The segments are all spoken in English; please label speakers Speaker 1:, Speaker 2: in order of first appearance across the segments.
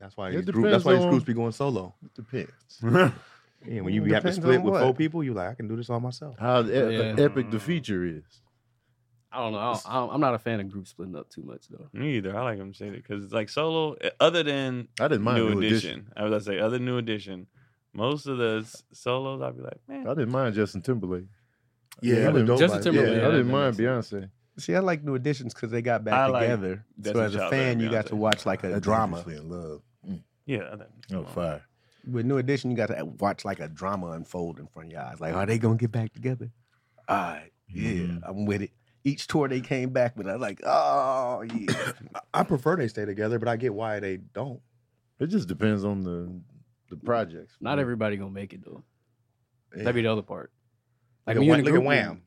Speaker 1: That's why
Speaker 2: It
Speaker 1: these group, that's why these
Speaker 2: depends
Speaker 1: groups
Speaker 2: on-
Speaker 1: be going solo.
Speaker 2: Depends.
Speaker 1: Yeah, when you be have to
Speaker 2: Depends
Speaker 1: split
Speaker 2: on
Speaker 1: with
Speaker 2: what.
Speaker 1: four people, you like I can do this all myself.
Speaker 2: How e-
Speaker 3: Yeah.
Speaker 2: epic the feature is.
Speaker 3: I don't know. I don't, I don't- I'm not a fan of group splitting up too much though.
Speaker 4: Me either. I like them say because it's like solo. uh, Other than
Speaker 2: I didn't mind
Speaker 4: new,
Speaker 2: New
Speaker 4: edition.
Speaker 2: Edition.
Speaker 4: I was gonna say other new edition. Most of the s- solos, I'd be like, man,
Speaker 2: I didn't mind Justin Timberlake.
Speaker 1: Yeah,
Speaker 2: I
Speaker 1: it was
Speaker 2: didn't-
Speaker 1: dope
Speaker 3: Justin
Speaker 1: like-
Speaker 2: Yeah,
Speaker 3: Timberlake.
Speaker 2: I
Speaker 3: Yeah,
Speaker 2: didn't
Speaker 3: that
Speaker 2: mind
Speaker 3: makes
Speaker 2: Beyonce.
Speaker 5: See, I like New Editions because they got back
Speaker 4: I like
Speaker 5: together. so
Speaker 4: Destiny
Speaker 5: as a
Speaker 4: Child better
Speaker 5: fan,
Speaker 4: than
Speaker 5: you got to
Speaker 4: Beyonce.
Speaker 5: watch like a
Speaker 2: That
Speaker 5: drama.
Speaker 2: dude was in love.
Speaker 4: yeah. I think-
Speaker 2: Oh, fire.
Speaker 5: With New Edition, you got to watch like a drama unfold in front of your eyes. Like, are they gonna get back together? All right, yeah,
Speaker 2: Mhm.
Speaker 5: I'm with it. Each tour they came back with, I was like, oh yeah.
Speaker 1: I prefer they stay together, but I get why they don't.
Speaker 2: It just depends on the the projects.
Speaker 3: Not
Speaker 2: man.
Speaker 3: everybody gonna make it though.
Speaker 1: Yeah.
Speaker 3: That'd be the other part.
Speaker 1: Like
Speaker 3: when you
Speaker 1: look,
Speaker 3: in
Speaker 1: at,
Speaker 3: a
Speaker 1: look at
Speaker 3: group and-
Speaker 1: Wham.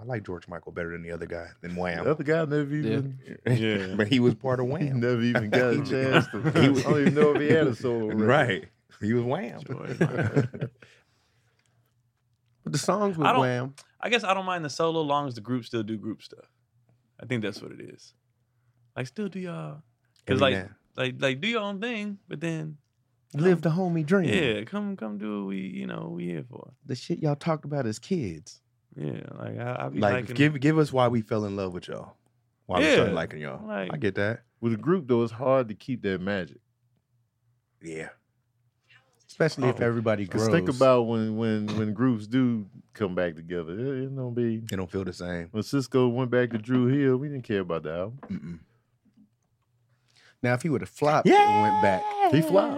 Speaker 1: I like George Michael better than the other guy than
Speaker 2: The
Speaker 1: Wham.
Speaker 2: other guy never
Speaker 3: Yeah.
Speaker 2: even
Speaker 4: Yeah.
Speaker 1: but he was part of
Speaker 2: he
Speaker 1: Wham.
Speaker 2: never even got a chance to. I don't even know if he had a solo. record.
Speaker 1: right. He was Wham.
Speaker 5: But the songs
Speaker 4: I
Speaker 5: with
Speaker 4: don't-
Speaker 5: Wham,
Speaker 4: I guess I don't mind the solo long as the group still do group stuff. I think that's what it is. Like still do y'all
Speaker 1: Every
Speaker 4: because like
Speaker 1: now.
Speaker 4: like like do your own thing, but then
Speaker 5: live the homie dream.
Speaker 4: yeah, come come do what we you know we here for.
Speaker 5: The shit y'all talked about as kids.
Speaker 4: Yeah, like I, I be
Speaker 1: like
Speaker 4: liking
Speaker 1: give give us why we fell in love with y'all. Why we
Speaker 4: Yeah.
Speaker 1: started liking y'all.
Speaker 4: Like-
Speaker 1: I get that.
Speaker 2: With a group though, it's hard to keep that magic.
Speaker 1: Yeah.
Speaker 5: Especially if
Speaker 4: Oh.
Speaker 5: everybody
Speaker 2: Cause
Speaker 5: grows.
Speaker 2: think about when when when groups do come back together, it, it don't be.
Speaker 1: They don't feel the same.
Speaker 2: When Cisco went back to Drew Hill, we didn't care about the album.
Speaker 1: Mm-mm.
Speaker 5: now, if he would have flopped and went back,
Speaker 2: He flopped.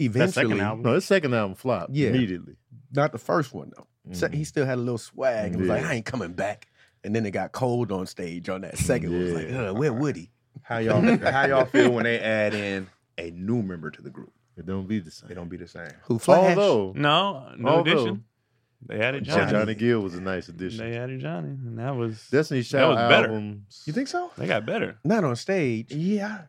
Speaker 1: That second
Speaker 5: eventually,
Speaker 1: album.
Speaker 2: No, his second album flopped
Speaker 5: Mm. Yeah.
Speaker 2: immediately. Mm.
Speaker 5: not the first one though. Se- he still had a little swag and was like,
Speaker 2: Yeah.
Speaker 5: I ain't coming back. And then it got cold on stage on that second one. It was like,
Speaker 2: Yeah.
Speaker 5: uh, where would he?
Speaker 1: How y'all how y'all feel when they add in a new member to the group?
Speaker 2: It don't be the same.
Speaker 1: They don't be the same.
Speaker 5: Who flashed?
Speaker 2: Although
Speaker 4: no no
Speaker 2: Although-
Speaker 4: addition. They added
Speaker 2: Johnny.
Speaker 4: Johnny.
Speaker 2: Johnny Gill was a nice addition.
Speaker 4: They added Johnny, and that was
Speaker 2: Destiny's
Speaker 4: That
Speaker 2: Child
Speaker 4: was better.
Speaker 2: album.
Speaker 1: You think so?
Speaker 4: they got better.
Speaker 5: Not on stage.
Speaker 1: Yeah.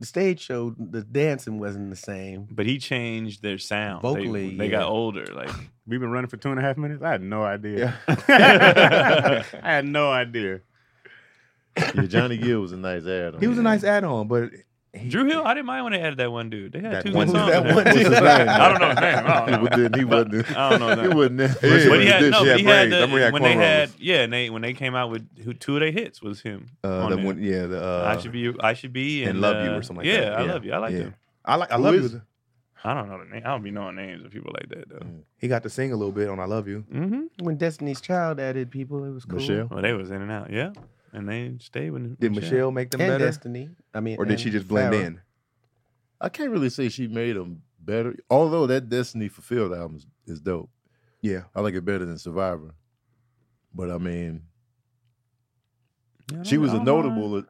Speaker 5: The stage show, the dancing wasn't the same.
Speaker 4: But he changed their sound. They-
Speaker 5: Vocally,
Speaker 4: they, got
Speaker 5: yeah.
Speaker 4: older. Like
Speaker 6: We've been running for two and a half minutes. I had no idea.
Speaker 1: Yeah.
Speaker 6: I had no idea.
Speaker 2: Yeah, Johnny Gill was a nice add-on.
Speaker 1: He was a nice add-on, but he-
Speaker 4: Drew Hill, I didn't mind when they added that one dude. They had
Speaker 1: That
Speaker 4: two
Speaker 1: one
Speaker 4: good
Speaker 1: dude.
Speaker 4: songs.
Speaker 1: That
Speaker 4: in
Speaker 1: one
Speaker 4: there.
Speaker 1: dude.
Speaker 4: I don't know his name. I don't know.
Speaker 2: But then he wasn't.
Speaker 4: I don't know his
Speaker 2: He
Speaker 4: name.
Speaker 2: wasn't. that-
Speaker 1: Yeah.
Speaker 4: But he had
Speaker 1: This-
Speaker 4: no.
Speaker 1: he
Speaker 4: But
Speaker 1: had
Speaker 4: he had
Speaker 1: braids. That boy
Speaker 4: the,
Speaker 1: had
Speaker 4: when they
Speaker 1: cornrows.
Speaker 4: had yeah, and they when they came out with who two of their hits was him.
Speaker 1: uh,
Speaker 4: on
Speaker 1: the
Speaker 4: there.
Speaker 1: one, yeah, the uh,
Speaker 4: I should be I should be
Speaker 1: and
Speaker 4: and,
Speaker 1: love you
Speaker 4: uh,
Speaker 1: or something like
Speaker 4: yeah,
Speaker 1: that.
Speaker 4: I love you. I like
Speaker 1: yeah.
Speaker 4: him.
Speaker 1: I like I
Speaker 2: Who
Speaker 1: love
Speaker 2: is-
Speaker 1: you.
Speaker 4: I don't know the name. I don't be knowing names of people like that though.
Speaker 1: He got to sing a little bit on I love you.
Speaker 4: Mm-hmm.
Speaker 5: When Destiny's Child added people, it was cool.
Speaker 2: Michelle.
Speaker 4: Well, they was in and out. Yeah, and they stayed with
Speaker 1: Did Michelle make them
Speaker 5: and
Speaker 1: better,
Speaker 5: Destiny. I mean,
Speaker 1: or did
Speaker 5: and
Speaker 1: she just blend
Speaker 5: Farrah.
Speaker 1: in?
Speaker 2: I can't really say she made him better. Although that Destiny Fulfilled album is, is dope.
Speaker 1: Yeah,
Speaker 2: I like it better than Survivor. But I mean,
Speaker 4: Yeah, I
Speaker 2: she
Speaker 4: don't-
Speaker 2: was
Speaker 4: I
Speaker 2: a
Speaker 4: don't mind.
Speaker 2: notable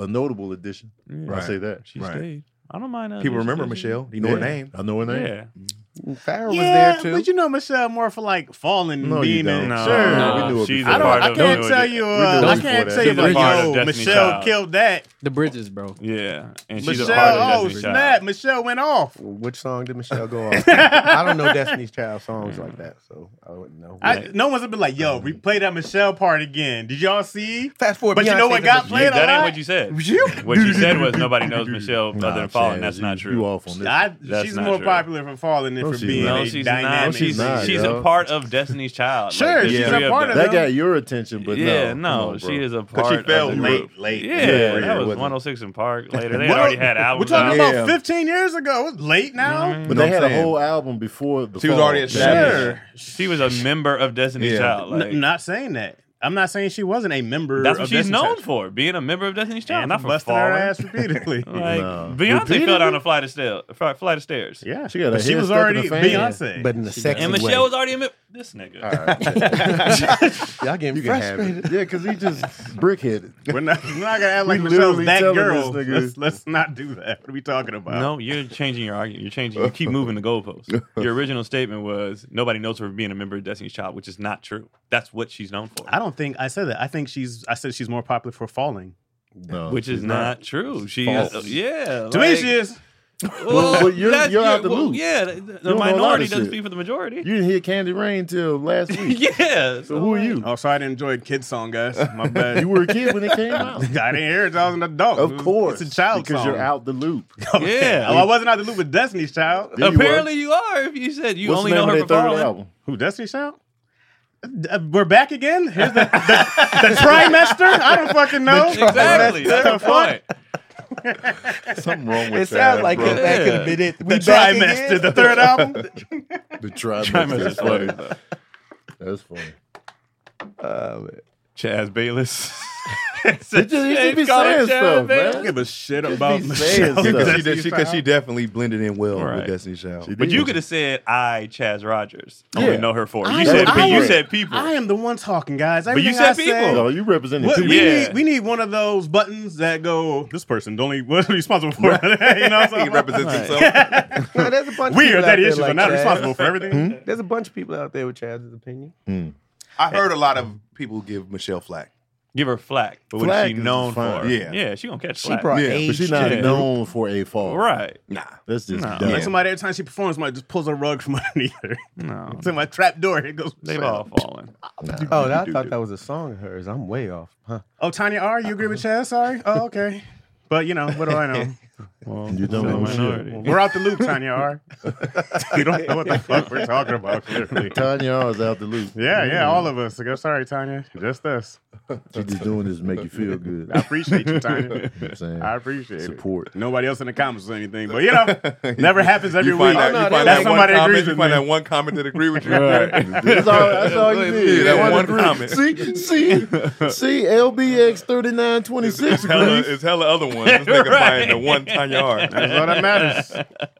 Speaker 2: a notable addition.
Speaker 4: Yeah,
Speaker 2: I say that.
Speaker 4: She
Speaker 1: Right.
Speaker 4: stayed. I don't mind. that
Speaker 1: people
Speaker 4: addition.
Speaker 1: remember
Speaker 4: She-
Speaker 1: Michelle. You know her
Speaker 2: Yeah,
Speaker 1: name.
Speaker 2: I know her name.
Speaker 4: Yeah,
Speaker 5: Farrah was there too.
Speaker 6: But you know Michelle more for like falling
Speaker 2: No,
Speaker 6: and
Speaker 2: you
Speaker 6: being
Speaker 2: don't.
Speaker 6: in.
Speaker 4: No.
Speaker 6: Sure.
Speaker 3: No.
Speaker 2: we knew it
Speaker 4: She's
Speaker 2: before.
Speaker 6: I don't.
Speaker 4: part
Speaker 6: I
Speaker 4: of-
Speaker 6: can't
Speaker 4: we knew
Speaker 6: tell
Speaker 4: it-
Speaker 6: you.
Speaker 2: we knew
Speaker 6: Uh,
Speaker 2: it
Speaker 6: I
Speaker 2: before
Speaker 6: can't
Speaker 2: that.
Speaker 6: tell you.
Speaker 4: She's a
Speaker 6: Like,
Speaker 4: part of
Speaker 6: yo,
Speaker 4: Destiny's
Speaker 6: Michelle
Speaker 4: Child.
Speaker 6: killed that.
Speaker 3: The bridges, bro.
Speaker 4: yeah, and she's a part
Speaker 6: Michelle.
Speaker 4: of
Speaker 6: Oh
Speaker 4: Destiny's
Speaker 6: snap!
Speaker 4: Child.
Speaker 6: Michelle went off.
Speaker 5: Which song did Michelle go on? I don't know Destiny's Child songs like that, so I wouldn't know.
Speaker 6: I, no one's been like, "Yo, replay that Michelle part again." Did y'all see?
Speaker 5: Fast forward,
Speaker 6: But you know
Speaker 5: Beyonce
Speaker 6: what
Speaker 5: to
Speaker 6: got
Speaker 5: Michelle.
Speaker 6: played
Speaker 4: that
Speaker 6: a
Speaker 4: ain't
Speaker 6: lot?
Speaker 4: what you said.
Speaker 6: You-
Speaker 4: What you said was nobody knows Michelle
Speaker 2: Nah,
Speaker 4: other than Fallen.
Speaker 2: Chaz,
Speaker 4: That's
Speaker 2: you-
Speaker 4: not
Speaker 2: You
Speaker 4: true.
Speaker 2: off on this?
Speaker 6: I,
Speaker 4: That's
Speaker 6: she's
Speaker 4: not
Speaker 6: more
Speaker 4: true.
Speaker 6: popular for falling than
Speaker 2: No,
Speaker 6: for
Speaker 2: she's
Speaker 6: being
Speaker 2: not.
Speaker 4: No,
Speaker 6: a
Speaker 4: she's
Speaker 6: dynamic.
Speaker 4: not. She's,
Speaker 2: She's not,
Speaker 4: she's
Speaker 2: yo.
Speaker 4: a part of Destiny's Child.
Speaker 6: Sure,
Speaker 4: the
Speaker 6: she's
Speaker 4: three
Speaker 6: a part of
Speaker 4: them.
Speaker 2: that got your attention, but no,
Speaker 4: yeah, no,
Speaker 2: Come on,
Speaker 4: she
Speaker 2: bro.
Speaker 4: is a part.
Speaker 1: she fell
Speaker 4: of the
Speaker 1: late,
Speaker 4: group.
Speaker 1: late.
Speaker 4: Yeah,
Speaker 2: Yeah,
Speaker 4: that was
Speaker 2: wasn't it?
Speaker 4: 106 in Park later. They
Speaker 6: What
Speaker 4: had already
Speaker 6: up-
Speaker 4: had
Speaker 6: We're
Speaker 4: albums. out.
Speaker 6: talking
Speaker 1: Yeah.
Speaker 6: about 15 years ago. It was late now.
Speaker 2: But
Speaker 1: know
Speaker 2: they
Speaker 1: what I'm
Speaker 2: had a
Speaker 1: saying?
Speaker 2: whole album before the
Speaker 1: She was
Speaker 2: fall.
Speaker 1: already established.
Speaker 2: Yeah.
Speaker 6: Sure.
Speaker 4: She was a member of Destiny's
Speaker 1: Yeah.
Speaker 4: Child.
Speaker 6: N-
Speaker 4: Like,
Speaker 6: not saying that. I'm not saying she wasn't a member.
Speaker 4: that's what
Speaker 6: of
Speaker 4: she's
Speaker 6: Destiny's
Speaker 4: known
Speaker 6: Child.
Speaker 4: for, being a member of Destiny's Child,
Speaker 6: And
Speaker 4: not
Speaker 6: for
Speaker 4: for
Speaker 6: busting
Speaker 4: falling.
Speaker 6: her ass repeatedly.
Speaker 4: Like
Speaker 2: No.
Speaker 4: Beyonce
Speaker 2: Repeatedly?
Speaker 4: fell down a flight of stairs. Flight of stairs.
Speaker 6: yeah,
Speaker 2: She got a
Speaker 6: But she
Speaker 2: head
Speaker 6: was
Speaker 2: stuck in
Speaker 6: already
Speaker 2: the fan.
Speaker 6: Beyonce.
Speaker 5: But in the second
Speaker 4: And
Speaker 5: way,
Speaker 4: Michelle was already a member. This nigga.
Speaker 5: y'all getting
Speaker 2: You can have
Speaker 5: frustrated.
Speaker 2: it. Yeah, because he just brickheaded.
Speaker 6: we're not, we're not gonna act like
Speaker 2: We
Speaker 6: Michelle's
Speaker 2: literally
Speaker 6: that
Speaker 2: telling
Speaker 6: girl.
Speaker 2: this nigga-
Speaker 6: Let's, let's not do that. What are we talking about?
Speaker 4: No, you're changing your argument. You're changing. You keep moving the goalposts. Your original statement was nobody knows her for being a member of Destiny's Child, which is not true. That's what she's known for,
Speaker 6: I don't think I said that. I think she's. I said she's more popular for falling.
Speaker 2: No,
Speaker 4: which is
Speaker 2: she's
Speaker 4: not, true. She,
Speaker 2: False.
Speaker 4: is, uh, yeah.
Speaker 6: To me,
Speaker 4: like-
Speaker 6: she is.
Speaker 2: Well, but you're-
Speaker 4: that's-
Speaker 2: you're out
Speaker 4: yeah,
Speaker 2: the
Speaker 4: well,
Speaker 2: loop.
Speaker 4: Yeah, the- the,
Speaker 2: know a lot of
Speaker 4: minority doesn't
Speaker 2: shit.
Speaker 4: speak for the majority.
Speaker 2: You didn't hear Candy Rain till last week.
Speaker 4: yeah.
Speaker 2: So who are you?
Speaker 6: Oh, sorry, I didn't enjoy a kid song, guys. My bad.
Speaker 2: You were a kid when it came out.
Speaker 6: I didn't hear it. I was an adult.
Speaker 2: Of course,
Speaker 6: it's a child
Speaker 2: because
Speaker 6: song.
Speaker 2: you're out the loop.
Speaker 4: Yeah.
Speaker 6: Oh, I wasn't out the loop with Destiny's Child.
Speaker 2: Yeah, you
Speaker 4: Apparently you are. If you said you
Speaker 2: What's
Speaker 4: only
Speaker 2: the name
Speaker 4: know her
Speaker 2: of
Speaker 4: for
Speaker 2: their third
Speaker 4: Ballin'.
Speaker 2: album?
Speaker 6: Who Destiny's Child? Uh, We're back again. Here's the, the, the trimester. I don't fucking know.
Speaker 4: Exactly. That's the point.
Speaker 2: Something wrong with that.
Speaker 5: It sounds like
Speaker 2: bro.
Speaker 5: it- that could have been it. We
Speaker 6: The
Speaker 5: back
Speaker 6: trimester,
Speaker 5: again?
Speaker 6: the third album.
Speaker 2: the trimester.
Speaker 4: Trimester's
Speaker 2: That's funny.
Speaker 4: funny, though.
Speaker 2: That's funny.
Speaker 5: Uh,
Speaker 4: Chaz Bayless.
Speaker 2: Did you- you should be
Speaker 4: Call
Speaker 2: saying
Speaker 4: him Chaz
Speaker 2: stuff,
Speaker 4: Bayless.
Speaker 2: man.
Speaker 6: give a shit
Speaker 2: Just
Speaker 6: about
Speaker 2: be saying stuff.
Speaker 6: Michelle. Destiny's
Speaker 1: Because she, did- she- 'cause she
Speaker 6: Child.
Speaker 1: definitely blended in well
Speaker 4: Right.
Speaker 1: with Destiny Child.
Speaker 2: She
Speaker 4: But you
Speaker 2: Yeah.
Speaker 4: could have said I, Chaz Rogers. Only
Speaker 2: Yeah.
Speaker 4: know her for.
Speaker 6: I
Speaker 4: You
Speaker 6: know-
Speaker 4: said
Speaker 6: I
Speaker 4: you
Speaker 6: know-
Speaker 4: said people.
Speaker 6: I am the one talking, guys.
Speaker 4: But you
Speaker 6: Everything
Speaker 4: said
Speaker 6: I say-
Speaker 4: people.
Speaker 2: No, Oh, you representing
Speaker 6: What,
Speaker 2: people.
Speaker 6: we,
Speaker 4: Yeah.
Speaker 6: need, we need one of those buttons that go. This person only was responsible for it. you know,
Speaker 1: He represents himself.
Speaker 5: no, there's a bunch. of people
Speaker 6: Weird that
Speaker 5: out there
Speaker 6: issues
Speaker 5: like
Speaker 6: are not
Speaker 5: Chaz.
Speaker 6: responsible for
Speaker 4: Mm-hmm.
Speaker 6: everything.
Speaker 5: There's a bunch of people out there with Chaz's opinion.
Speaker 1: I heard a lot of people give Michelle flack.
Speaker 4: Give her flack. But
Speaker 2: Flack
Speaker 4: what she
Speaker 2: is
Speaker 4: known
Speaker 2: fine.
Speaker 4: for?
Speaker 1: Yeah.
Speaker 4: Yeah, she gonna catch
Speaker 5: She
Speaker 4: flack.
Speaker 5: brought
Speaker 1: Yeah, but
Speaker 5: age
Speaker 2: But she's not
Speaker 5: to the group.
Speaker 2: known for a fall.
Speaker 4: Right.
Speaker 1: Nah.
Speaker 2: That's just
Speaker 4: No.
Speaker 2: dumb.
Speaker 6: Like somebody every time she performs, somebody just pulls a rug from underneath her.
Speaker 4: No.
Speaker 6: It's in my trap door. It goes.
Speaker 4: They've all fallen.
Speaker 5: Oh, I thought that was a song of hers. I'm way off. Huh.
Speaker 6: Oh, Tanya R, you agree with Chaz? Sorry. Oh, okay. But you know, what do I know?
Speaker 4: Well,
Speaker 2: You don't
Speaker 4: so
Speaker 2: know shit.
Speaker 4: minority.
Speaker 6: We're out the loop, Tanya R. we don't know what the fuck we're talking about. Clearly.
Speaker 2: Tanya R is out the loop.
Speaker 6: Yeah, yeah, all of us. I go, sorry, Tanya. Just us.
Speaker 2: She's just doing this to make you feel good.
Speaker 6: I appreciate you, Tanya.
Speaker 2: You know what I'm saying?
Speaker 6: I appreciate it.
Speaker 2: Support.
Speaker 6: Nobody else in the comments or anything, but you know, never happens every
Speaker 1: you
Speaker 6: week.
Speaker 1: find out,
Speaker 5: Oh, no,
Speaker 1: you
Speaker 5: they
Speaker 1: find
Speaker 5: like-
Speaker 1: out one
Speaker 6: Somebody
Speaker 1: comment,
Speaker 6: agrees
Speaker 1: you
Speaker 6: with
Speaker 1: find
Speaker 6: me.
Speaker 1: out one comment that agree with you.
Speaker 2: That's all, that's all you need.
Speaker 1: that
Speaker 2: One
Speaker 1: one
Speaker 2: agree.
Speaker 1: comment.
Speaker 2: See, see, see, LBX 3926
Speaker 1: It's hella,
Speaker 2: agrees.
Speaker 1: it's hella other ones. This nigga
Speaker 4: Right.
Speaker 1: buying the one Tanya R.
Speaker 6: That's all that matters.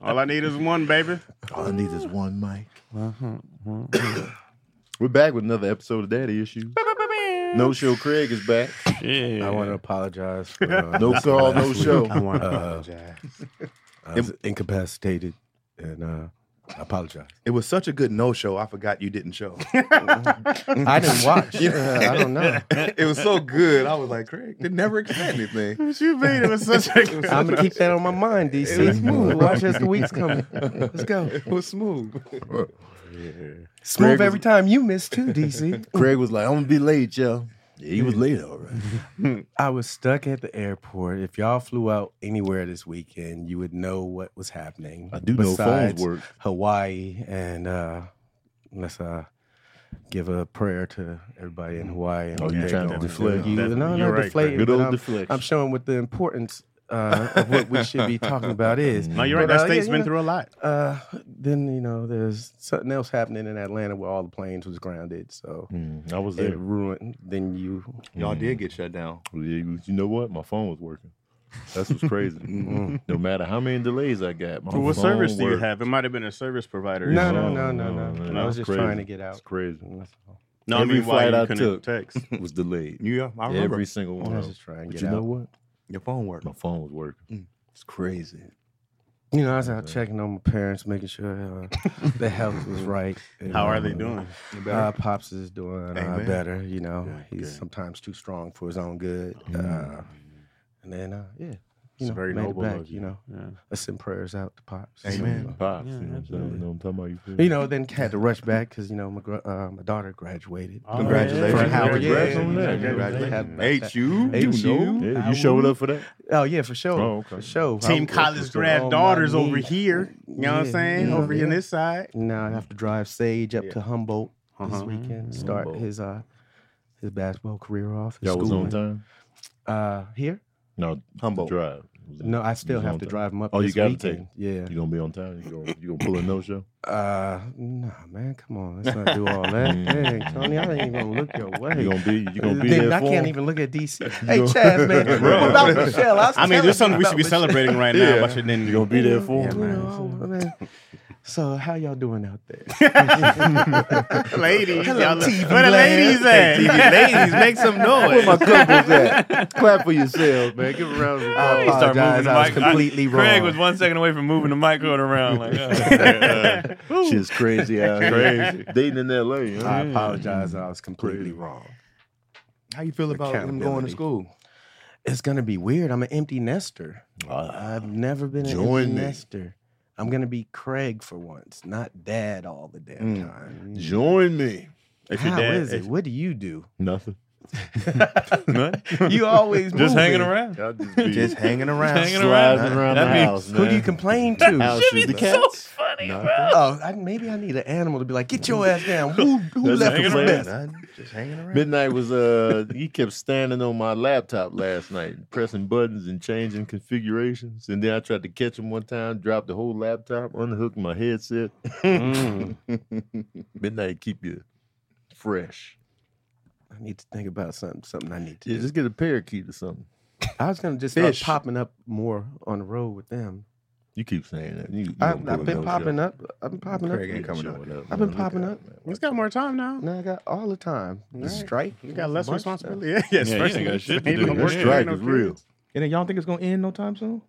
Speaker 6: All I need is one, baby.
Speaker 2: All I need is one mic. We're back with another episode of Daddy Issues. No show Craig is back.
Speaker 4: Yeah.
Speaker 5: I want to apologize. For, uh,
Speaker 2: No call, no
Speaker 5: last week.
Speaker 2: show.
Speaker 6: want
Speaker 5: Uh, I was incapacitated, and uh, I apologize.
Speaker 1: It was such a good no show. I forgot you didn't show.
Speaker 5: I didn't watch. Uh, I don't know.
Speaker 1: it was so good. I was like, Craig, they never expect anything.
Speaker 6: What you mean? It was such a good.
Speaker 5: I'm gonna keep that on my mind, DC. Smooth. Watch as the weeks coming. Let's go.
Speaker 1: It was smooth.
Speaker 5: Smooth
Speaker 2: was-
Speaker 5: every time you miss too, DC.
Speaker 2: Craig was like, I'm gonna be late, yo. Yeah, he was late, all right.
Speaker 5: I was stuck at the airport. If y'all flew out anywhere this weekend, you would know what was happening.
Speaker 2: I do know
Speaker 5: Besides
Speaker 2: phones work.
Speaker 5: Hawaii, and uh, let's uh, give a prayer to everybody in Hawaii. And
Speaker 2: Oh, you're
Speaker 5: they
Speaker 2: trying to
Speaker 5: don't
Speaker 2: deflect.
Speaker 5: You, no,
Speaker 6: You're
Speaker 5: no,
Speaker 6: right,
Speaker 5: deflect.
Speaker 2: Good
Speaker 5: but
Speaker 2: old
Speaker 5: I'm,
Speaker 2: deflection.
Speaker 5: I'm showing what the importance uh, of what we should be talking about is.
Speaker 6: No, you're right.
Speaker 5: But,
Speaker 6: That
Speaker 5: uh, yeah,
Speaker 6: state's
Speaker 5: you
Speaker 6: been
Speaker 5: know,
Speaker 6: through a lot.
Speaker 5: Uh, then you know, there's something else happening in Atlanta where all the planes was grounded, so
Speaker 2: Mm, I was
Speaker 5: it
Speaker 2: there.
Speaker 5: ruined. Then you,
Speaker 1: Y'all did get shut down.
Speaker 2: Yeah, you you know what? My phone was working. That's what's crazy.
Speaker 5: Mm-hmm.
Speaker 2: No matter how many delays I got, my
Speaker 6: what
Speaker 2: phone
Speaker 6: service do you
Speaker 2: worked.
Speaker 6: have? It might have been a service provider.
Speaker 5: No,
Speaker 6: issue.
Speaker 5: no, no, no,
Speaker 2: no,
Speaker 5: no.
Speaker 2: man,
Speaker 5: I
Speaker 2: that's
Speaker 5: was just
Speaker 2: crazy.
Speaker 5: trying to get out.
Speaker 2: It's crazy.
Speaker 5: That's all.
Speaker 6: no.
Speaker 2: Every
Speaker 6: why
Speaker 2: flight
Speaker 6: you
Speaker 2: I
Speaker 6: couldn't
Speaker 2: took.
Speaker 6: text.
Speaker 2: It was delayed.
Speaker 1: Yeah, I remember. Uh,
Speaker 2: Every single one.
Speaker 5: I
Speaker 2: of
Speaker 5: was
Speaker 2: them.
Speaker 5: just trying to
Speaker 2: But
Speaker 5: get
Speaker 2: you
Speaker 5: out.
Speaker 2: know what?
Speaker 1: Your phone worked.
Speaker 2: My phone was working.
Speaker 1: It's crazy.
Speaker 5: You know, I was out checking on my parents, making sure uh, their health was right. and,
Speaker 6: How are they
Speaker 5: uh,
Speaker 6: doing?
Speaker 5: Uh, Pops is doing uh,
Speaker 1: Amen.
Speaker 5: better. You know,
Speaker 1: Good,
Speaker 5: he's
Speaker 1: good.
Speaker 5: sometimes too strong for his own good. Uh, and then, uh, yeah, you
Speaker 6: Mm-hmm. It's
Speaker 5: know,
Speaker 6: very
Speaker 5: made it
Speaker 6: noble
Speaker 5: back.
Speaker 2: of you.
Speaker 5: You know,
Speaker 4: Yeah.
Speaker 5: let's send prayers out to Pops.
Speaker 1: Amen.
Speaker 2: Pops.
Speaker 4: Yeah,
Speaker 2: you know what I'm saying?
Speaker 4: absolutely.
Speaker 2: You know what I'm talking about? You feel me?
Speaker 5: You know, then had to rush back because you know my gr- uh, my daughter graduated.
Speaker 6: Oh,
Speaker 1: Congratulations.
Speaker 6: yeah.
Speaker 1: uh, Frank Howard.
Speaker 2: Congrats on that.
Speaker 1: Congratulations.
Speaker 5: Had about
Speaker 1: Ain't
Speaker 5: that.
Speaker 1: you?
Speaker 5: Ain't
Speaker 1: you know.
Speaker 5: you?
Speaker 2: Yeah, you showed up for that?
Speaker 5: Oh yeah, for sure.
Speaker 2: Oh, okay.
Speaker 5: For sure.
Speaker 6: Team
Speaker 5: I-
Speaker 6: college
Speaker 5: on my
Speaker 6: grad daughters over
Speaker 5: knees.
Speaker 6: here. You know what I'm
Speaker 5: Yeah,
Speaker 6: saying?
Speaker 5: yeah,
Speaker 6: over here on
Speaker 5: yeah.
Speaker 6: this side.
Speaker 5: Now I have to drive Sage up
Speaker 1: Yeah.
Speaker 5: to Humboldt this
Speaker 6: Uh-huh.
Speaker 5: weekend. Start
Speaker 2: Humboldt.
Speaker 5: his uh his basketball career off. his
Speaker 2: Y'all was on
Speaker 5: schooling.
Speaker 2: time?
Speaker 5: Uh, here?
Speaker 2: No,
Speaker 1: Humble.
Speaker 2: drive.
Speaker 5: No, I still
Speaker 2: was
Speaker 5: have
Speaker 2: on
Speaker 5: to
Speaker 2: time.
Speaker 5: drive him up.
Speaker 2: Oh, you
Speaker 5: this
Speaker 2: gotta
Speaker 5: weekend. Yeah.
Speaker 2: You gonna be on time? You gonna, you gonna pull a no show?
Speaker 5: Uh, nah, man, come on, let's not do all that. hey, Tony, I ain't even gonna look your way.
Speaker 2: You gonna be? You gonna be
Speaker 5: Then
Speaker 2: there
Speaker 5: I
Speaker 2: for him?
Speaker 5: can't even look at DC. Hey, Chaz, man,
Speaker 2: Bro.
Speaker 5: what about Michelle? I, was
Speaker 6: I mean,
Speaker 5: telling
Speaker 6: there's something
Speaker 5: you
Speaker 6: we should
Speaker 5: about
Speaker 6: be
Speaker 5: Michelle.
Speaker 6: celebrating right now. But you didn't.
Speaker 2: You gonna be there for
Speaker 5: Yeah,
Speaker 2: him?
Speaker 5: man.
Speaker 6: man.
Speaker 5: So, man. so how y'all doing out there?
Speaker 6: ladies,
Speaker 5: Hello,
Speaker 6: y'all-
Speaker 5: TV
Speaker 6: where the ladies at?
Speaker 1: ladies, make some noise.
Speaker 2: my couples at? Clap for yourselves, man. Give a round of
Speaker 5: I
Speaker 2: applause.
Speaker 4: He started moving
Speaker 5: apologize. I was
Speaker 4: the mic-
Speaker 5: completely wrong.
Speaker 4: Craig was one second away from moving the microphone around. Like, uh,
Speaker 2: Shit's crazy out here. Crazy. Dating in L.A. huh?
Speaker 5: I apologize. I was completely wrong.
Speaker 1: How you feel about him going to
Speaker 5: Accountability.
Speaker 1: school?
Speaker 5: It's gonna be weird. I'm an empty nester. I've never been
Speaker 2: Ah,
Speaker 5: an
Speaker 2: join
Speaker 5: empty
Speaker 2: me.
Speaker 5: nester. I'm gonna be Craig for once, not Dad all the damn
Speaker 2: Mm.
Speaker 5: time.
Speaker 2: Join me.
Speaker 1: If your
Speaker 5: How
Speaker 1: dad,
Speaker 5: is it?
Speaker 1: if-
Speaker 5: What do you do?
Speaker 2: Nothing.
Speaker 4: None?
Speaker 5: You always
Speaker 4: just hanging
Speaker 5: moving.
Speaker 4: around.
Speaker 2: I'll just be
Speaker 1: just hanging around,
Speaker 4: hanging around.
Speaker 2: sliding around
Speaker 4: That'd
Speaker 2: the
Speaker 4: be-
Speaker 2: house.
Speaker 5: Who do you
Speaker 2: man.
Speaker 5: complain to?
Speaker 2: House
Speaker 4: Should be
Speaker 2: is the
Speaker 4: so
Speaker 2: cats.
Speaker 4: funny,
Speaker 2: Nothing.
Speaker 5: oh, I, maybe I need an animal to be like, get your ass down. Who, who
Speaker 2: That's
Speaker 5: left
Speaker 4: hanging
Speaker 5: his
Speaker 4: around.
Speaker 5: mess?
Speaker 1: Nothing, just hanging around.
Speaker 2: Midnight was uh he kept standing on my laptop last night, pressing buttons and changing configurations. And then I tried to catch him one time, dropped the whole laptop, unhooked my headset. Midnight keep you fresh.
Speaker 5: I need to think about something. Something I need to.
Speaker 2: Yeah,
Speaker 5: do.
Speaker 2: just get a parakeet or something.
Speaker 5: I was gonna just start
Speaker 2: Fish.
Speaker 5: popping up more on the road with them.
Speaker 2: You keep saying that. You, you
Speaker 5: I,
Speaker 2: don't
Speaker 5: I've
Speaker 2: put
Speaker 5: been
Speaker 2: no
Speaker 5: popping
Speaker 2: show.
Speaker 5: up. I've been popping
Speaker 1: Craig ain't
Speaker 5: up.
Speaker 1: coming
Speaker 2: Showing
Speaker 1: up.
Speaker 2: up.
Speaker 5: I've
Speaker 2: man.
Speaker 5: been
Speaker 2: Look
Speaker 5: popping
Speaker 2: out,
Speaker 5: up.
Speaker 2: man.
Speaker 6: He's got more time now.
Speaker 5: Now I got all the time.
Speaker 6: All right.
Speaker 5: Strike.
Speaker 6: You got less
Speaker 5: Bunch of
Speaker 6: responsibility. Yeah, yes,
Speaker 4: Yeah, you
Speaker 6: first
Speaker 4: ain't
Speaker 6: thing.
Speaker 4: got shit to
Speaker 6: Ain't
Speaker 4: do.
Speaker 6: no
Speaker 4: Yeah.
Speaker 6: work,
Speaker 2: That
Speaker 6: ain't
Speaker 2: strike
Speaker 6: no
Speaker 2: is real.
Speaker 6: kids.
Speaker 1: And then y'all think it's gonna end no time soon?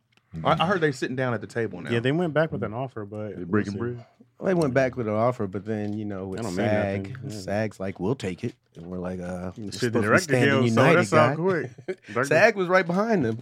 Speaker 1: I, I heard they sitting down at the table now.
Speaker 6: Yeah, they went back with an offer, but
Speaker 2: They breaking bread.
Speaker 5: They went back with an offer, but then you know with
Speaker 6: That don't mean
Speaker 5: SAG,
Speaker 6: nothing, yeah.
Speaker 5: SAG's like, we'll take it, and we're like, uh, we're
Speaker 6: Shit,
Speaker 5: supposed
Speaker 6: the
Speaker 5: to be
Speaker 6: director
Speaker 5: standing
Speaker 6: deal, so
Speaker 5: united,
Speaker 6: that's all
Speaker 5: guy.
Speaker 6: quick. Director-
Speaker 5: SAG was right behind them.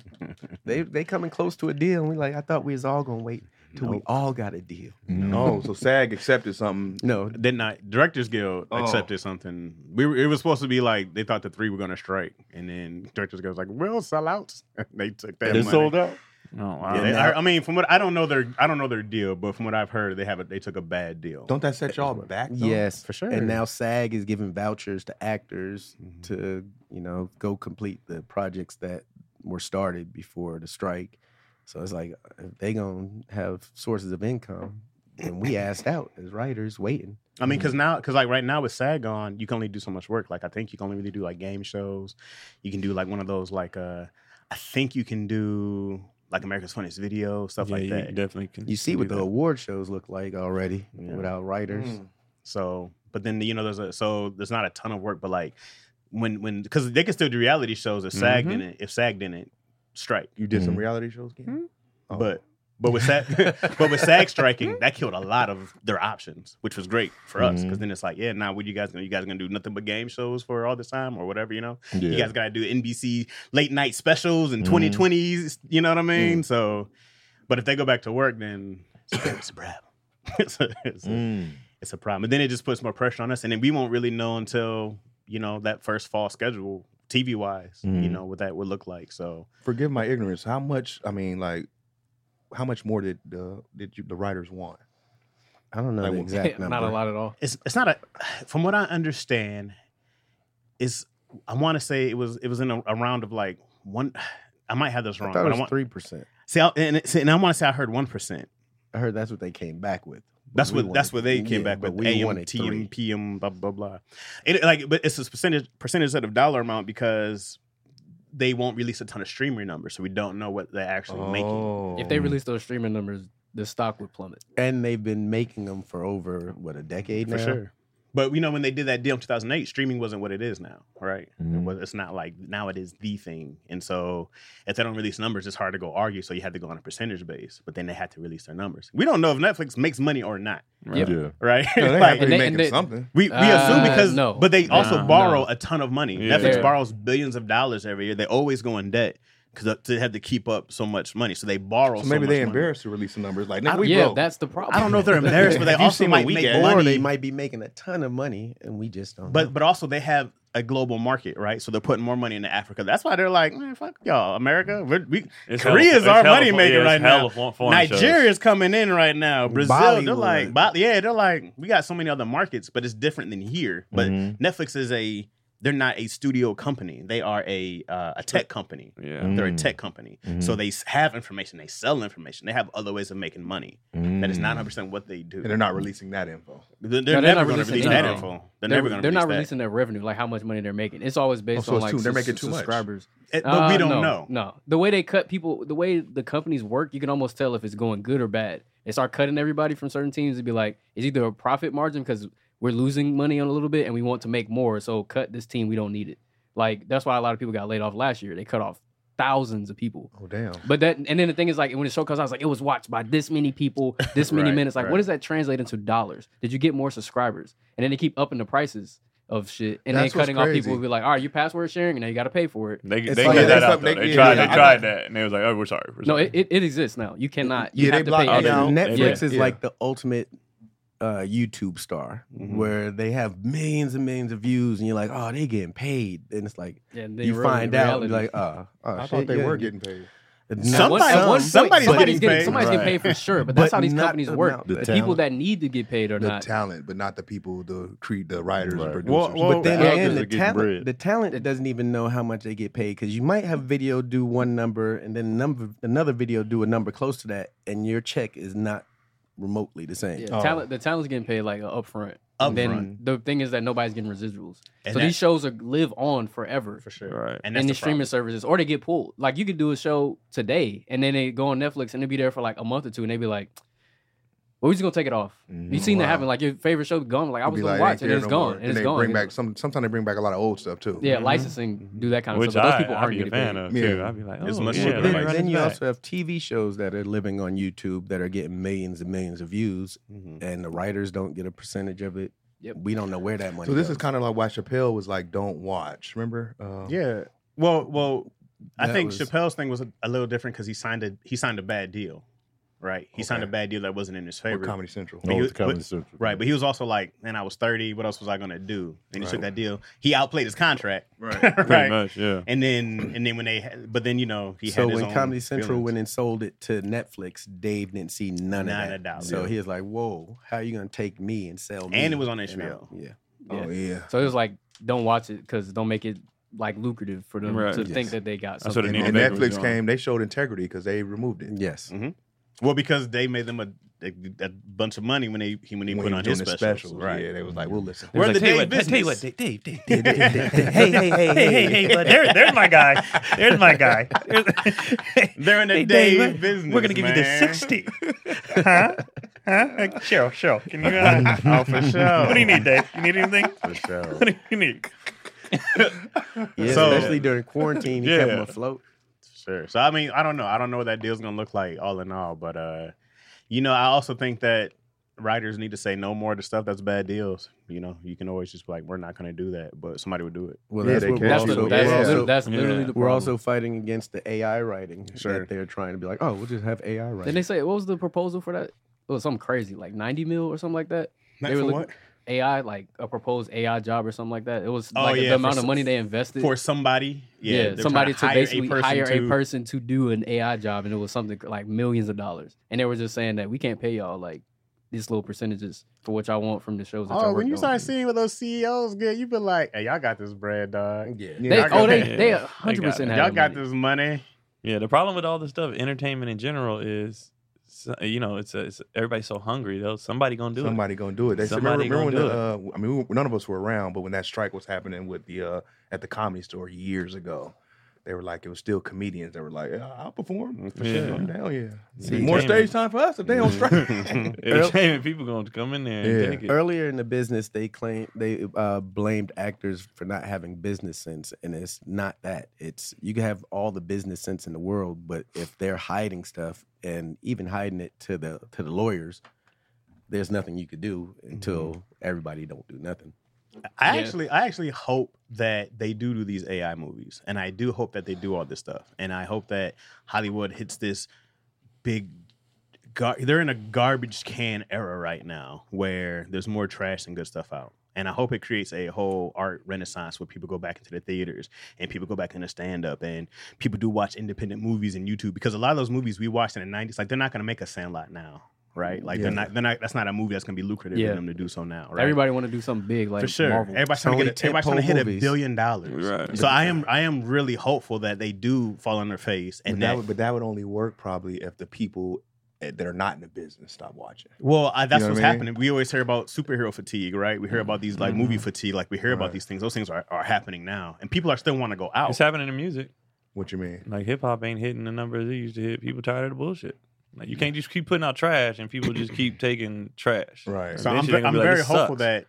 Speaker 5: they they coming close to a deal, and we like, I thought we was all gonna wait till we all got a deal.
Speaker 1: Oh, so SAG accepted something.
Speaker 5: No,
Speaker 6: Did not Directors Guild
Speaker 1: Oh.
Speaker 6: accepted something. We were, it was supposed to be like they thought the three were going to strike, and then Directors Guild was like, "We'll sell out." they took that.
Speaker 2: They
Speaker 6: money.
Speaker 2: sold out.
Speaker 4: Oh, wow.
Speaker 6: Yeah, they- I, I mean, from what I don't know their I don't know their deal, but from what I've heard, they have a, they took a bad deal.
Speaker 1: Don't that set y'all back? though?
Speaker 5: yes,
Speaker 6: for sure.
Speaker 5: And now SAG is giving vouchers to actors
Speaker 6: Mhm.
Speaker 5: to you know go complete the projects that were started before the strike. So it's like if they gonna have sources of income, and we asked out as writers waiting.
Speaker 6: I
Speaker 4: Mm-hmm.
Speaker 6: mean, because now, because like right now with SAG on, you can only do so much work. Like I think you can only really do like game shows. You can do like one of those like uh, I think you can do like America's Funniest Video stuff
Speaker 4: Yeah,
Speaker 6: like
Speaker 4: you
Speaker 6: that.
Speaker 4: definitely can.
Speaker 5: You see
Speaker 4: can
Speaker 5: what
Speaker 4: do
Speaker 5: the award shows look like already
Speaker 6: Yeah. Mm.
Speaker 5: without writers.
Speaker 6: So, but then you know, there's a so there's not a ton of work, but like when when because they can still do reality shows if SAG
Speaker 4: Mhm.
Speaker 6: didn't if SAG didn't strike,
Speaker 1: You did some
Speaker 3: Mm-hmm.
Speaker 1: reality shows, Ken? Oh.
Speaker 6: but but with SAG but with SAG striking, that killed a lot of their options, which was great for us
Speaker 4: Mm-hmm.
Speaker 6: because
Speaker 2: Mhm.
Speaker 6: then it's like, yeah, now what you guys gonna you guys gonna do nothing but game shows for all this time or whatever, you know?
Speaker 2: Yeah.
Speaker 6: You guys gotta do NBC late night specials and
Speaker 5: Mm-hmm.
Speaker 2: Mhm.
Speaker 6: 2020s, you know what I
Speaker 5: Mm.
Speaker 6: mean? So, but if they go back to work, then it's a- it's a problem. it's a, it's a-
Speaker 2: Mm.
Speaker 6: it's a problem. And then it just puts more pressure on us, and then we won't really know until you know that first fall schedule, TV wise, you
Speaker 5: Mm.
Speaker 2: Mhm.
Speaker 6: know what that would look like. So
Speaker 1: Forgive my ignorance. How much? I mean, like, how much more did the did you, the writers want?
Speaker 5: I don't know
Speaker 1: Like,
Speaker 5: the
Speaker 1: well,
Speaker 5: exact number.
Speaker 3: Not a lot at all.
Speaker 6: it's it's not a, from what I understand, is I want to say it was it was in a, a round of like one. I might have this
Speaker 5: I
Speaker 6: wrong,
Speaker 5: thought
Speaker 6: but
Speaker 5: it
Speaker 6: I
Speaker 5: was
Speaker 6: want
Speaker 5: three percent.
Speaker 6: see, I, and, it- and I want to say I heard one percent.
Speaker 5: I heard that's what they came back with. But
Speaker 6: That's
Speaker 5: we
Speaker 6: what
Speaker 5: wanted-
Speaker 6: that's what they came
Speaker 5: yeah,
Speaker 6: back
Speaker 5: but
Speaker 6: with.
Speaker 5: we
Speaker 6: AM,
Speaker 5: wanted
Speaker 6: TM,
Speaker 5: three.
Speaker 6: PM, blah blah blah. It like but it's a percentage percentage of dollar amount because they won't release a ton of streamer numbers, so we don't know what they're actually
Speaker 5: Oh,
Speaker 6: making.
Speaker 3: If they release those streaming numbers, the stock would plummet.
Speaker 5: and they've been making them for over what a decade now.
Speaker 6: But you know when they did that deal in 2008, streaming wasn't what it is now, right? It
Speaker 5: Mm-hmm.
Speaker 2: Mhm.
Speaker 6: was, it's not like now it is the thing, and so if they don't release numbers, it's hard to go argue. So you had to go on a percentage base, but then they had to release their numbers. We don't know if Netflix makes money or not,
Speaker 4: Right.
Speaker 2: Yeah.
Speaker 6: right?
Speaker 1: No, they
Speaker 6: Like-
Speaker 1: have to
Speaker 3: And
Speaker 1: be
Speaker 3: they-
Speaker 1: making
Speaker 3: and they-
Speaker 1: something.
Speaker 6: We, we assume
Speaker 3: Uh,
Speaker 6: because
Speaker 3: no.
Speaker 6: but they also
Speaker 4: Nah,
Speaker 6: borrow
Speaker 3: no.
Speaker 6: a ton of money.
Speaker 4: Yeah.
Speaker 6: Netflix
Speaker 3: Yeah.
Speaker 6: borrows billions of dollars every year. They always go in debt because they have to keep up so much money. So they borrow.
Speaker 1: So
Speaker 6: so
Speaker 1: maybe
Speaker 6: much
Speaker 1: they
Speaker 6: money.
Speaker 1: embarrassed to release the numbers. Like, nigga,
Speaker 6: I-
Speaker 1: we
Speaker 3: yeah,
Speaker 1: broke.
Speaker 3: that's the problem.
Speaker 6: I don't know if they're embarrassed, but they
Speaker 1: If you've
Speaker 6: also
Speaker 1: seen
Speaker 6: might
Speaker 1: what we
Speaker 6: make
Speaker 1: get,
Speaker 6: more.
Speaker 5: Or
Speaker 6: money.
Speaker 5: they might be making a ton of money, and we just don't.
Speaker 6: But
Speaker 5: know.
Speaker 6: but also they have a global market, right? So they're putting more money into Africa. That's why they're like, man, fuck y'all, America. We're, we
Speaker 4: It's
Speaker 6: Korea's
Speaker 4: hella-
Speaker 6: our
Speaker 4: it's hella
Speaker 6: money
Speaker 4: fo-
Speaker 6: maker
Speaker 4: yeah, it's
Speaker 6: right
Speaker 4: hella
Speaker 6: now.
Speaker 4: fo- foreign shows.
Speaker 6: Nigeria's coming in right now. Brazil, they're
Speaker 5: Bollywood.
Speaker 6: like, Bo- yeah, they're like, we got so many other markets, but it's different than here. But
Speaker 2: Mhm.
Speaker 6: Netflix is a they're not a studio company. They are a uh, a tech company.
Speaker 4: Yeah.
Speaker 6: They're a
Speaker 2: Mm.
Speaker 6: tech company.
Speaker 2: Mhm.
Speaker 6: So they s- have information, they sell information, they have other ways of making money. That is
Speaker 2: Mm.
Speaker 6: not 100% what they do.
Speaker 1: and they're not releasing that info.
Speaker 6: They're,
Speaker 3: No,
Speaker 6: they're
Speaker 3: they're
Speaker 6: never
Speaker 3: not
Speaker 6: going to
Speaker 3: releasing
Speaker 6: release that
Speaker 3: anything.
Speaker 6: info. They're,
Speaker 3: They're,
Speaker 6: never going to
Speaker 3: they're
Speaker 6: release
Speaker 3: not
Speaker 6: that.
Speaker 3: releasing their revenue, like how much money they're making. It's always based
Speaker 1: Oh, so
Speaker 3: on
Speaker 1: it's
Speaker 3: like
Speaker 1: too- they're
Speaker 3: sus-
Speaker 1: making too much.
Speaker 3: subscribers.
Speaker 6: It- Eh, but we
Speaker 3: Uh,
Speaker 6: don't
Speaker 3: no,
Speaker 6: know.
Speaker 3: No, the way they cut people, the way the companies work, you can almost tell if it's going good or bad. They start cutting everybody from certain teams to be like, it's either a profit margin because we're losing money on a little bit and we want to make more, so cut this team, we don't need it. Like that's why a lot of people got laid off last year. They cut off thousands of people.
Speaker 2: Mm.
Speaker 1: Oh damn.
Speaker 3: But that and then the thing is like when the show comes out, it's like it was watched by this many people, this many
Speaker 6: Right,
Speaker 3: minutes. Like,
Speaker 6: right.
Speaker 3: what does that translate into dollars? Did you get more subscribers? And then they keep upping the prices of shit,
Speaker 1: That's
Speaker 3: and then
Speaker 1: what's
Speaker 3: cutting off
Speaker 1: crazy.
Speaker 3: people would be like, all right, your password sharing, and now you got to pay for it.
Speaker 4: They,
Speaker 1: It's
Speaker 4: they
Speaker 1: like-
Speaker 4: get that
Speaker 1: that's
Speaker 4: out
Speaker 1: something
Speaker 4: though.
Speaker 1: they-
Speaker 4: They tried.
Speaker 1: yeah,
Speaker 4: they
Speaker 1: I
Speaker 4: tried
Speaker 1: got-
Speaker 4: that, and they was like, "Oh, we're sorry." We're
Speaker 3: No,
Speaker 4: sorry.
Speaker 3: it, it, it exists now. You cannot. You
Speaker 1: Yeah, they
Speaker 3: have to
Speaker 1: block
Speaker 3: pay
Speaker 1: it
Speaker 4: out.
Speaker 1: Yeah.
Speaker 5: Netflix
Speaker 1: Yeah.
Speaker 5: is
Speaker 1: Yeah.
Speaker 5: like the ultimate uh, YouTube star,
Speaker 1: Mm-hmm.
Speaker 6: Mhm.
Speaker 5: where they have millions and millions of views, and you're like, oh, they getting paid, and it's like
Speaker 3: And then
Speaker 5: you
Speaker 3: really,
Speaker 5: find
Speaker 3: in
Speaker 5: out, and you're
Speaker 3: reality-
Speaker 5: like, oh, oh
Speaker 1: I
Speaker 5: shit,
Speaker 1: thought they
Speaker 5: yeah,
Speaker 1: were
Speaker 5: you-
Speaker 1: getting paid.
Speaker 5: Not
Speaker 3: At one-
Speaker 6: Somebody-
Speaker 3: at
Speaker 5: some,
Speaker 3: one point,
Speaker 6: somebody's
Speaker 3: somebody's
Speaker 6: getting
Speaker 3: getting
Speaker 6: paid.
Speaker 3: somebody's getting
Speaker 4: Right.
Speaker 3: paid for sure, but that's
Speaker 5: but
Speaker 3: how these
Speaker 5: not
Speaker 3: companies
Speaker 5: the
Speaker 3: work.
Speaker 5: amount
Speaker 2: The
Speaker 5: that-
Speaker 3: The people
Speaker 2: talent.
Speaker 3: that need to get paid are
Speaker 1: The
Speaker 3: not.
Speaker 1: talent, but not the people, the cre- the writers
Speaker 2: Right.
Speaker 1: and producers.
Speaker 4: Well- well,
Speaker 5: But then
Speaker 2: the
Speaker 5: again,
Speaker 2: actors are
Speaker 5: the
Speaker 2: getting
Speaker 5: talent,
Speaker 2: bread.
Speaker 5: the talent doesn't even know how much they get paid because you might have video do one number and then number another video do a number close to that, and your check is not remotely the same.
Speaker 3: Yeah,
Speaker 6: Oh.
Speaker 3: talent. The talent's getting paid like upfront. And then
Speaker 6: Upfront.
Speaker 3: the thing is that nobody's getting residuals.
Speaker 6: And
Speaker 3: so
Speaker 6: that-
Speaker 3: these shows are, live on forever.
Speaker 6: for sure.
Speaker 4: Right.
Speaker 6: And
Speaker 3: in the,
Speaker 6: the
Speaker 3: streaming
Speaker 6: problem.
Speaker 3: services, or they get pulled. Like you could do a show today, and then they go on Netflix, and they be there for like a month or two, and they be like, "Well, we're just gonna take it off."
Speaker 1: Mhm.
Speaker 3: You've seen that
Speaker 1: Wow.
Speaker 3: happen. Like your favorite show gone. Like I
Speaker 1: It'd
Speaker 3: was
Speaker 1: be
Speaker 3: gonna
Speaker 1: like,
Speaker 3: watch,
Speaker 1: "Ain't
Speaker 3: and
Speaker 1: there
Speaker 3: it's
Speaker 1: no
Speaker 3: gone,
Speaker 1: more."
Speaker 3: and it's
Speaker 1: they
Speaker 3: gone.
Speaker 1: bring
Speaker 3: It's-
Speaker 1: back some. Sometimes they bring back a lot of old stuff too.
Speaker 3: yeah,
Speaker 6: Mhm.
Speaker 3: licensing do that kind of
Speaker 4: Mm-hmm. Which
Speaker 3: stuff. But
Speaker 4: I,
Speaker 3: those people
Speaker 4: I'd
Speaker 3: aren't
Speaker 4: be a
Speaker 3: getting
Speaker 4: fan
Speaker 3: paid.
Speaker 4: of
Speaker 1: Yeah.
Speaker 4: too. I'd be like, "Oh,
Speaker 6: It's much
Speaker 4: yeah,
Speaker 6: cheaper
Speaker 4: they're
Speaker 6: than
Speaker 5: Then,
Speaker 6: Right.
Speaker 4: running
Speaker 5: then you
Speaker 4: back.
Speaker 5: also have TV shows that are living on YouTube that are getting millions and millions of views,
Speaker 4: Mm-hmm.
Speaker 6: Mhm.
Speaker 5: and the writers don't get a percentage of it.
Speaker 3: Yep.
Speaker 5: We don't know where that money.
Speaker 1: So this is kind of like why Chappelle was like, "Don't watch." Remember? Uh,
Speaker 6: Yeah. Well, well, I
Speaker 5: That
Speaker 6: think
Speaker 5: was-
Speaker 6: Chappelle's thing was a, a little different because he signed a he signed a bad deal, right? He signed a
Speaker 1: Okay.
Speaker 6: bad deal that wasn't in his
Speaker 1: Or
Speaker 6: favor.
Speaker 1: Comedy Central.
Speaker 6: But
Speaker 2: Oh,
Speaker 6: you-
Speaker 2: it's Comedy
Speaker 6: but-
Speaker 2: Central.
Speaker 6: Right, but he was also like, man, I was 30. What else was I going to do? And he took
Speaker 1: Right.
Speaker 6: that deal. He outplayed his contract.
Speaker 1: Right.
Speaker 4: Pretty
Speaker 6: right.
Speaker 4: much, yeah.
Speaker 6: And then, and then when they, had, but then, you know, he
Speaker 5: so
Speaker 6: had his
Speaker 5: when
Speaker 6: own
Speaker 5: Comedy Central
Speaker 6: feelings.
Speaker 5: went and sold it to Netflix, Dave didn't see none,
Speaker 6: None
Speaker 5: of that.
Speaker 6: of that,
Speaker 5: So
Speaker 6: yeah.
Speaker 5: he was like, "Whoa, how are you gonna take me and sell me?"
Speaker 6: And it was on
Speaker 5: And I-
Speaker 6: HBO.
Speaker 5: Yeah,
Speaker 3: Yeah.
Speaker 1: Oh yeah.
Speaker 3: So it was like, don't watch it because don't make it like lucrative for them
Speaker 4: Right.
Speaker 3: to
Speaker 5: Yes.
Speaker 3: think that they got
Speaker 4: That's
Speaker 3: something.
Speaker 4: what it
Speaker 1: And,
Speaker 4: Nina
Speaker 1: and
Speaker 4: Baker was
Speaker 1: Netflix
Speaker 4: doing.
Speaker 1: came. They showed integrity because they removed it.
Speaker 5: yes.
Speaker 6: Well, because they made them a, a, a bunch of money when they he, when he
Speaker 1: When
Speaker 6: put
Speaker 1: he
Speaker 6: on
Speaker 1: was
Speaker 6: his
Speaker 1: doing
Speaker 6: specials, right?
Speaker 1: Yeah, they was like, "We'll listen."
Speaker 6: We're
Speaker 4: It was
Speaker 6: the
Speaker 4: like,
Speaker 6: Dave
Speaker 4: tell you what,
Speaker 6: business.
Speaker 4: Dave, Dave, Dave,
Speaker 5: hey, hey, hey, hey, hey,
Speaker 4: but there, there's my guy. There's my guy.
Speaker 6: They're in the
Speaker 4: Hey,
Speaker 6: day
Speaker 4: Dave,
Speaker 6: business. man.
Speaker 4: huh? Huh? Sure, sure. Can you? Uh,
Speaker 6: Oh, for sure.
Speaker 4: Dave? You need anything?
Speaker 2: For sure.
Speaker 4: What do you need?
Speaker 5: Yeah,
Speaker 6: So-
Speaker 5: especially during quarantine, he kept
Speaker 4: Yeah.
Speaker 5: him afloat.
Speaker 6: Sure. So I mean, I don't know. I don't know what that deal's gonna look like all in all, but uh, you know, I also think that writers need to say no more to stuff that's bad deals. You know, you can always just be like, we're not gonna do that, but somebody would do it.
Speaker 5: Well,
Speaker 1: Yeah,
Speaker 5: that's
Speaker 1: they
Speaker 5: what we're
Speaker 1: can't
Speaker 3: That's,
Speaker 1: do
Speaker 3: the,
Speaker 5: also,
Speaker 1: that.
Speaker 3: that's,
Speaker 5: that's,
Speaker 1: Yeah.
Speaker 5: also-
Speaker 3: literally- that's
Speaker 4: Yeah.
Speaker 3: literally the problem.
Speaker 5: we're also fighting against the AI writing
Speaker 6: Sure.
Speaker 5: that they're trying to be like, oh, we'll just have AI
Speaker 3: Then
Speaker 5: writing.
Speaker 3: they say, what was the proposal for that? It was something crazy, like ninety mil or something like that. They were looking- AI, like a proposed AI job or something like that. It was
Speaker 6: Oh,
Speaker 3: like the
Speaker 6: yeah, for
Speaker 3: amount of
Speaker 6: s-
Speaker 3: money they invested.
Speaker 6: for somebody. Yeah,
Speaker 3: yeah,
Speaker 6: they're
Speaker 3: somebody to
Speaker 6: trying
Speaker 3: basically hire
Speaker 6: to-
Speaker 3: a person to do an AI job, and it was something like millions of dollars. And they were just saying that we can't pay y'all like these little percentages for what y'all want from the shows. That y'all
Speaker 6: Oh, when
Speaker 3: worked
Speaker 6: you
Speaker 3: on.
Speaker 6: start seeing what those CEOs get, you be like, "Hey, y'all got this bread, dog.
Speaker 1: Yeah.
Speaker 3: they,
Speaker 6: y'all got
Speaker 3: oh, they
Speaker 4: that.
Speaker 3: they
Speaker 4: Yeah, they
Speaker 3: hundred
Speaker 4: got
Speaker 3: percent
Speaker 4: it.
Speaker 3: had
Speaker 6: Y'all
Speaker 3: the
Speaker 6: got
Speaker 3: money.
Speaker 6: this money."
Speaker 4: Yeah, the problem with all this stuff, entertainment in general, is so- you know it's, it's everybody's so hungry though. Somebody gonna do
Speaker 1: Somebody gonna do it. They
Speaker 4: Somebody
Speaker 1: remember, remember when
Speaker 4: gonna
Speaker 1: the, uh, I mean, we, were- none of us were around, but when that strike was happening with the uh, at the comedy store years ago, they were like, it was still comedians. They were like, yeah, I'll perform. For
Speaker 4: Yeah.
Speaker 1: sure. I'm down. Yeah,
Speaker 4: See, Mm-hmm.
Speaker 1: more
Speaker 4: entertainment.
Speaker 1: stage time for us if they on strike.
Speaker 4: it. Entertainment people gonna come in there and
Speaker 1: Yeah.
Speaker 4: take it.
Speaker 5: Earlier in the business, they claim they uh, blamed actors for not having business sense, and it's not that. It's you can have all the business sense in the world, but if they're hiding stuff and even hiding it to the to the lawyers, there's nothing you could do until everybody don't do nothing.
Speaker 6: I
Speaker 3: Yeah.
Speaker 6: actually, I actually hope that they do do these AI movies, and I do hope that they do all this stuff, and I hope that Hollywood hits this big. Gar- they're in a garbage can era right now, where there's more trash than good stuff out, and I hope it creates a whole art renaissance where people go back into the theaters and people go back into stand up, and people do watch independent movies and YouTube because a lot of those movies we watched in the '90s, like they're not going to make a Sandlot now. Right, like they're
Speaker 1: Yeah.
Speaker 6: not, they're not. That's not a movie that's going to be lucrative
Speaker 3: Yeah.
Speaker 6: for them to do so now. Right,
Speaker 3: Everybody want to do something big, like
Speaker 6: for sure.
Speaker 3: Marvel.
Speaker 6: Everybody's trying to
Speaker 5: Only
Speaker 6: get. A, everybody's trying to
Speaker 5: tentpole
Speaker 6: hit a
Speaker 5: movies.
Speaker 6: billion dollars.
Speaker 4: Right.
Speaker 6: So I am. I am really hopeful that they do fall on their face
Speaker 1: but
Speaker 6: and
Speaker 1: that
Speaker 6: that.
Speaker 1: would, but that would only work probably if the people eh, that are not in the business stop watching.
Speaker 6: well, I, that's
Speaker 1: know what
Speaker 6: what's
Speaker 1: I mean?
Speaker 6: happening. We always hear about superhero fatigue, right? We hear about these like
Speaker 3: Mm-hmm.
Speaker 6: movie fatigue. Like we hear about
Speaker 1: Right.
Speaker 6: these things. Those things are, are happening now, and people are still want to go out.
Speaker 4: It's happening in music.
Speaker 1: What you mean?
Speaker 4: Like hip hop ain't hitting the numbers it used to hit. People tired of the bullshit. Like you can't just keep putting out trash and people just keep taking trash.
Speaker 1: Right.
Speaker 6: So I'm,
Speaker 4: Eventually
Speaker 6: ve-
Speaker 4: they're
Speaker 6: I'm
Speaker 4: gonna be like,
Speaker 6: very
Speaker 4: "This
Speaker 6: hopeful
Speaker 4: sucks."
Speaker 6: that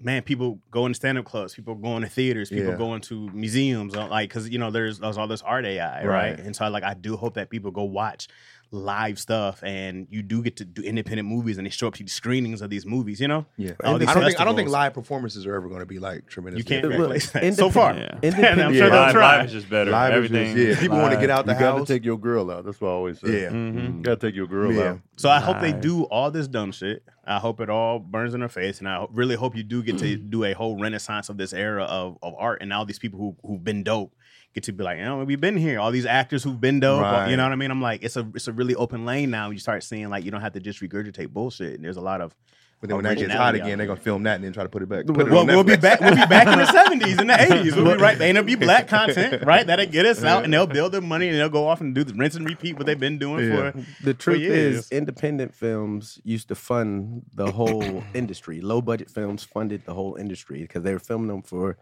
Speaker 6: man, people go into stand up clubs, people go into theaters, people
Speaker 1: Yeah.
Speaker 6: go into museums, uh, like because you know there's there's all this art AI, right?
Speaker 1: Right.
Speaker 6: And so like I do hope that people go watch live stuff, and you do get to do independent movies, and they show up to the screenings of these movies. You know,
Speaker 1: Yeah,
Speaker 6: All these
Speaker 1: I don't think I don't think
Speaker 6: festivals.
Speaker 1: live performances are ever going to be like tremendous.
Speaker 6: you can't
Speaker 5: Look,
Speaker 6: replace that so far.
Speaker 4: Yeah.
Speaker 6: And I'm
Speaker 5: Independent,
Speaker 6: sure they'll
Speaker 4: live,
Speaker 6: try.
Speaker 4: live is just better.
Speaker 1: Live is just-
Speaker 4: Everything.
Speaker 1: yeah, people want to get out the
Speaker 2: you got to
Speaker 1: house.
Speaker 2: take your girl out. That's what I always say.
Speaker 1: yeah,
Speaker 4: hmm
Speaker 2: You got to take your girl
Speaker 1: Yeah.
Speaker 2: out.
Speaker 6: So I hope they
Speaker 4: Nice.
Speaker 6: do all this dumb shit. I hope it all burns in their face, and I ho- really hope you do get to do a whole renaissance of this era of, of art, and all these people who who've been dope get to be like, you know, we've been here. All these actors who've been dope,
Speaker 1: Right.
Speaker 6: you know what I mean? I'm like, it's a it's a really open lane now. You start seeing like you don't have to just regurgitate bullshit, and there's a lot of
Speaker 1: but then when that gets hot
Speaker 6: Originality out
Speaker 1: again, they're gonna film that and then try to put it back.
Speaker 2: Well,
Speaker 1: put it
Speaker 6: well,
Speaker 1: on
Speaker 6: we'll be
Speaker 1: Netflix.
Speaker 6: back. We'll be back in the seventies and the eighties. We'll be right. there, And it'll be black content, right? That'll get us out, and they'll build their money, and they'll go off and do the rinse and repeat what they've been doing
Speaker 1: Yeah.
Speaker 6: for.
Speaker 5: the truth is,
Speaker 6: years.
Speaker 5: independent films used to fund the whole industry. Low budget films funded the whole industry because they were filming them for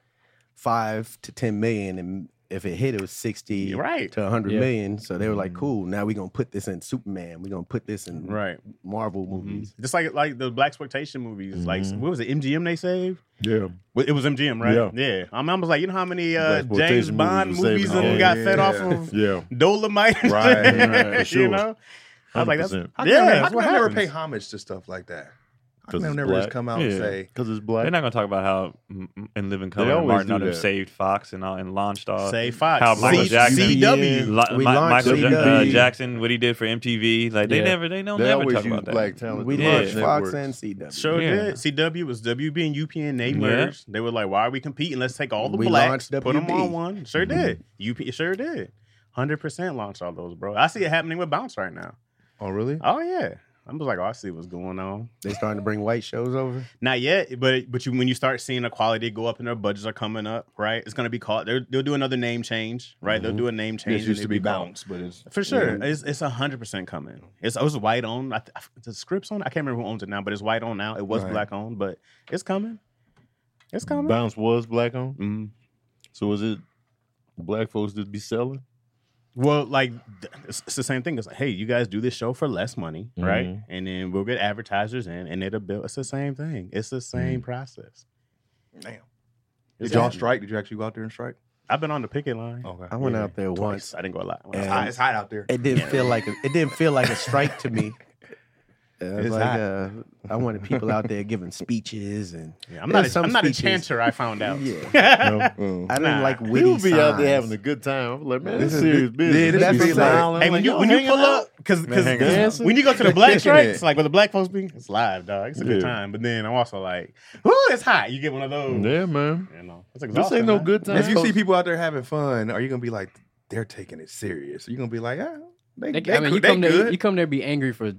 Speaker 5: five to ten million, and if it hit, it was sixty
Speaker 6: Right.
Speaker 5: to a hundred
Speaker 3: Yeah.
Speaker 5: million. So they were like, "Cool, now we're gonna put this in Superman. We're gonna put this in
Speaker 6: Right. Mm-hmm.
Speaker 5: Marvel movies."
Speaker 6: Just like like the black exploitation movies, like
Speaker 2: Mhm.
Speaker 6: what was it MGM they saved?
Speaker 2: Yeah.
Speaker 6: Well, It was MGM, right?
Speaker 2: Yeah.
Speaker 6: Yeah. I'm almost like, you know how many uh,
Speaker 2: Blaxploitation
Speaker 6: James Bond
Speaker 2: movies were
Speaker 6: movies
Speaker 2: saving
Speaker 6: them
Speaker 2: all
Speaker 6: got
Speaker 1: that.
Speaker 6: fed
Speaker 1: Yeah.
Speaker 6: off of
Speaker 2: Yeah.
Speaker 6: Dolomite? and
Speaker 1: Right,
Speaker 6: shit,
Speaker 2: right, for
Speaker 6: You
Speaker 2: sure.
Speaker 6: know, I was like, that's yeah.
Speaker 2: 100%.
Speaker 1: I can never, I
Speaker 6: that's
Speaker 1: can
Speaker 6: what
Speaker 1: never
Speaker 6: happens.
Speaker 1: pay homage to stuff like that. I can
Speaker 2: 'Cause it's
Speaker 1: never just
Speaker 2: black.
Speaker 1: come out and
Speaker 4: Yeah.
Speaker 1: say
Speaker 2: Because it's
Speaker 4: They're
Speaker 2: black.
Speaker 4: not gonna talk about how mm, mm, in Living Color and
Speaker 2: always
Speaker 4: Martin
Speaker 2: do
Speaker 4: Autumn
Speaker 2: that.
Speaker 4: saved Fox and all, and launched all
Speaker 6: Say Fox,
Speaker 4: how Michael
Speaker 6: C-
Speaker 4: Jackson-
Speaker 6: CW.
Speaker 4: Li-
Speaker 5: We
Speaker 4: Mi-
Speaker 5: launched
Speaker 4: Michael Ja- uh,
Speaker 2: WB.
Speaker 4: Jackson, what he did for MTV. Like they
Speaker 3: Yeah.
Speaker 4: never, they don't
Speaker 2: They
Speaker 4: never
Speaker 2: always
Speaker 4: talk
Speaker 2: use
Speaker 4: about that.
Speaker 2: black talent.
Speaker 5: We
Speaker 2: to
Speaker 4: Yeah.
Speaker 5: launched
Speaker 2: launch
Speaker 5: Fox
Speaker 2: networks.
Speaker 5: and CW.
Speaker 6: Sure
Speaker 4: Yeah.
Speaker 6: did. CW was WB and UPN. They
Speaker 4: Yeah.
Speaker 6: merged. They were like, "Why are we competing? Let's take all the
Speaker 5: We
Speaker 6: blacks,
Speaker 5: launched
Speaker 6: put them
Speaker 5: WB.
Speaker 6: on one." Sure did. UP sure did. Hundred percent launched all those, bro. I see it happening with Bounce right now.
Speaker 1: "Oh, really?"
Speaker 6: Oh yeah, I'm just like, oh, I see what's going on.
Speaker 5: They starting to bring white shows over.
Speaker 6: Not yet, but but you when you start seeing the quality go up and their budgets are coming up, right? It's gonna be called. they're- They'll do another name change, right? They'll do a name change.
Speaker 1: Mm-hmm. This
Speaker 6: and
Speaker 1: used to
Speaker 6: it'll
Speaker 1: be Mm-hmm.
Speaker 6: called-
Speaker 1: bounce, but it's
Speaker 6: for sure.
Speaker 1: Yeah.
Speaker 6: It's it's hundred percent coming. It's it was white owned. I, th- I f- the scripts on. it? I can't remember who owns it now, but it's white owned now. It was
Speaker 1: Right. Mm-hmm.
Speaker 6: black owned, but it's coming. It's coming.
Speaker 2: Bounce was black on.
Speaker 6: Mhm.
Speaker 2: So is it black folks that be selling?
Speaker 6: Well, like th- it's, it's the same thing. It's like, hey, you guys do this show for less money, right?
Speaker 2: Mhm.
Speaker 1: Mm-hmm.
Speaker 6: And then we'll get advertisers in, and it'll build. It's the same thing. It's the same
Speaker 1: Mm-hmm.
Speaker 6: process.
Speaker 1: damn.
Speaker 6: It's
Speaker 1: Did y'all
Speaker 6: happening.
Speaker 1: strike? Did you actually go out there and strike?
Speaker 6: I've been on the picket line.
Speaker 1: Okay,
Speaker 5: I went
Speaker 1: Yeah.
Speaker 5: out there
Speaker 6: Twice.
Speaker 5: once.
Speaker 6: I didn't go a lot.
Speaker 1: It's
Speaker 5: And-
Speaker 1: hot, it's hot out there.
Speaker 5: It didn't feel like a, it didn't feel like a strike to me. Uh,
Speaker 1: It's
Speaker 5: like
Speaker 1: hot.
Speaker 5: uh, I wanted people out there giving speeches and
Speaker 6: Yeah, I'm not.
Speaker 5: There's
Speaker 6: A,
Speaker 5: some
Speaker 6: I'm not a
Speaker 5: speeches-
Speaker 6: chanter. I found out.
Speaker 5: Yeah.
Speaker 1: Mm.
Speaker 5: I didn't
Speaker 6: Nah.
Speaker 5: like witty
Speaker 2: We'll be out there
Speaker 5: signs.
Speaker 2: having a good time. I'm like, man,
Speaker 1: This
Speaker 2: this
Speaker 1: is-
Speaker 2: serious business.
Speaker 1: yeah, this
Speaker 2: They
Speaker 5: is serious.
Speaker 2: smiling,
Speaker 6: Hey,
Speaker 2: like,
Speaker 6: when you
Speaker 2: y'all
Speaker 6: when you
Speaker 2: hanging
Speaker 6: pull
Speaker 2: out?
Speaker 6: up, because
Speaker 1: Man, hanging
Speaker 6: because
Speaker 2: out.
Speaker 6: when you go to the
Speaker 1: Kicking
Speaker 6: black strike,
Speaker 1: it.
Speaker 6: it's like with the black folks being, it's live, dog. It's a good
Speaker 2: Yeah.
Speaker 6: time. But then I'm also like, whoo, it's hot. You get one of those.
Speaker 2: Yeah, man.
Speaker 6: You know, it's
Speaker 2: This
Speaker 6: exhausting.
Speaker 2: ain't no
Speaker 6: man.
Speaker 2: good time.
Speaker 1: If you see people out there having fun, are you gonna be like they're taking it serious? Are you gonna be like, ah, they,
Speaker 3: They-
Speaker 1: they,
Speaker 3: I mean,
Speaker 1: coo-
Speaker 3: you
Speaker 1: they
Speaker 3: come there,
Speaker 1: good?
Speaker 3: you come there, be angry for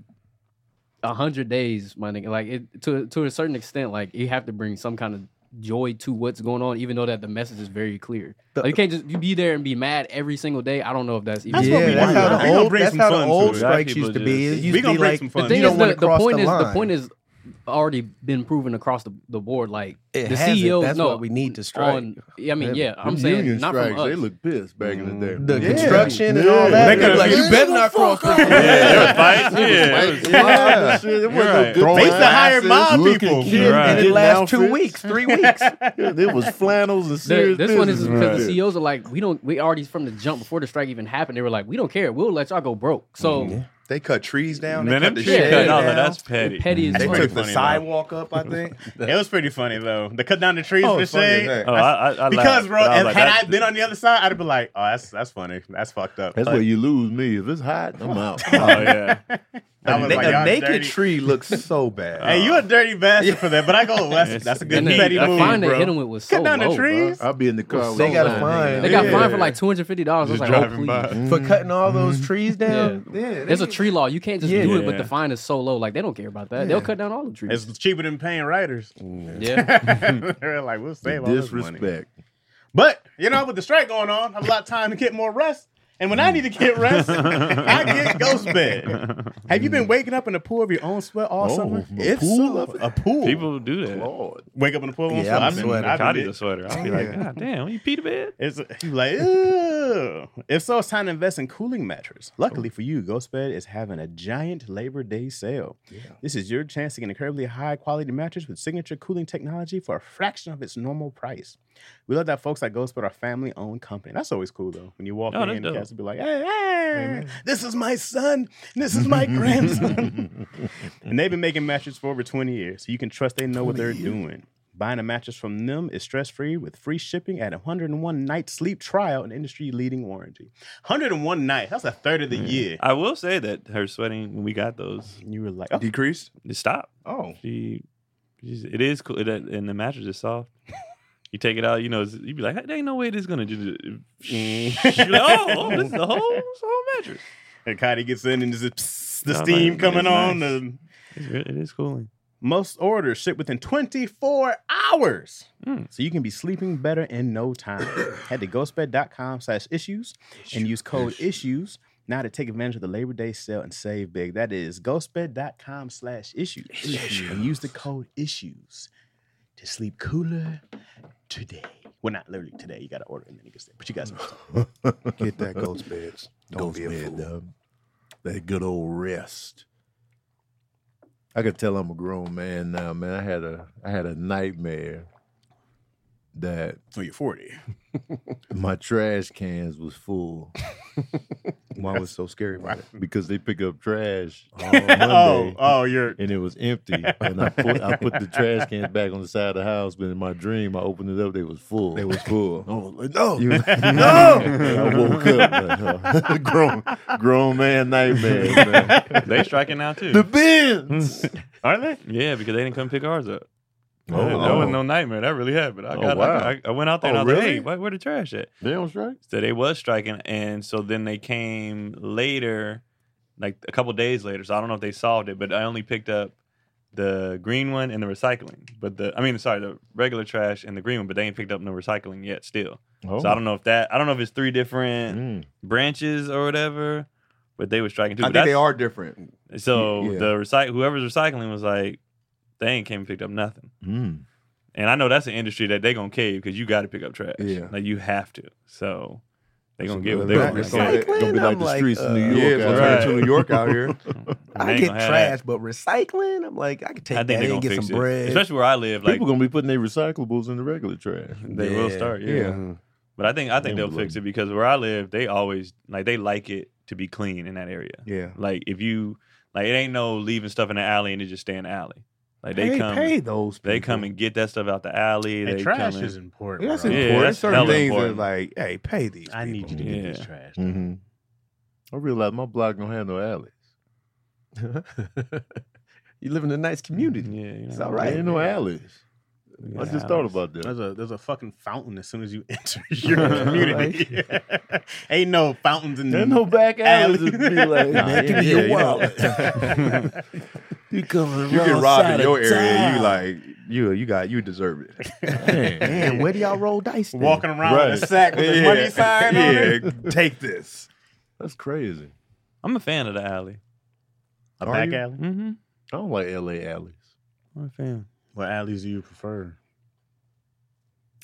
Speaker 3: a hundred days, my nigga. Like it, to to a certain extent, like you have to bring some kind of joy to what's going on, even though that the message is very clear.
Speaker 5: The-
Speaker 3: Like, you can't just you be there and be mad every single day. I don't know if that's even.
Speaker 6: That's what
Speaker 5: yeah,
Speaker 6: we
Speaker 5: that's
Speaker 6: do.
Speaker 5: how
Speaker 6: We
Speaker 5: the
Speaker 6: gonna
Speaker 5: old,
Speaker 6: bring
Speaker 5: that's
Speaker 6: some
Speaker 5: how
Speaker 6: fun
Speaker 5: the
Speaker 6: to
Speaker 5: old
Speaker 6: it.
Speaker 5: strikes
Speaker 4: Black
Speaker 5: used to
Speaker 4: people
Speaker 5: be.
Speaker 4: just-
Speaker 5: It used
Speaker 6: We
Speaker 5: to
Speaker 6: gonna
Speaker 5: be
Speaker 6: bring
Speaker 5: like
Speaker 6: some
Speaker 3: The
Speaker 6: fun.
Speaker 3: thing
Speaker 5: you don't
Speaker 3: is,
Speaker 5: wanna
Speaker 3: the, the
Speaker 5: cross
Speaker 3: point
Speaker 5: the
Speaker 3: is the
Speaker 5: line.
Speaker 3: point is already been proven across the, the board. Like
Speaker 5: it
Speaker 3: the
Speaker 5: hasn't.
Speaker 3: CEOs
Speaker 5: That's
Speaker 3: no,
Speaker 5: what we need to strike.
Speaker 3: on. I mean,
Speaker 5: Them-
Speaker 3: yeah, I'm
Speaker 2: Them
Speaker 3: saying
Speaker 2: union
Speaker 3: not
Speaker 2: strikes,
Speaker 3: from us.
Speaker 2: they look pissed back in the day.
Speaker 5: the
Speaker 1: Yeah.
Speaker 5: construction and
Speaker 2: Yeah.
Speaker 5: all that.
Speaker 6: They
Speaker 5: they're
Speaker 6: could've
Speaker 5: like,
Speaker 6: been-
Speaker 5: you better not cross the
Speaker 4: Yeah,
Speaker 5: line.
Speaker 4: there was fights. Yeah, there was-
Speaker 1: Yeah.
Speaker 2: Shit, it wasn't
Speaker 4: You're
Speaker 2: no
Speaker 4: right.
Speaker 2: good
Speaker 6: They used to
Speaker 2: times.
Speaker 6: hire mob
Speaker 2: Looking
Speaker 6: people.
Speaker 2: kids
Speaker 4: Right.
Speaker 5: And
Speaker 2: in
Speaker 5: it lasts two
Speaker 2: outfits.
Speaker 5: weeks, three weeks.
Speaker 2: Yeah, It was flannels and
Speaker 3: There-
Speaker 2: serious.
Speaker 3: this one is
Speaker 2: business,
Speaker 3: because E the
Speaker 2: man.
Speaker 3: CEOs are like, we don't, we already from the jump before the strike even happened. They were like, we don't care. We'll let y'all go broke. So
Speaker 5: Mm,
Speaker 1: They cut trees down.
Speaker 4: man,
Speaker 1: they
Speaker 4: them
Speaker 1: cut the
Speaker 4: trees
Speaker 3: shit
Speaker 4: cut
Speaker 1: shade
Speaker 4: all
Speaker 1: down.
Speaker 4: that. That's
Speaker 3: petty,
Speaker 4: petty.
Speaker 3: is
Speaker 1: they
Speaker 3: crazy.
Speaker 1: took the
Speaker 6: funny, though.
Speaker 1: sidewalk up. I think.
Speaker 6: It was pretty funny though. They cut down the trees
Speaker 1: Oh,
Speaker 6: for the
Speaker 1: it's funny as
Speaker 6: shade.
Speaker 1: heck.
Speaker 4: Oh, I, I, I
Speaker 6: because
Speaker 4: laughed,
Speaker 6: bro,
Speaker 4: but I was
Speaker 6: if-
Speaker 4: like,
Speaker 6: had
Speaker 4: that-
Speaker 6: I been on the other side, I'd have been like, "Oh, that's that's funny. That's fucked up."
Speaker 2: That's
Speaker 6: Like,
Speaker 2: where you lose me. If it's hot, I'm out.
Speaker 4: Oh yeah,
Speaker 6: I was
Speaker 1: They-
Speaker 6: like,
Speaker 1: a
Speaker 6: "Y'all
Speaker 1: naked
Speaker 6: dirty."
Speaker 1: tree looks so bad.
Speaker 6: Hey, you a dirty bastard for that, but I go, that's,
Speaker 4: Yes.
Speaker 6: that's a good
Speaker 3: and the,
Speaker 6: petty
Speaker 3: the
Speaker 6: move,
Speaker 3: fine they
Speaker 6: bro.
Speaker 3: hit him with was so
Speaker 6: Cut down
Speaker 3: low,
Speaker 6: the
Speaker 3: bro.
Speaker 6: trees.
Speaker 2: I'll be in the car. with
Speaker 5: They
Speaker 2: all
Speaker 5: got a
Speaker 2: mine.
Speaker 5: fine.
Speaker 3: They got
Speaker 1: Yeah.
Speaker 3: fined for like two hundred fifty dollars. I was
Speaker 4: Just
Speaker 3: like, oh
Speaker 4: driving
Speaker 3: please.
Speaker 4: by.
Speaker 5: For cutting all those trees down.
Speaker 3: Yeah.
Speaker 1: yeah,
Speaker 3: There's
Speaker 1: they-
Speaker 3: a tree law. You can't just
Speaker 5: Yeah.
Speaker 3: do it, but
Speaker 4: Yeah.
Speaker 3: the fine is so low. Like they don't care about that.
Speaker 1: Yeah.
Speaker 3: They'll cut down all the trees.
Speaker 6: It's cheaper than paying writers.
Speaker 3: yeah.
Speaker 6: They're like, we'll
Speaker 2: The
Speaker 6: save all this money.
Speaker 2: disrespect.
Speaker 6: But you know, with the strike going on, I have a lot of time to get more rest. And when I need to get rest, I get ghost bed. Have you been waking up in the pool of your own sweat all
Speaker 2: Oh,
Speaker 6: summer?
Speaker 2: a pool of it?
Speaker 6: a pool.
Speaker 4: people do that.
Speaker 2: Lord.
Speaker 6: wake up in the pool.
Speaker 5: Yeah,
Speaker 6: Yeah,
Speaker 5: I'm
Speaker 6: I've been,
Speaker 5: sweating.
Speaker 6: I've been
Speaker 4: Cotty's
Speaker 6: bit-
Speaker 4: a sweater. I'll be like,
Speaker 1: Yeah.
Speaker 4: God damn, you pee to bed.
Speaker 6: It's he's like, Ew. if so, it's time to invest in cooling mattress. Luckily for you, Ghostbed is having a giant Labor Day sale. This is your chance to get an incredibly high quality mattress with signature cooling technology for a fraction of its normal price. We love that folks at Ghostbed are family owned company. That's always cool though. When you walk
Speaker 4: No,
Speaker 6: in,
Speaker 4: that's
Speaker 6: you got
Speaker 4: dope.
Speaker 6: to be like, hey, hey, this is my son, this is my grandson. and they've been making mattresses for over 20 years, so you can trust they know what they're doing. Buying a mattress from them is stress free with free shipping at 101 night sleep trial and industry leading warranty. 101 nights, that's a third of the year.
Speaker 4: I will say that her sweating when we got those,
Speaker 6: Mm. You were like, oh,
Speaker 1: Decreased?
Speaker 4: it stopped.
Speaker 1: Oh.
Speaker 4: She, she's, it is cool, it, and the mattress is soft. You take it out, you know, it's- you be like, "Hey, there ain't no way this gonna do. She's like, oh, oh, this is the whole, this whole mattress.
Speaker 6: and Cotty gets in and just psst, the
Speaker 4: No,
Speaker 6: steam
Speaker 4: man,
Speaker 6: coming
Speaker 4: it's
Speaker 6: on.
Speaker 4: nice.
Speaker 6: the-
Speaker 4: It's, re- it is cooling.
Speaker 6: Most orders ship within 24 hours.
Speaker 4: Mm.
Speaker 6: So you can be sleeping better in no time. Head to ghostbed.com slash issues and use code issues now to take advantage of the Labor Day sale and save big. That is ghostbed.com slash issues. And use the code issues to sleep cooler today. Well, not literally today. You got to order and then it gets there. But you guys know. what I'm saying.
Speaker 1: Get that ghost beds. Don't
Speaker 2: Ghost
Speaker 1: be a
Speaker 2: bed,
Speaker 1: fool.
Speaker 2: dog. That good old rest. I could tell I'm a grown man now, man. I had a I had a nightmare that
Speaker 6: So you're 40.
Speaker 2: my trash cans was full
Speaker 1: Why was it so scary about it?
Speaker 2: because they pick up trash on
Speaker 6: Oh,
Speaker 2: Monday.
Speaker 6: oh, you're.
Speaker 2: And it was empty, and I put I put the trash cans back on the side of the house. But in my dream, I opened it up; they was full.
Speaker 1: They was full.
Speaker 2: Oh like, no,
Speaker 1: You-
Speaker 2: no! And I woke up, like, uh, grown grown man nightmare. Man.
Speaker 4: They striking now too.
Speaker 2: The bins.
Speaker 4: Hmm.
Speaker 6: Are they?
Speaker 4: yeah, because they didn't come pick ours up.
Speaker 2: Oh.
Speaker 4: that was no nightmare. That really happened. I
Speaker 2: Oh,
Speaker 4: got.
Speaker 2: wow.
Speaker 4: I, I went out there
Speaker 2: Oh,
Speaker 4: and I was
Speaker 2: really?
Speaker 4: like, "Hey, wh- where the trash at?"
Speaker 2: They on strike?
Speaker 4: So they was striking, and so then they came later, like a couple days later. So I don't know if they solved it, but I only picked up the green one and the recycling. But the I mean, sorry, the regular trash and the green one, but they ain't picked up no recycling yet. Still,
Speaker 2: Oh.
Speaker 4: so I don't know if that I don't know if it's three different
Speaker 2: Mm.
Speaker 4: branches or whatever. But they were striking too.
Speaker 1: I
Speaker 4: But
Speaker 1: think they
Speaker 4: that's-
Speaker 1: are different.
Speaker 4: So
Speaker 1: Yeah.
Speaker 4: the recyc whoever's recycling was like, they ain't came and picked up nothing.
Speaker 2: Mm.
Speaker 4: And I know that's an industry that they gonna cave because you got to pick up trash.
Speaker 1: Yeah.
Speaker 4: like you have to. So they
Speaker 1: That's
Speaker 4: gonna
Speaker 1: a
Speaker 4: give.
Speaker 1: good
Speaker 4: They gonna
Speaker 1: look.
Speaker 4: give.
Speaker 1: It's like-
Speaker 2: Don't be
Speaker 5: I'm
Speaker 2: like the streets in New
Speaker 5: uh,
Speaker 2: York.
Speaker 1: Yeah, it's gonna
Speaker 4: right.
Speaker 1: turn to New York out here.
Speaker 4: They
Speaker 5: I
Speaker 4: ain't
Speaker 5: get
Speaker 4: gonna have
Speaker 5: trash,
Speaker 4: that.
Speaker 5: but recycling, I'm like, I could take
Speaker 4: I think
Speaker 5: that
Speaker 4: they're
Speaker 5: and
Speaker 4: gonna
Speaker 5: get
Speaker 4: fix
Speaker 5: some
Speaker 4: it,
Speaker 5: bread.
Speaker 4: especially where I live. Like
Speaker 2: People gonna be putting their recyclables in the regular trash.
Speaker 4: they will
Speaker 5: Yeah.
Speaker 4: start. Yeah.
Speaker 1: Yeah.
Speaker 4: but I think I think
Speaker 2: They
Speaker 4: they'll
Speaker 2: will.
Speaker 4: fix it because where I live, they always like they like it to be clean in that area.
Speaker 1: Yeah.
Speaker 4: Like if you like, it ain't no leaving stuff in the alley and it just stay in the alley. Like they, come,
Speaker 1: pay those. People.
Speaker 4: they come and get that stuff out the alley.
Speaker 6: Hey,
Speaker 4: they
Speaker 6: trash
Speaker 4: come in-
Speaker 6: is important.
Speaker 1: Yeah, that's
Speaker 6: bro.
Speaker 4: Yeah,
Speaker 1: important.
Speaker 4: that's
Speaker 1: Certain
Speaker 4: hella
Speaker 1: things
Speaker 4: important.
Speaker 1: that like, hey, pay these.
Speaker 6: I need you to
Speaker 1: people.
Speaker 6: get
Speaker 4: Yeah.
Speaker 6: this trash.
Speaker 2: hmm I realized my block don't have no alleys.
Speaker 5: you live in a nice community.
Speaker 4: Yeah, you
Speaker 5: It's
Speaker 4: know,
Speaker 5: all right.
Speaker 2: Ain't no alleys. I just thought about that.
Speaker 6: There's a there's a fucking fountain as soon as you enter your
Speaker 2: Right.
Speaker 6: community. Ain't no fountains in
Speaker 2: There ain't no back alleys.
Speaker 6: Alley.
Speaker 2: to be like,
Speaker 5: Nah,
Speaker 2: man, give
Speaker 5: yeah,
Speaker 2: me your
Speaker 5: yeah, yeah.
Speaker 2: wallet. you coming
Speaker 1: You get
Speaker 2: wrong
Speaker 1: robbed in
Speaker 2: side of
Speaker 1: your area,
Speaker 2: town.
Speaker 1: you like you you got you deserve it.
Speaker 2: Man.
Speaker 5: Man, where do y'all roll dice? then?
Speaker 6: walking around with a
Speaker 2: Right.
Speaker 6: sack with a money sign on it.
Speaker 1: Yeah, take this.
Speaker 2: That's crazy.
Speaker 4: I'm a fan of the alley.
Speaker 6: A
Speaker 1: Are
Speaker 6: back
Speaker 1: you?
Speaker 6: alley.
Speaker 4: Mm-hmm.
Speaker 2: I don't like LA alleys.
Speaker 4: I'm a fan.
Speaker 6: What alleys do you prefer?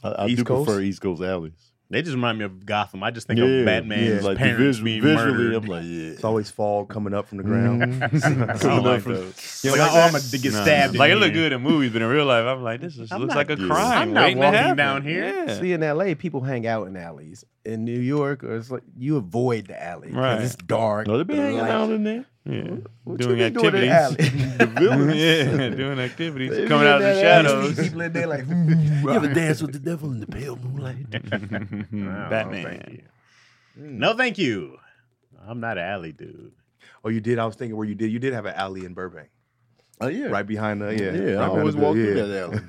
Speaker 2: I, I
Speaker 1: Uh, East
Speaker 2: do
Speaker 1: Coast?
Speaker 2: prefer East Coast alleys.
Speaker 6: They just remind me of Gotham. I just think of Batman's
Speaker 2: like the
Speaker 6: parents
Speaker 2: visu-
Speaker 6: being
Speaker 2: visually,
Speaker 6: murdered.
Speaker 2: I'm like, yeah.
Speaker 1: It's always fall coming up from the ground.
Speaker 2: Mhm.
Speaker 4: I don't
Speaker 2: Coming up
Speaker 4: like
Speaker 2: from-
Speaker 4: those.
Speaker 6: like, oh, I'm gonna get stabbed.
Speaker 4: Like it
Speaker 6: in
Speaker 4: look
Speaker 6: here.
Speaker 4: good in movies, but in real life, I'm like, this just
Speaker 6: I'm
Speaker 4: looks
Speaker 6: not-
Speaker 4: like a
Speaker 2: yeah.
Speaker 4: crime.
Speaker 6: I'm not
Speaker 4: waiting to
Speaker 6: walking
Speaker 4: happen.
Speaker 6: down here.
Speaker 4: Yeah.
Speaker 5: See, in LA, people hang out in alleys. In New York, or it's like you avoid the alley 'cause
Speaker 4: Right.
Speaker 5: it's dark.
Speaker 2: No, they be
Speaker 5: the
Speaker 2: hanging
Speaker 5: lights-
Speaker 2: out in there.
Speaker 4: Yeah.
Speaker 5: What
Speaker 4: doing
Speaker 5: you been doing in
Speaker 4: activities.
Speaker 5: alley?
Speaker 4: yeah, doing activities,
Speaker 5: They be
Speaker 4: coming
Speaker 5: in
Speaker 4: out of the
Speaker 5: that alley,
Speaker 4: shadows.
Speaker 5: People in there like,
Speaker 2: You ever dance with the devil in the pale moonlight?
Speaker 6: No, thank
Speaker 4: Batman.
Speaker 6: you. No, thank you. I'm not an alley dude.
Speaker 1: Oh, you did. I was thinking where you did. You did have an alley in Burbank,
Speaker 2: Oh yeah,
Speaker 1: right behind the yeah.
Speaker 2: Yeah,
Speaker 1: right
Speaker 2: I
Speaker 1: behind
Speaker 2: always
Speaker 1: the-
Speaker 2: walk through
Speaker 1: yeah.
Speaker 2: that alley.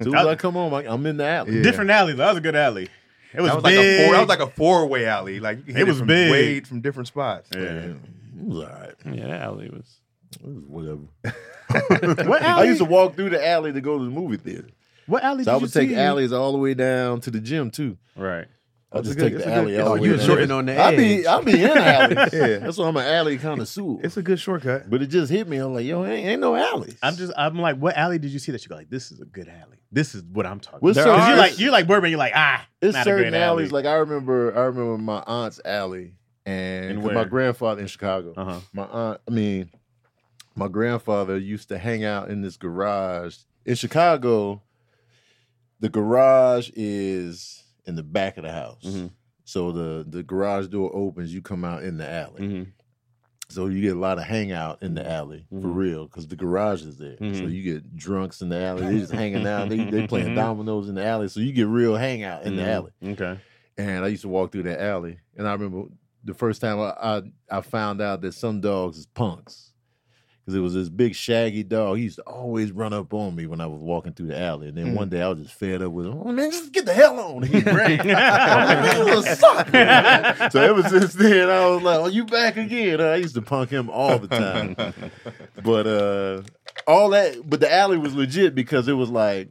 Speaker 2: As soon as I come home, I, I'm in the alley.
Speaker 1: Yeah.
Speaker 6: Different alley. though. That was a good alley. It was,
Speaker 1: That was like
Speaker 6: big.
Speaker 1: a four. That was like a four-way alley. Like you could hit
Speaker 6: It was
Speaker 1: from
Speaker 6: big.
Speaker 1: way from different spots.
Speaker 6: Yeah.
Speaker 2: It was all right.
Speaker 4: Yeah, that alley was.
Speaker 2: It was whatever.
Speaker 6: What alley?
Speaker 2: I used to walk through the alley to go to the movie theater.
Speaker 6: what alley?
Speaker 2: So
Speaker 6: did
Speaker 2: I
Speaker 6: you
Speaker 2: would take
Speaker 6: see?
Speaker 2: alleys all the way down to the gym too.
Speaker 6: Right.
Speaker 2: I
Speaker 1: That's a
Speaker 2: just
Speaker 1: good-
Speaker 2: take
Speaker 1: it's
Speaker 2: the
Speaker 1: a good-
Speaker 2: alley all
Speaker 1: oh,
Speaker 2: the way
Speaker 1: you
Speaker 2: down.
Speaker 1: sure
Speaker 5: tripping on the
Speaker 2: I
Speaker 5: edge.
Speaker 2: be I be in alleys.
Speaker 1: Yeah.
Speaker 2: That's why I'm an alley connoisseur.
Speaker 1: It's a good shortcut.
Speaker 2: but it just hit me. I'm like, yo, ain't, ain't no alleys.
Speaker 6: I'm just. I'm like, what alley did you see that you go like? This is a good alley. This is what I'm talking.
Speaker 2: What's There
Speaker 6: about. Because you
Speaker 2: are-
Speaker 6: like you like Bourbon. You're like ah.
Speaker 2: it's
Speaker 6: not a
Speaker 2: certain
Speaker 6: great alley.
Speaker 2: alleys. Like I remember, I remember my aunt's alley, and,
Speaker 6: And
Speaker 2: 'cause
Speaker 6: where?
Speaker 2: my grandfather in Chicago.
Speaker 6: Uh huh.
Speaker 2: my aunt, I mean, my grandfather used to hang out in this garage in Chicago. The garage is in the back of the house.
Speaker 6: Mhm.
Speaker 2: So the the garage door opens, you come out in the alley.
Speaker 6: Mm-hmm.
Speaker 4: Mhm.
Speaker 2: So you get a lot of hangout in the alley
Speaker 6: Mm-hmm.
Speaker 2: for
Speaker 4: Mhm.
Speaker 2: real, because the garage is there. So
Speaker 4: Mhm.
Speaker 2: you get drunks in the alley. They just hanging out. They they
Speaker 6: Mm-hmm.
Speaker 2: playing dominoes in the alley. So you get real hangout in the
Speaker 4: Mhm.
Speaker 2: alley.
Speaker 4: Okay.
Speaker 2: And I used to walk through that alley. And I remember the first time I I, I found out that some dogs is punks. Because it was this big shaggy dog. He used to always run up on me when I was walking through the alley. And then one day I was just fed up with him. Oh, man, just get the hell on. And he ran. I'm like, "You a sucker, man." so ever since then, I was like, oh, you back again. I used to punk him all the time. but uh all that but the alley was legit because it was like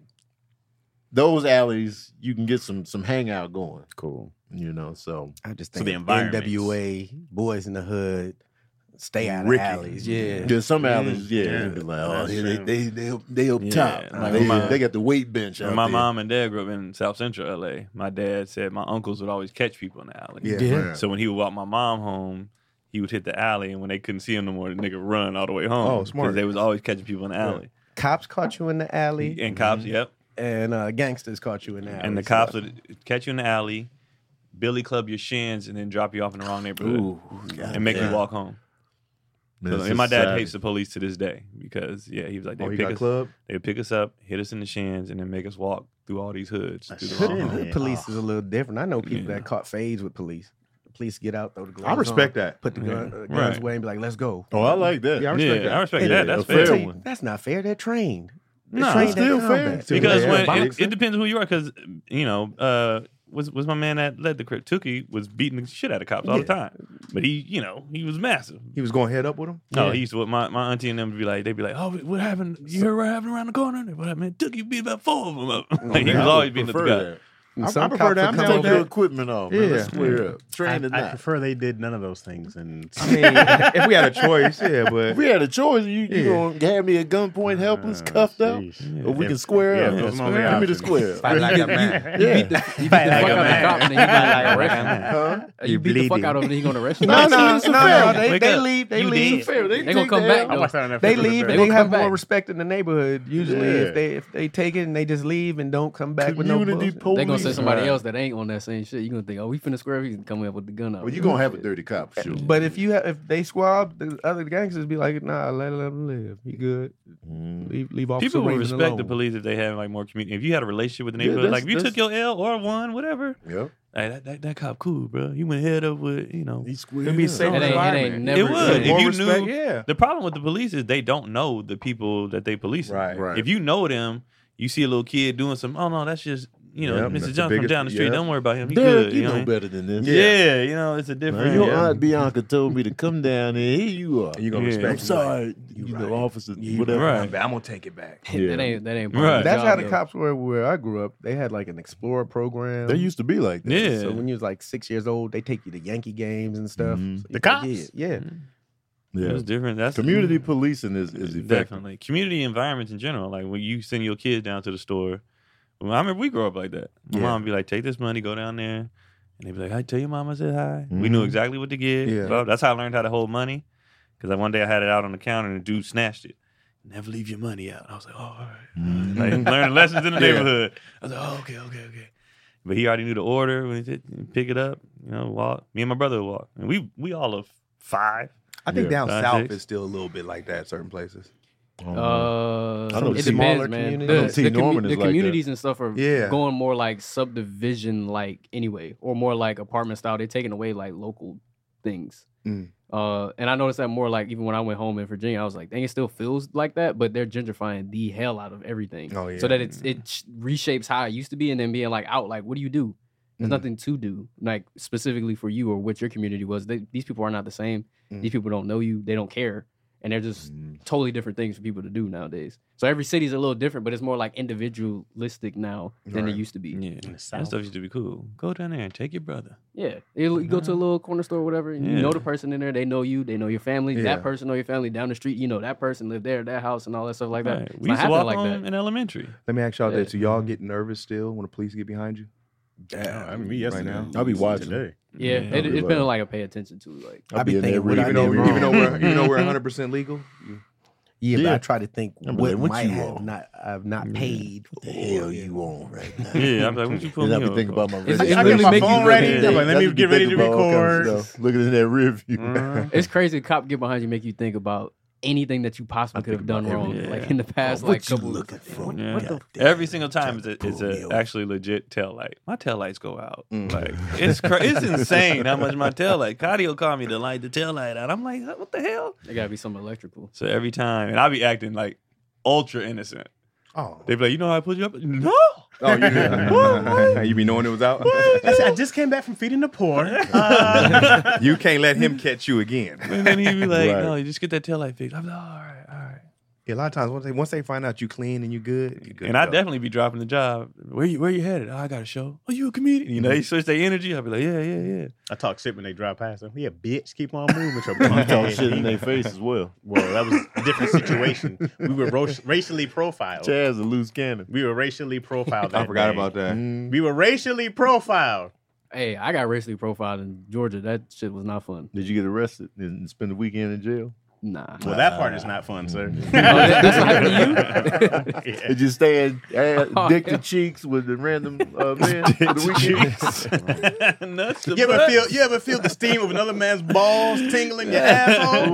Speaker 2: those alleys you can get some some hangout going
Speaker 5: Cool.
Speaker 2: you know so
Speaker 5: I just
Speaker 6: So
Speaker 5: think
Speaker 6: the
Speaker 5: of
Speaker 6: environments.
Speaker 5: NWA, boys in the hood, stay out
Speaker 1: Ricky.
Speaker 5: of alleys. Yeah.
Speaker 2: there's some alleys yeah,
Speaker 4: yeah.
Speaker 2: it'd be like oh
Speaker 4: That's
Speaker 2: they, they
Speaker 4: true.
Speaker 2: they they they up
Speaker 4: Yeah,
Speaker 2: top
Speaker 4: like
Speaker 2: they,
Speaker 4: my-
Speaker 2: they got the weight bench out
Speaker 4: When my
Speaker 2: there.
Speaker 4: mom and dad grew up in South Central LA, my dad said my uncles would always catch people in the alley.
Speaker 1: Yeah.
Speaker 2: Yeah.
Speaker 4: So when he would walk my mom home, he would hit the alley, and when they couldn't see him no more, the nigga run all the way home.
Speaker 1: Oh, smart.
Speaker 4: 'Cause They was always catching people in the alley.
Speaker 5: Cops caught you in the alley,
Speaker 4: And cops,
Speaker 1: Mm-hmm.
Speaker 4: yep.
Speaker 5: and uh, gangsters caught you in the alley.
Speaker 4: and the
Speaker 5: so-
Speaker 4: cops would catch you in the alley, billy club your shins, and then drop you off in the wrong neighborhood and make
Speaker 2: yeah.
Speaker 4: you walk home.
Speaker 2: Man, it's
Speaker 4: and my dad
Speaker 2: society.
Speaker 4: hates the police to this day because yeah, he was like they
Speaker 1: Oh, you
Speaker 4: pick
Speaker 1: got
Speaker 4: us,
Speaker 1: club?
Speaker 4: they pick us up, hit us in the shins, and then make us walk through all these hoods. Through the
Speaker 6: shit.
Speaker 4: wrong
Speaker 5: The
Speaker 4: home.
Speaker 6: Yeah.
Speaker 5: police is a little different. I know people
Speaker 4: Oh, Yeah.
Speaker 5: that caught fades with police. Police get out, throw the gloves.
Speaker 1: I respect
Speaker 5: on,
Speaker 1: that.
Speaker 5: Put the
Speaker 4: Yeah.
Speaker 5: gun, uh, guns
Speaker 4: Right.
Speaker 5: away and be like, "Let's go."
Speaker 2: oh i like that
Speaker 1: Yeah, I
Speaker 4: Yeah,
Speaker 1: respect
Speaker 4: I
Speaker 1: that.
Speaker 4: respect
Speaker 5: Yeah,
Speaker 4: that. That's
Speaker 2: a fair
Speaker 4: fair.
Speaker 5: Say, That's not fair. They're trained. They're
Speaker 4: No,
Speaker 5: trained
Speaker 2: still
Speaker 5: in
Speaker 2: fair.
Speaker 5: combat.
Speaker 1: Still
Speaker 4: because
Speaker 1: Yeah,
Speaker 4: when it,
Speaker 1: boxing.
Speaker 4: it depends who you are, because you know, uh, was was my man that led the crypt Tookie was beating the shit out of cops all the time, but he, you know, he was massive.
Speaker 1: He was going head up with him.
Speaker 4: No, Oh, he used to. My, my auntie and them would be like, they'd be like, "Oh, what happened? You heard what happened around the corner?" And they'd be like, "Man, Tookie beat about four of them up." like, he
Speaker 2: Man,
Speaker 4: was
Speaker 2: I
Speaker 4: always
Speaker 2: would
Speaker 4: beating up the
Speaker 2: prefer
Speaker 4: guy.
Speaker 2: that.
Speaker 5: And
Speaker 1: I-
Speaker 5: some
Speaker 1: I prefer
Speaker 5: cops
Speaker 1: that.
Speaker 5: will
Speaker 1: I'm
Speaker 5: come
Speaker 1: down
Speaker 2: take
Speaker 1: with
Speaker 5: over-
Speaker 2: your
Speaker 1: that.
Speaker 2: equipment off man.
Speaker 1: Yeah.
Speaker 2: Let's square up
Speaker 6: I,
Speaker 2: train or
Speaker 6: I
Speaker 2: not
Speaker 6: prefer they did none of those things. And
Speaker 1: I mean, if we had a choice, yeah, but
Speaker 2: if we had a choice you, you
Speaker 1: Yeah.
Speaker 2: gonna have me at gunpoint helpless cuffed up
Speaker 6: Sheesh.
Speaker 2: Or we can square
Speaker 6: yeah,
Speaker 2: up.
Speaker 6: those are
Speaker 2: Give
Speaker 6: my
Speaker 2: me the
Speaker 6: options.
Speaker 2: square.
Speaker 1: Fight like a man.
Speaker 2: Yeah.
Speaker 3: You beat the, you beat the fuck
Speaker 6: like a
Speaker 3: out of the
Speaker 6: man.
Speaker 3: cop, and then he might arrest him.
Speaker 2: Huh?
Speaker 3: Uh, You, beat the fuck
Speaker 5: bleeding.
Speaker 3: out of him, and he gonna arrest you.
Speaker 2: No, no,
Speaker 5: it's a
Speaker 2: no,
Speaker 5: fair.
Speaker 2: no,
Speaker 5: Oh, They,
Speaker 4: wake
Speaker 5: they
Speaker 4: up.
Speaker 5: leave. They
Speaker 4: You
Speaker 5: leave.
Speaker 2: fair. They,
Speaker 3: They gonna
Speaker 2: take
Speaker 3: come
Speaker 2: the
Speaker 3: back,
Speaker 2: L.
Speaker 3: though.
Speaker 5: They leave.
Speaker 3: They
Speaker 5: They,
Speaker 3: will
Speaker 5: have
Speaker 3: come
Speaker 5: more
Speaker 3: back.
Speaker 5: respect in the neighborhood usually.
Speaker 2: Yeah.
Speaker 5: If they if they take it and they just leave and don't come back with no
Speaker 2: Community
Speaker 5: bullshit.
Speaker 2: police.
Speaker 3: They gonna send somebody
Speaker 2: Right.
Speaker 3: else that ain't on that same shit. You gonna think, oh, we finna square up. He's coming up with the gun out.
Speaker 2: Well, you gonna have a dirty cop, for sure.
Speaker 5: But if you have, if they squab, the other gangsters be like, nah, let, let him live. He good.
Speaker 2: Mm.
Speaker 5: Leave, leave Officer
Speaker 4: People would
Speaker 5: Raven
Speaker 4: respect
Speaker 5: alone.
Speaker 4: the police if they had like more community. If you had a relationship with the
Speaker 2: Yeah,
Speaker 4: neighborhood,
Speaker 2: that's-
Speaker 4: like if you took
Speaker 2: that's-
Speaker 4: your L or one, whatever.
Speaker 2: Yep.
Speaker 4: Hey, that, that, that cop cool, bro. You went head up with you know.
Speaker 2: He squared.
Speaker 1: It'd be
Speaker 2: up.
Speaker 1: safe.
Speaker 3: It ain't, it
Speaker 1: environment.
Speaker 3: ain't never.
Speaker 4: It would. If
Speaker 1: More
Speaker 4: you
Speaker 1: respect,
Speaker 4: knew-
Speaker 1: yeah,
Speaker 4: The problem with the police is they don't know the people that they police.
Speaker 1: right,
Speaker 2: Right.
Speaker 4: If you know them, you see a little kid doing some. Oh no, that's just you know
Speaker 1: Yep, that's the
Speaker 4: Mr. John from
Speaker 1: biggest-
Speaker 4: down the street.
Speaker 1: yep.
Speaker 4: Don't worry about him. He
Speaker 2: Derek,
Speaker 4: good.
Speaker 2: you
Speaker 4: know what I
Speaker 2: know
Speaker 4: mean?
Speaker 2: better than this.
Speaker 4: Yeah. you know it's a different.
Speaker 2: Man, your
Speaker 4: yeah.
Speaker 2: aunt Bianca told me to come down here. Here you are.
Speaker 1: and you gonna
Speaker 4: Yeah.
Speaker 1: respect.
Speaker 2: I'm
Speaker 1: him,
Speaker 2: sorry. You,
Speaker 1: You
Speaker 2: know,
Speaker 1: right.
Speaker 2: officer,
Speaker 1: like, you
Speaker 2: whatever.
Speaker 4: right.
Speaker 1: I'm gonna take it back.
Speaker 2: Yeah.
Speaker 3: that ain't. That ain't.
Speaker 4: Right.
Speaker 3: part of
Speaker 5: That's
Speaker 3: job,
Speaker 5: how the
Speaker 3: though.
Speaker 5: cops were where I grew up. They had like an explorer program.
Speaker 2: They used to be like that.
Speaker 4: Yeah.
Speaker 5: So when you was like six years old, they take you to Yankee games and stuff.
Speaker 3: Mm-hmm.
Speaker 2: Mhm.
Speaker 5: So you
Speaker 6: The
Speaker 5: like,
Speaker 6: cops?
Speaker 5: yeah, yeah.
Speaker 2: Yeah.
Speaker 4: It's different. That's mm,
Speaker 2: Community policing is, is effective.
Speaker 4: Definitely. Community environments in general. Like when you send your kids down to the store. Well, I remember we grew up like that. My
Speaker 2: Yeah.
Speaker 4: mom would be like, take this money, go down there. And they'd be like, I tell your mom I said hi. We knew
Speaker 2: Mhm.
Speaker 4: exactly what to get.
Speaker 1: Yeah.
Speaker 4: Blah. That's how I learned how to hold money. Because one day I had it out on the counter and the dude snatched it. Never leave your money out. I was like, oh, all right.
Speaker 2: Mhm.
Speaker 4: Like learning lessons in the
Speaker 1: Yeah.
Speaker 4: neighborhood. I was like, oh, okay, okay, okay. But he already knew the order. When he said, pick it up, you know, walk. Me and my brother would walk. And we we all of five.
Speaker 1: I think
Speaker 2: Yeah.
Speaker 1: down
Speaker 4: Five,
Speaker 1: south
Speaker 4: six.
Speaker 1: is still a little bit like that. Certain places.
Speaker 3: Uh,
Speaker 2: I know
Speaker 3: it
Speaker 2: T-
Speaker 3: depends,
Speaker 5: smaller
Speaker 3: man. The,
Speaker 5: communities.
Speaker 2: I know
Speaker 3: the,
Speaker 2: T.
Speaker 3: commu-
Speaker 2: Norman is
Speaker 3: the
Speaker 2: like that.
Speaker 3: communities and stuff are
Speaker 1: Yeah.
Speaker 3: going more like subdivision, like anyway, or more like apartment style. They're taking away like local things.
Speaker 1: Mm.
Speaker 3: Uh, and I noticed that more like even when I went home in Virginia, I was like, dang, it still feels like that, but they're gentrifying the hell out of everything.
Speaker 1: Oh, yeah.
Speaker 3: So that it's it sh- reshapes how it used to be, and then being like out, like, what do you do? There's
Speaker 1: Mm.
Speaker 3: nothing to do, like specifically for you or what your community was. They, these people are not the same.
Speaker 1: Mm.
Speaker 3: These people don't know you. They don't care, and they're just totally different things for people to do nowadays. So every city's a little different, but it's more like individualistic now than
Speaker 1: Right.
Speaker 3: it used to be.
Speaker 4: Yeah. That stuff used to be cool. Go down there and take your brother.
Speaker 3: Yeah, you you go to a little corner store, or whatever. and You
Speaker 4: Yeah.
Speaker 3: know the person in there. They know you. They know your family.
Speaker 1: Yeah.
Speaker 3: That person know your family down the street. You know that person live there, that house, and all that stuff like that.
Speaker 4: Right.
Speaker 3: It's
Speaker 4: We
Speaker 3: not
Speaker 4: used to walk
Speaker 3: happening like
Speaker 4: home
Speaker 3: that.
Speaker 4: in elementary.
Speaker 1: Let me ask y'all
Speaker 3: Yeah.
Speaker 1: this: Do y'all get nervous still when the police get behind you?
Speaker 6: Damn, I mean, me yesterday.
Speaker 1: now.
Speaker 2: I'll be watching.
Speaker 6: Today.
Speaker 3: Yeah,
Speaker 4: Yeah.
Speaker 3: it,
Speaker 2: I'll be
Speaker 3: it's been
Speaker 2: like-
Speaker 3: like a pay attention to like.
Speaker 5: I be
Speaker 2: in there
Speaker 5: thinking, what I
Speaker 2: reading
Speaker 1: Even though,
Speaker 5: did
Speaker 2: every-
Speaker 1: even though
Speaker 5: wrong.
Speaker 1: we're even though we're 100 percent legal, you-
Speaker 5: Yeah, but
Speaker 2: Yeah.
Speaker 5: I try to think
Speaker 2: Yeah, but
Speaker 5: what
Speaker 2: then what
Speaker 5: might
Speaker 2: you
Speaker 5: have
Speaker 2: on?
Speaker 5: not I've not
Speaker 4: Yeah.
Speaker 5: paid.
Speaker 2: the hell you on right now?
Speaker 4: Yeah, I'm like, what you
Speaker 2: Then
Speaker 4: put me
Speaker 2: I be
Speaker 4: on
Speaker 2: thinking
Speaker 4: for?
Speaker 2: about my
Speaker 3: Is it-
Speaker 2: resume.
Speaker 3: I got my Make you phone look ready.
Speaker 2: Yeah,
Speaker 3: good. I'm
Speaker 6: like, let
Speaker 2: that's
Speaker 6: me
Speaker 2: what
Speaker 6: get
Speaker 2: you
Speaker 6: ready
Speaker 2: think
Speaker 6: to
Speaker 2: about all kinds of
Speaker 6: record.
Speaker 2: stuff. Looking in that rear view.
Speaker 4: Mhm.
Speaker 3: It's crazy. A cop get behind you, make you think about anything that you possibly
Speaker 2: I
Speaker 3: could have
Speaker 2: think
Speaker 3: done
Speaker 2: about
Speaker 3: wrong,
Speaker 4: everything.
Speaker 3: like in the past, like couple.
Speaker 2: for?
Speaker 4: Yeah.
Speaker 2: God damn
Speaker 4: Every
Speaker 2: it,
Speaker 4: single time is
Speaker 2: trying
Speaker 4: a,
Speaker 2: to
Speaker 4: is
Speaker 2: pull me
Speaker 4: a
Speaker 2: over.
Speaker 4: actually legit tail light. My tail lights go out.
Speaker 1: Mm.
Speaker 4: Like it's cra- it's insane how much my tail light. Cardio called me to light the tail light out. I'm like, what the hell?
Speaker 3: It gotta be something electrical.
Speaker 4: So every time, and I be acting like ultra innocent.
Speaker 1: Oh,
Speaker 4: They be like, you know how I pulled you up? No.
Speaker 1: oh, you,
Speaker 4: What? What?
Speaker 1: you be knowing it was out.
Speaker 6: I, said, I just came back from feeding the poor. Uh,
Speaker 1: you can't let him catch you again.
Speaker 4: And then he'd be like,
Speaker 2: Right.
Speaker 4: no, you just get that tail light fixed. I'm like, all right, all right.
Speaker 1: Yeah, a lot of times once they once they find out you clean and you good, you good.
Speaker 4: and
Speaker 1: to
Speaker 4: I
Speaker 1: go.
Speaker 4: definitely be dropping the job. Where you where you headed? Oh, I got a show. Oh, you a comedian? You know, you switch their energy. I'll be like, yeah, yeah, yeah.
Speaker 6: I talk shit when they drive past them. Yeah, bitch, keep on moving. with your
Speaker 2: I
Speaker 6: punk
Speaker 2: talk
Speaker 6: ass.
Speaker 2: shit in their face as well.
Speaker 6: Well, that was a different situation. We were ro- racially profiled.
Speaker 2: Chad's a loose cannon.
Speaker 6: We were racially profiled.
Speaker 1: I
Speaker 6: that
Speaker 1: forgot
Speaker 6: day.
Speaker 1: about that.
Speaker 2: Mm.
Speaker 6: We were racially profiled.
Speaker 3: Hey, I got racially profiled in Georgia. That shit was not fun.
Speaker 2: Did you get arrested and spend the weekend in jail?
Speaker 3: Nah.
Speaker 6: Well, that part is not fun, sir.
Speaker 1: Oh,
Speaker 3: that's what happened
Speaker 6: to you.
Speaker 2: Did you stay at
Speaker 3: Oh,
Speaker 2: uh, dick
Speaker 3: yeah.
Speaker 2: to cheeks with the random uh, man for the weekend?
Speaker 4: Nuts.
Speaker 6: You ever feel you ever feel the steam of another man's balls tingling your asshole?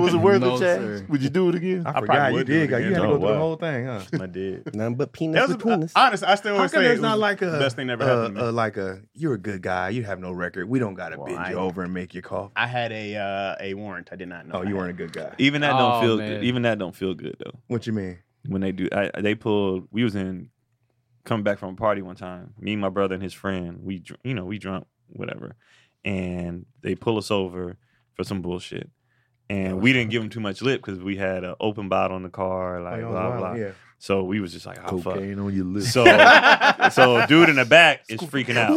Speaker 2: was it worth
Speaker 3: No,
Speaker 2: it, Chad?
Speaker 3: sir.
Speaker 2: Would you do it again?
Speaker 1: I,
Speaker 6: probably
Speaker 1: forgot you
Speaker 6: would do
Speaker 1: did.
Speaker 6: it
Speaker 1: guy. You
Speaker 6: again.
Speaker 1: had to go
Speaker 2: Oh,
Speaker 1: through the
Speaker 2: wow.
Speaker 1: whole thing, huh?
Speaker 6: I did.
Speaker 5: Mm, Nothing but
Speaker 6: That
Speaker 5: peanuts
Speaker 6: was
Speaker 5: with penis.
Speaker 6: honest. I still
Speaker 1: How
Speaker 6: always
Speaker 1: come
Speaker 6: say
Speaker 1: there's
Speaker 6: it
Speaker 1: not
Speaker 6: was
Speaker 1: like
Speaker 6: the
Speaker 1: a
Speaker 6: best thing that ever happened to
Speaker 1: uh,
Speaker 6: me.
Speaker 1: uh, like a you're a good guy, you have no record. We don't gotta
Speaker 6: Well,
Speaker 1: bend
Speaker 6: I-
Speaker 1: you over and make your call.
Speaker 6: I had a uh, a warrant. I did not know.
Speaker 1: Oh, you weren't a good guy.
Speaker 4: Even that don't
Speaker 3: Oh,
Speaker 4: feel.
Speaker 3: man.
Speaker 4: Good. Even that don't feel good though.
Speaker 1: What you mean?
Speaker 4: When they do, I, they pulled. We was in coming back from a party one time. Me, my brother, and his friend. We, dr- you know, we drunk, whatever, and they pull us over for some bullshit. And we didn't give them too much lip because we had an open bottle in the car, like
Speaker 1: Oh,
Speaker 4: blah
Speaker 1: wow,
Speaker 4: blah.
Speaker 1: Yeah.
Speaker 4: So we was just like, oh, fuck.
Speaker 2: Cocaine on your lips.
Speaker 4: So, so dude in the back is freaking out.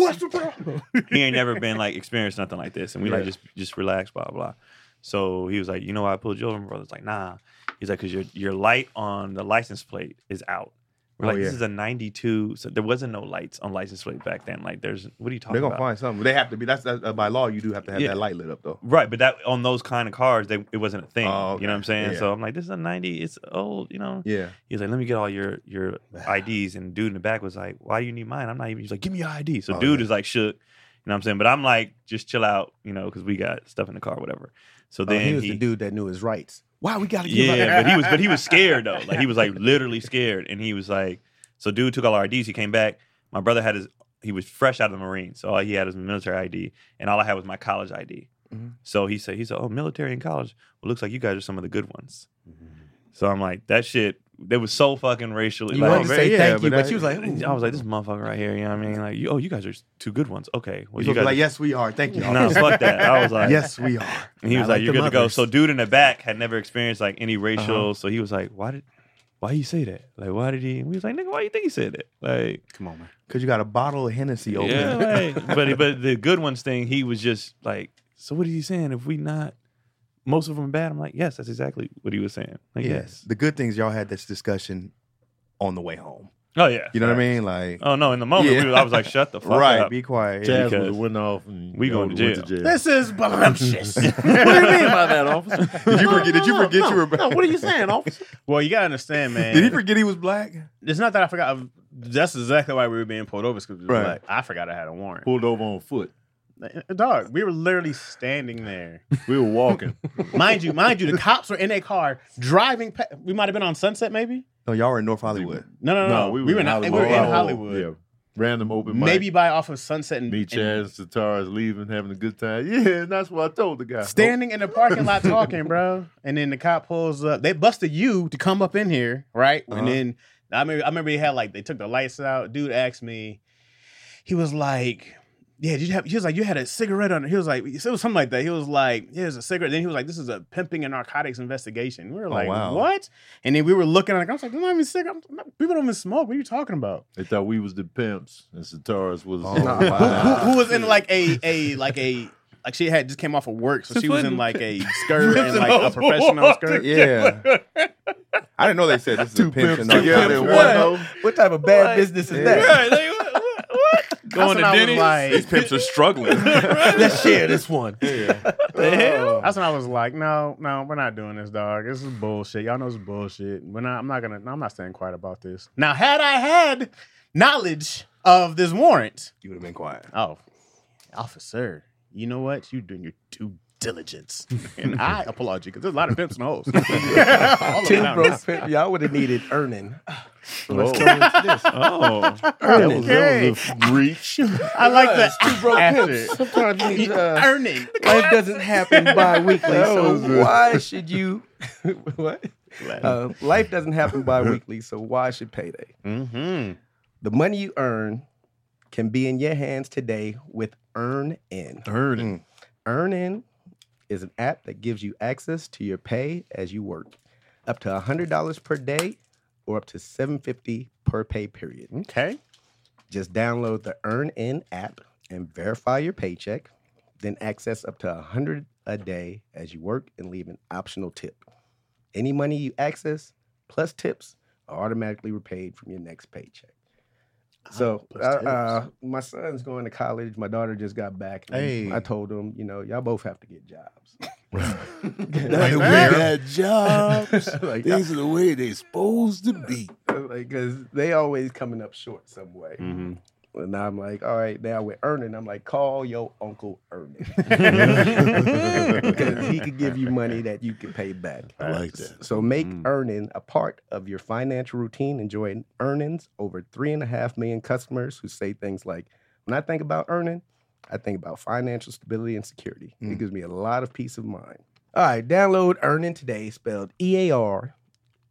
Speaker 4: He ain't never been like experienced nothing like this, and we like
Speaker 1: Yeah.
Speaker 4: just just relax, blah blah. So he was like, you know, why I pulled you over, my brother's like, nah. He's like, cause your your light on the license plate is out. We're
Speaker 1: Oh,
Speaker 4: like, this
Speaker 1: yeah.
Speaker 4: is a '92, so there wasn't no lights on license plate back then. Like, there's what are you talking
Speaker 1: They're gonna
Speaker 4: about?
Speaker 1: find something. They have to be that's, that's uh, by law you do have to have
Speaker 4: Yeah.
Speaker 1: that light lit up though.
Speaker 4: Right, but that on those kind of cars, they, it wasn't a thing.
Speaker 1: Oh,
Speaker 4: You know what I'm saying?
Speaker 1: Yeah.
Speaker 4: So I'm like, this is a '90, it's old, you know.
Speaker 1: Yeah.
Speaker 4: He's like, let me get all your your IDs. And dude in the back was like, why do you need mine? I'm not even. He's like, give me your ID. So
Speaker 1: Oh,
Speaker 4: dude
Speaker 1: yeah.
Speaker 4: is like shook. You know what I'm saying? But I'm like, just chill out, you know, because we got stuff in the car, whatever. So
Speaker 5: Oh,
Speaker 4: then
Speaker 5: he was the dude that knew his rights. Why we gotta give
Speaker 4: yeah,
Speaker 5: up?
Speaker 4: but he was but he was scared though. Like he was like literally scared, and he was like, so dude took all our IDs. He came back. My brother had his. He was fresh out of the Marines, so all he had was military ID, and all I had was my college ID.
Speaker 5: Mm-hmm.
Speaker 1: Mhm.
Speaker 4: So he said, he said, oh, military and college. Well, looks like you guys are some of the good ones.
Speaker 5: Mm-hmm.
Speaker 4: So I'm like, that shit. That was so fucking racially.
Speaker 5: You
Speaker 4: like,
Speaker 5: wanted to
Speaker 1: man,
Speaker 5: say
Speaker 1: yeah,
Speaker 5: thank you,
Speaker 1: but
Speaker 5: but
Speaker 1: I-
Speaker 5: you was like,
Speaker 4: I was like, this motherfucker right here. You know what I mean? Like, you, oh, you guys are two good ones. Okay,
Speaker 1: You're
Speaker 4: well, you
Speaker 1: supposed to be
Speaker 4: guys.
Speaker 1: like, yes, we are. Thank you.
Speaker 4: Nah, fuck that. I was like,
Speaker 1: yes, we are.
Speaker 4: and he
Speaker 5: Not
Speaker 4: was like,
Speaker 5: like
Speaker 4: "You're
Speaker 5: the
Speaker 4: good to go."
Speaker 5: mothers.
Speaker 4: So, dude in the Uh-huh. back had never experienced like any racial. So he was like, "Why did, why you say that? Like, why did he?" And we was like, "Nigga, why you think he said that?" Like,
Speaker 6: Come on, man.
Speaker 1: Because you got a bottle of Hennessy open.
Speaker 4: yeah, like, but but the good ones thing, he was just like, "So what are you saying? If we not most of them bad?" I'm like, "Yes, that's exactly what he was saying." Like,
Speaker 1: Yes.
Speaker 4: yes.
Speaker 1: The good things y'all had this discussion on the way home.
Speaker 4: Oh yeah.
Speaker 1: You know what I mean? Like
Speaker 4: Oh no! In the moment,
Speaker 1: Yeah.
Speaker 4: we, I was like, "Shut the fuck
Speaker 1: right,
Speaker 4: up."
Speaker 1: be quiet.
Speaker 2: Chaz would
Speaker 4: because
Speaker 2: have went off and
Speaker 4: we
Speaker 2: y'all
Speaker 4: going to
Speaker 2: would've went
Speaker 4: jail.
Speaker 6: This is voluptuous.
Speaker 2: what do you mean by that, officer?
Speaker 1: Did you forget- did you forget you were-
Speaker 2: No, what are you saying, officer?
Speaker 6: well, you gotta understand, man.
Speaker 1: Did he forget he was black?
Speaker 6: It's not that I forgot. I've- That's exactly why we were being pulled over. Because
Speaker 1: Right.
Speaker 6: like, I forgot I had a warrant.
Speaker 2: Pulled over on foot.
Speaker 6: Dog, we were literally standing there,
Speaker 2: We were walking.
Speaker 6: mind you, mind you. The cops were in a car driving. Pa- we might have been on Sunset, maybe.
Speaker 1: No, y'all were in North Hollywood.
Speaker 6: No, no, no. we, were in Hollywood. We were in Hollywood.
Speaker 2: Yeah. Random open mic.
Speaker 6: Maybe by off of Sunset and,
Speaker 2: me,
Speaker 6: and
Speaker 2: Chaz, Satara's leaving, having a good time. Yeah, and that's what I told the guy.
Speaker 6: standing in the parking lot talking, bro. And then the cop pulls up. They busted you to come up in here, right?
Speaker 1: Uh-huh.
Speaker 6: And then I remember, I remember he had like they took the lights out. Dude asked me, he was like, "Yeah, did you have?" He was like, "You had a cigarette on." it." He was like, "It was something like that." He was like, "Yeah, it's a cigarette." Then he was like, "This is a pimping and narcotics investigation." We were like,
Speaker 1: Oh, wow.
Speaker 6: "What?" And then we were looking like, "I was like, I'm not even cigarette. I'm not- People don't even smoke. What are you talking about?"
Speaker 2: They thought we was the pimps, and Satara's was.
Speaker 1: Oh,
Speaker 2: Nah,
Speaker 1: wow.
Speaker 6: Who, who, who was in like a a like a like she had just came off of work, so she was in like a skirt and like a professional skirt.
Speaker 1: Yeah. I didn't know they said this is a
Speaker 2: Two
Speaker 1: pimp
Speaker 2: pimps
Speaker 1: and
Speaker 2: together.
Speaker 1: narcotics.
Speaker 2: One of
Speaker 5: What type of bad business is
Speaker 1: Yeah.
Speaker 5: that?
Speaker 4: Right, like, what, what, what? Going to
Speaker 5: when I was
Speaker 4: Denny's.
Speaker 5: like-
Speaker 1: These pimps are struggling.
Speaker 5: Let's share this one.
Speaker 6: That's when I was like, no, no, we're not doing this, dog. This is bullshit. Y'all know it's bullshit. We're not. I'm not gonna. I'm not staying quiet about this. Now, had I had knowledge of this warrant,
Speaker 1: you would have been quiet.
Speaker 6: oh, officer, you know what? You're doing your due diligence, and I applaud you because there's a lot of pimps and hoes. All of
Speaker 5: Two
Speaker 6: them.
Speaker 5: broke pimp- Y'all would have needed earning.
Speaker 2: Whoa.
Speaker 5: Let's go into this.
Speaker 4: Oh,
Speaker 2: That was, that
Speaker 6: Okay.
Speaker 2: was a reach.
Speaker 6: I like that.
Speaker 5: Yes, Two broke
Speaker 6: After.
Speaker 5: pimps. Sometimes you need, uh,
Speaker 6: Earning.
Speaker 5: life doesn't happen bi-weekly,
Speaker 2: That was
Speaker 5: so
Speaker 2: a-
Speaker 5: why should you? what? Uh, life doesn't happen bi-weekly, so why should payday?
Speaker 6: Mm-hmm.
Speaker 5: The money you earn can be in your hands today with Earn In.
Speaker 2: Heard it.
Speaker 5: Earn In is an app that gives you access to your pay as you work, up to $100 per day or up to $750 per pay period.
Speaker 6: Okay.
Speaker 5: Just download the Earn In app and verify your paycheck, then access up to 100 a day as you work and leave an optional tip. Any money you access plus tips are automatically repaid from your next paycheck. So,
Speaker 6: Ah, plus
Speaker 5: uh, uh, my son's going to college. My daughter just got back. and
Speaker 6: Hey.
Speaker 5: I told him, you know, y'all both have to get jobs.
Speaker 2: Like, we
Speaker 6: there.
Speaker 2: got jobs.
Speaker 5: like,
Speaker 2: These are the way they supposed to be.
Speaker 5: because they always coming up short some way.
Speaker 6: Mm-hmm.
Speaker 5: And now I'm like, all right, now we're earning. I'm like, call your uncle Ernie. because he could give you money that you can pay back.
Speaker 2: I like that.
Speaker 5: So make
Speaker 6: Mm.
Speaker 5: earning a part of your financial routine. Enjoy earnings over three and a half million customers who say things like, when I think about earning, I think about financial stability and security. It
Speaker 1: Mm.
Speaker 5: gives me a lot of peace of mind. All right, download Earning today, spelled E A R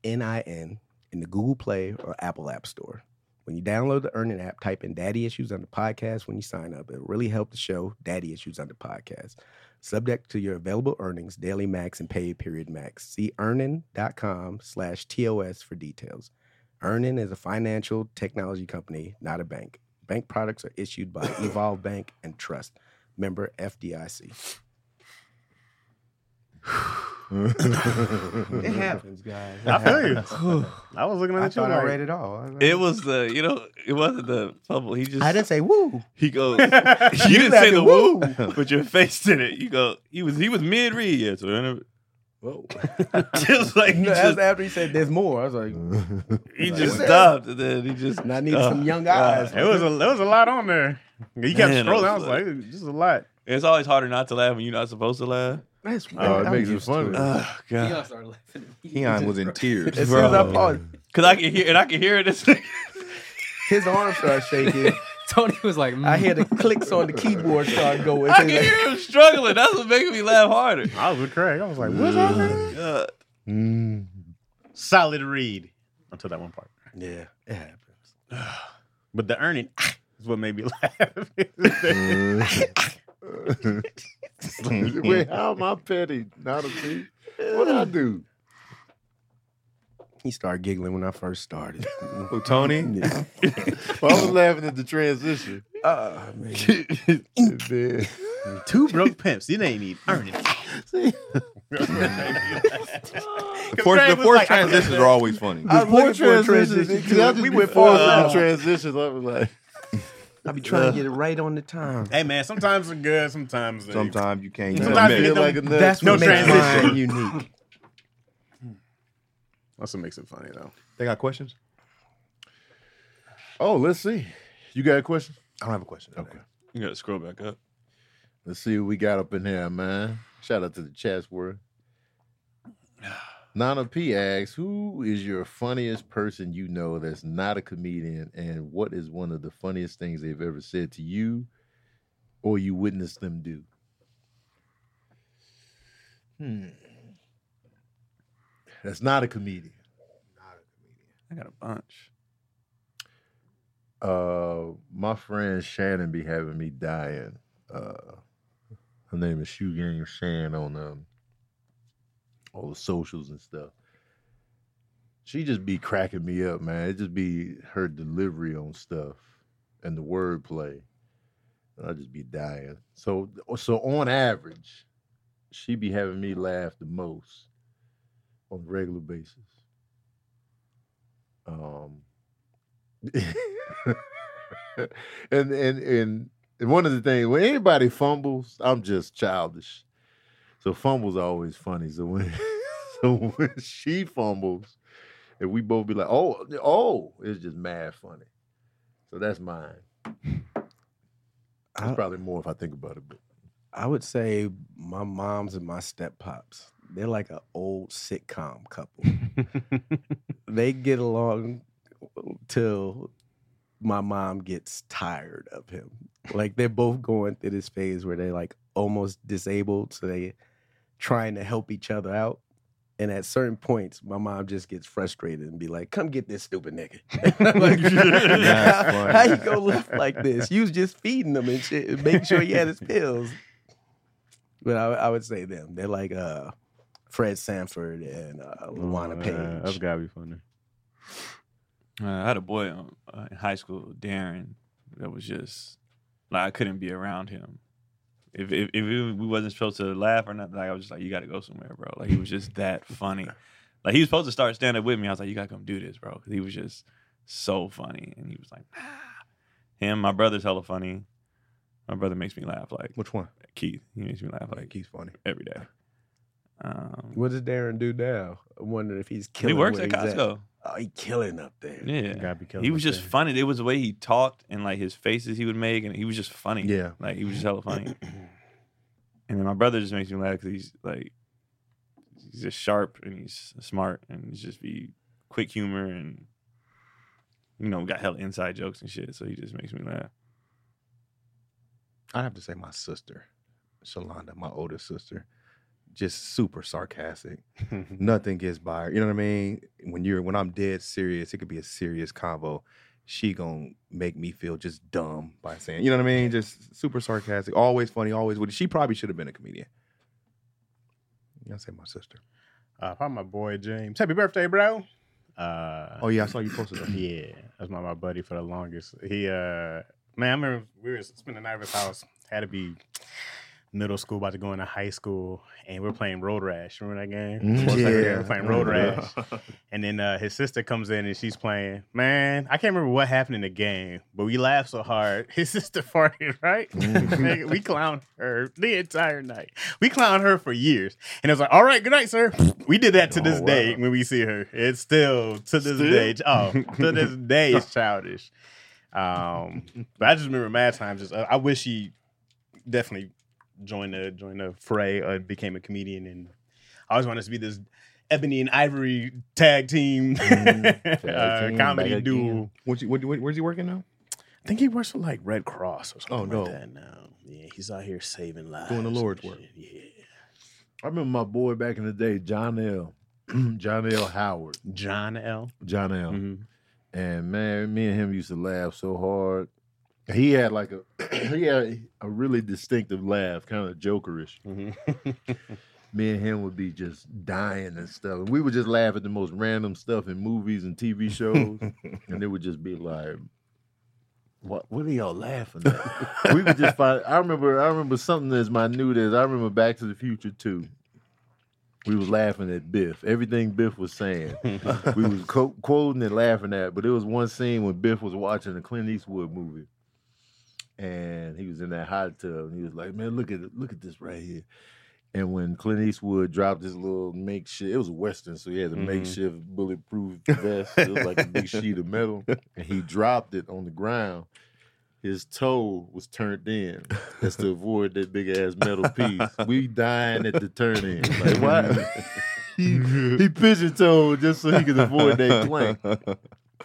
Speaker 5: N I N, in the Google Play or Apple App Store. When you download the Earning app, type in Daddy Issues Under Podcast when you sign up. It'll really help the show, Daddy Issues Under Podcast. Subject to your available earnings, daily max and pay period max. See earning.com slash TOS for details. Earning is a financial technology company, not a bank. Bank products are issued by Evolve Bank and Trust. Member FDIC. It happens, guys.
Speaker 6: I feel you. I was looking
Speaker 5: I
Speaker 6: at you.
Speaker 5: thought I
Speaker 6: like-
Speaker 5: read it all. I was
Speaker 4: it
Speaker 5: like-
Speaker 4: was the you know it wasn't the fumble. He just
Speaker 5: I didn't say woo.
Speaker 4: he goes. You didn't say the woo, but your face did it. You go. He was he was mid read. Yeah, so then
Speaker 5: Whoa.
Speaker 4: it- just like he
Speaker 5: No, that's
Speaker 4: just,
Speaker 5: after he said there's more. I was like,
Speaker 4: he
Speaker 5: like,
Speaker 4: just
Speaker 5: what?
Speaker 4: stopped. And then he just.
Speaker 5: and I need
Speaker 4: uh,
Speaker 5: some young
Speaker 4: God.
Speaker 5: eyes.
Speaker 6: It was a there was a lot on there. You kept
Speaker 4: Man,
Speaker 6: scrolling.
Speaker 4: I
Speaker 6: I was
Speaker 4: was
Speaker 6: like, this is a lot.
Speaker 4: It's always harder not to laugh when you're not supposed to laugh.
Speaker 5: That's
Speaker 2: Oh, it
Speaker 5: I'm
Speaker 2: makes it
Speaker 5: used to
Speaker 2: funny.
Speaker 4: Oh god.
Speaker 3: Keon started laughing.
Speaker 1: Keon was in tears.
Speaker 5: As soon as I
Speaker 4: Bro.
Speaker 5: paused,
Speaker 4: Cause I can hear and I can hear this. nigga.
Speaker 5: his arms start shaking.
Speaker 3: Tony was like, mm,
Speaker 5: I hear the clicks on the keyboard start going.
Speaker 4: I can hear him struggling. That's what making me laugh harder.
Speaker 6: I was with Craig. I was like, what's
Speaker 4: God.
Speaker 6: happening? Solid read until that one part.
Speaker 5: yeah, it happens.
Speaker 6: But the earning is what made me laugh.
Speaker 2: Wait, how am I petty? Not a thief. What did I do?
Speaker 5: He started giggling when I first started.
Speaker 1: Who, Tony?
Speaker 2: Well, I was laughing at the transition. Ah,
Speaker 5: oh, man.
Speaker 2: Then-
Speaker 6: Two broke pimps. You ain't need earning.
Speaker 1: The forced, the forced transitions are always funny.
Speaker 5: I was
Speaker 2: Poor
Speaker 5: looking for a
Speaker 2: transitions.
Speaker 5: transition.
Speaker 2: 'cause I
Speaker 5: we
Speaker 2: just
Speaker 5: went
Speaker 2: be
Speaker 5: forward.
Speaker 2: forcing the
Speaker 5: Uh,
Speaker 2: transitions. I was like,
Speaker 5: I be trying to get it right on the time.
Speaker 6: Hey man, sometimes they're good, sometimes they
Speaker 1: Sometimes you can't.
Speaker 2: you
Speaker 1: tell
Speaker 6: Sometimes
Speaker 1: me.
Speaker 6: you get them-
Speaker 2: like a nut.
Speaker 5: That's
Speaker 6: No
Speaker 5: what makes
Speaker 6: transition.
Speaker 5: mine unique.
Speaker 6: That's what makes it funny though.
Speaker 1: They got questions?
Speaker 2: Oh, let's see. You got a question?
Speaker 1: I don't have a question. Okay.
Speaker 4: You gotta scroll back up.
Speaker 2: Let's see what we got up in here, man. Shout out to the Chatsworth. Nana P asks, "Who is your funniest person you know that's not a comedian, and what is one of the funniest things they've ever said to you, or you witnessed them do?" Hmm. That's not a comedian.
Speaker 4: I got a bunch.
Speaker 2: Uh, my friend Shannon be having me dying. Uh, her name is Shoe Game Shan on um all the socials and stuff. She just be cracking me up, man. It just be her delivery on stuff and the wordplay. And I just be dying. So, so on average, she be having me laugh the most on a regular basis. Um, and and and one of the things when anybody fumbles, I'm just childish. So fumbles are always funny. So when so when she fumbles, and we both be like, oh, oh, it's just mad funny. So that's mine. That's
Speaker 5: I-
Speaker 2: probably more if I think about it, but
Speaker 5: I would say my moms and my step pops. They're like an old sitcom couple. they get along till my mom gets tired of him. Like they're both going through this phase where they're like almost disabled, so they trying to help each other out. And at certain points, my mom just gets frustrated and be like, "Come get this stupid nigga." And I'm like,
Speaker 1: That's
Speaker 5: how,
Speaker 1: funny.
Speaker 5: how you go left like this? You was just feeding him and shit, and make sure he had his pills. But I, I would say them. They're like uh, Fred Sanford and uh, Luana Page.
Speaker 6: Oh, that's gotta be funny.
Speaker 4: Uh, I had a boy um, uh, in high school, Darren, that was just like I couldn't be around him. If if, if we we wasn't supposed to laugh or nothing, like I was just like, you got to go somewhere, bro. Like he was just that funny. Like he was supposed to start stand up with me. I was like, you got to come do this, bro, because he was just so funny. And he was like, nah. him, my brother's hella funny. My brother makes me laugh like
Speaker 1: Which one?
Speaker 4: Keith. He makes me laugh
Speaker 1: Like,
Speaker 4: like
Speaker 1: he's funny.
Speaker 4: every day. Um,
Speaker 5: What does Darren do now? I'm wondering if he's
Speaker 4: he
Speaker 5: killing.
Speaker 4: works
Speaker 5: where
Speaker 4: at
Speaker 5: he's
Speaker 4: Costco.
Speaker 5: Oh, he killing up there.
Speaker 4: Yeah,
Speaker 6: Gotta be killing.
Speaker 4: he was
Speaker 6: up
Speaker 4: just
Speaker 6: there.
Speaker 4: funny. It was the way he talked and like his faces he would make, and he was just funny.
Speaker 1: Yeah.
Speaker 4: like he was just hella funny. and then my brother just makes me laugh because he's like, he's just sharp and he's smart and he's just be quick humor and you know got hella inside jokes and shit. So he just makes me laugh.
Speaker 1: I'd have to say my sister, Shalonda, my older sister, just super sarcastic. Nothing gets by her. You know what I mean? When you're when I'm dead serious, it could be a serious convo. She gonna make me feel just dumb by saying, you know what I mean? Just super sarcastic, always funny, always witty. She probably should have been a comedian. I say my sister.
Speaker 6: Uh, probably my boy James. Happy birthday, bro. Uh,
Speaker 1: Oh yeah, I saw you posted that.
Speaker 6: yeah, that's my my buddy for the longest. He uh man, I remember we were spending the night at his house. Had to be middle school, about to go into high school, and we are playing Road Rash. Remember that game?
Speaker 1: Mm,
Speaker 6: Sports Center
Speaker 1: yeah.
Speaker 6: game, we're playing Road Rash. And then uh, his sister comes in and she's playing. Man, I can't remember what happened in the game, but we laughed so hard. His sister farted, right?
Speaker 1: Mm.
Speaker 6: Nigga, we clowned her the entire night. We clowned her for years. And it was like, all right, good night, sir. We did that to
Speaker 2: Oh,
Speaker 6: this
Speaker 2: wow.
Speaker 6: day when we see her. It's still to this day. Oh, to this day, it's childish. Um, but I just remember mad times. Just, uh, I, I wish she definitely joined the joined the fray or became a comedian. And I always wanted us to be this ebony and ivory tag team, uh,
Speaker 2: team,
Speaker 6: comedy
Speaker 2: back
Speaker 6: duo.
Speaker 2: again.
Speaker 1: What you, what, where's he working now?
Speaker 6: I think he works for like Red Cross or something
Speaker 1: Oh,
Speaker 6: like
Speaker 1: no.
Speaker 6: that now. Yeah, he's out here saving lives,
Speaker 1: the Lord's
Speaker 6: and
Speaker 1: work.
Speaker 6: shit. Yeah,
Speaker 2: I remember my boy back in the day, John L. John L. Howard.
Speaker 6: John L.
Speaker 2: John L.
Speaker 6: Mhm.
Speaker 2: and man, me and him used to laugh so hard. He had like a he had a really distinctive laugh, kind of jokerish. Me and him would be just dying and stuff, and we would just laugh at the most random stuff in movies and TV shows, and it would just be like, "What? What are y'all laughing at?" we would just find. I remember. I remember something as minute as I remember Back to the Future too. We was laughing at Biff. Everything Biff was saying we was co- quoting and laughing at, but it was one scene when Biff was watching a Clint Eastwood movie, and he was in that hot tub, and he was like, "Man, look at it, look at this right here." And when Clint Eastwood dropped his little makeshift, it was Western, so he had a
Speaker 6: Mhm.
Speaker 2: makeshift bulletproof vest, it was like a big sheet of metal, and he dropped it on the ground. His toe was turned in, just to avoid that big ass metal piece. We dying at the turn in. Like, why? he, he pigeon toed just so he could avoid that plank.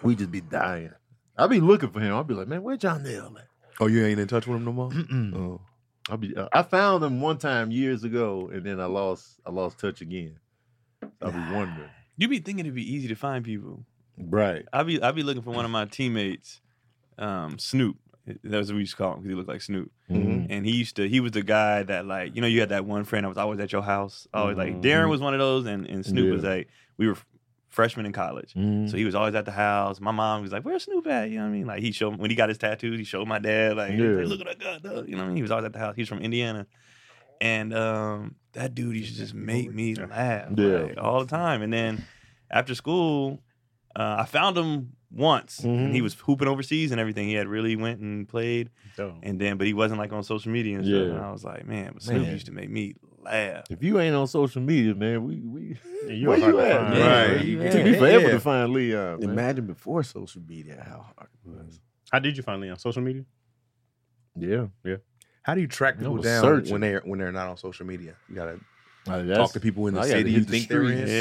Speaker 2: We just be dying. I'll be looking for him. I'll be like, man, where John Dale at?
Speaker 1: Oh, you ain't in touch with him no more. oh.
Speaker 2: I'll be. uh, I found him one time years ago, and then I lost. I lost touch again. I'll be wondering.
Speaker 4: You be thinking it'd be easy to find people.
Speaker 2: Right.
Speaker 4: I be I be looking for one of my teammates, um, Snoop. That's what we used to call him because he looked like Snoop.
Speaker 2: Mm-hmm.
Speaker 4: And he used to, he was the guy that like, you know, you had that one friend that was always at your house. Always like, Darren was one of those, and, and Snoop was
Speaker 2: Mm-hmm. Yeah. Mm-hmm.
Speaker 4: like, we were f- freshmen in college. So he was always at the house. My mom was like, where's Snoop at? You know what I mean? Like, he showed, when he got his tattoos, he showed my dad, like, he was like,
Speaker 2: Yeah.
Speaker 4: look at that guy, dog. You know what I mean? He was always at the house. He's from Indiana. And um, that dude used to just make me laugh
Speaker 2: Yeah.
Speaker 4: like, all the time. And then after school, uh, I found him once.
Speaker 2: Mhm.
Speaker 4: And he was hooping overseas and everything. He had really went and played, and then but he wasn't like on social media and stuff.
Speaker 2: Yeah.
Speaker 4: And I was like, man, but Snoop
Speaker 2: Man.
Speaker 4: used to make me laugh.
Speaker 2: If you ain't on social media, man, we we
Speaker 6: Yeah, you
Speaker 2: where
Speaker 6: are hard
Speaker 2: you
Speaker 6: to
Speaker 2: at?
Speaker 6: find.
Speaker 2: man?
Speaker 1: Right.
Speaker 2: Where you
Speaker 1: Yeah,
Speaker 2: at? Took me forever
Speaker 1: yeah.
Speaker 2: to find Leon. man.
Speaker 5: Imagine before social media how hard it was.
Speaker 6: How did you find Leon? Social media?
Speaker 2: Yeah,
Speaker 1: How do you track
Speaker 2: No,
Speaker 1: people
Speaker 2: was
Speaker 1: down
Speaker 2: searching.
Speaker 1: when they're when they're not on social media? You gotta
Speaker 2: Like, that's-
Speaker 1: talk to people in the
Speaker 2: I gotta
Speaker 1: city
Speaker 2: hit
Speaker 1: you
Speaker 2: the
Speaker 1: think they're in.
Speaker 2: streets.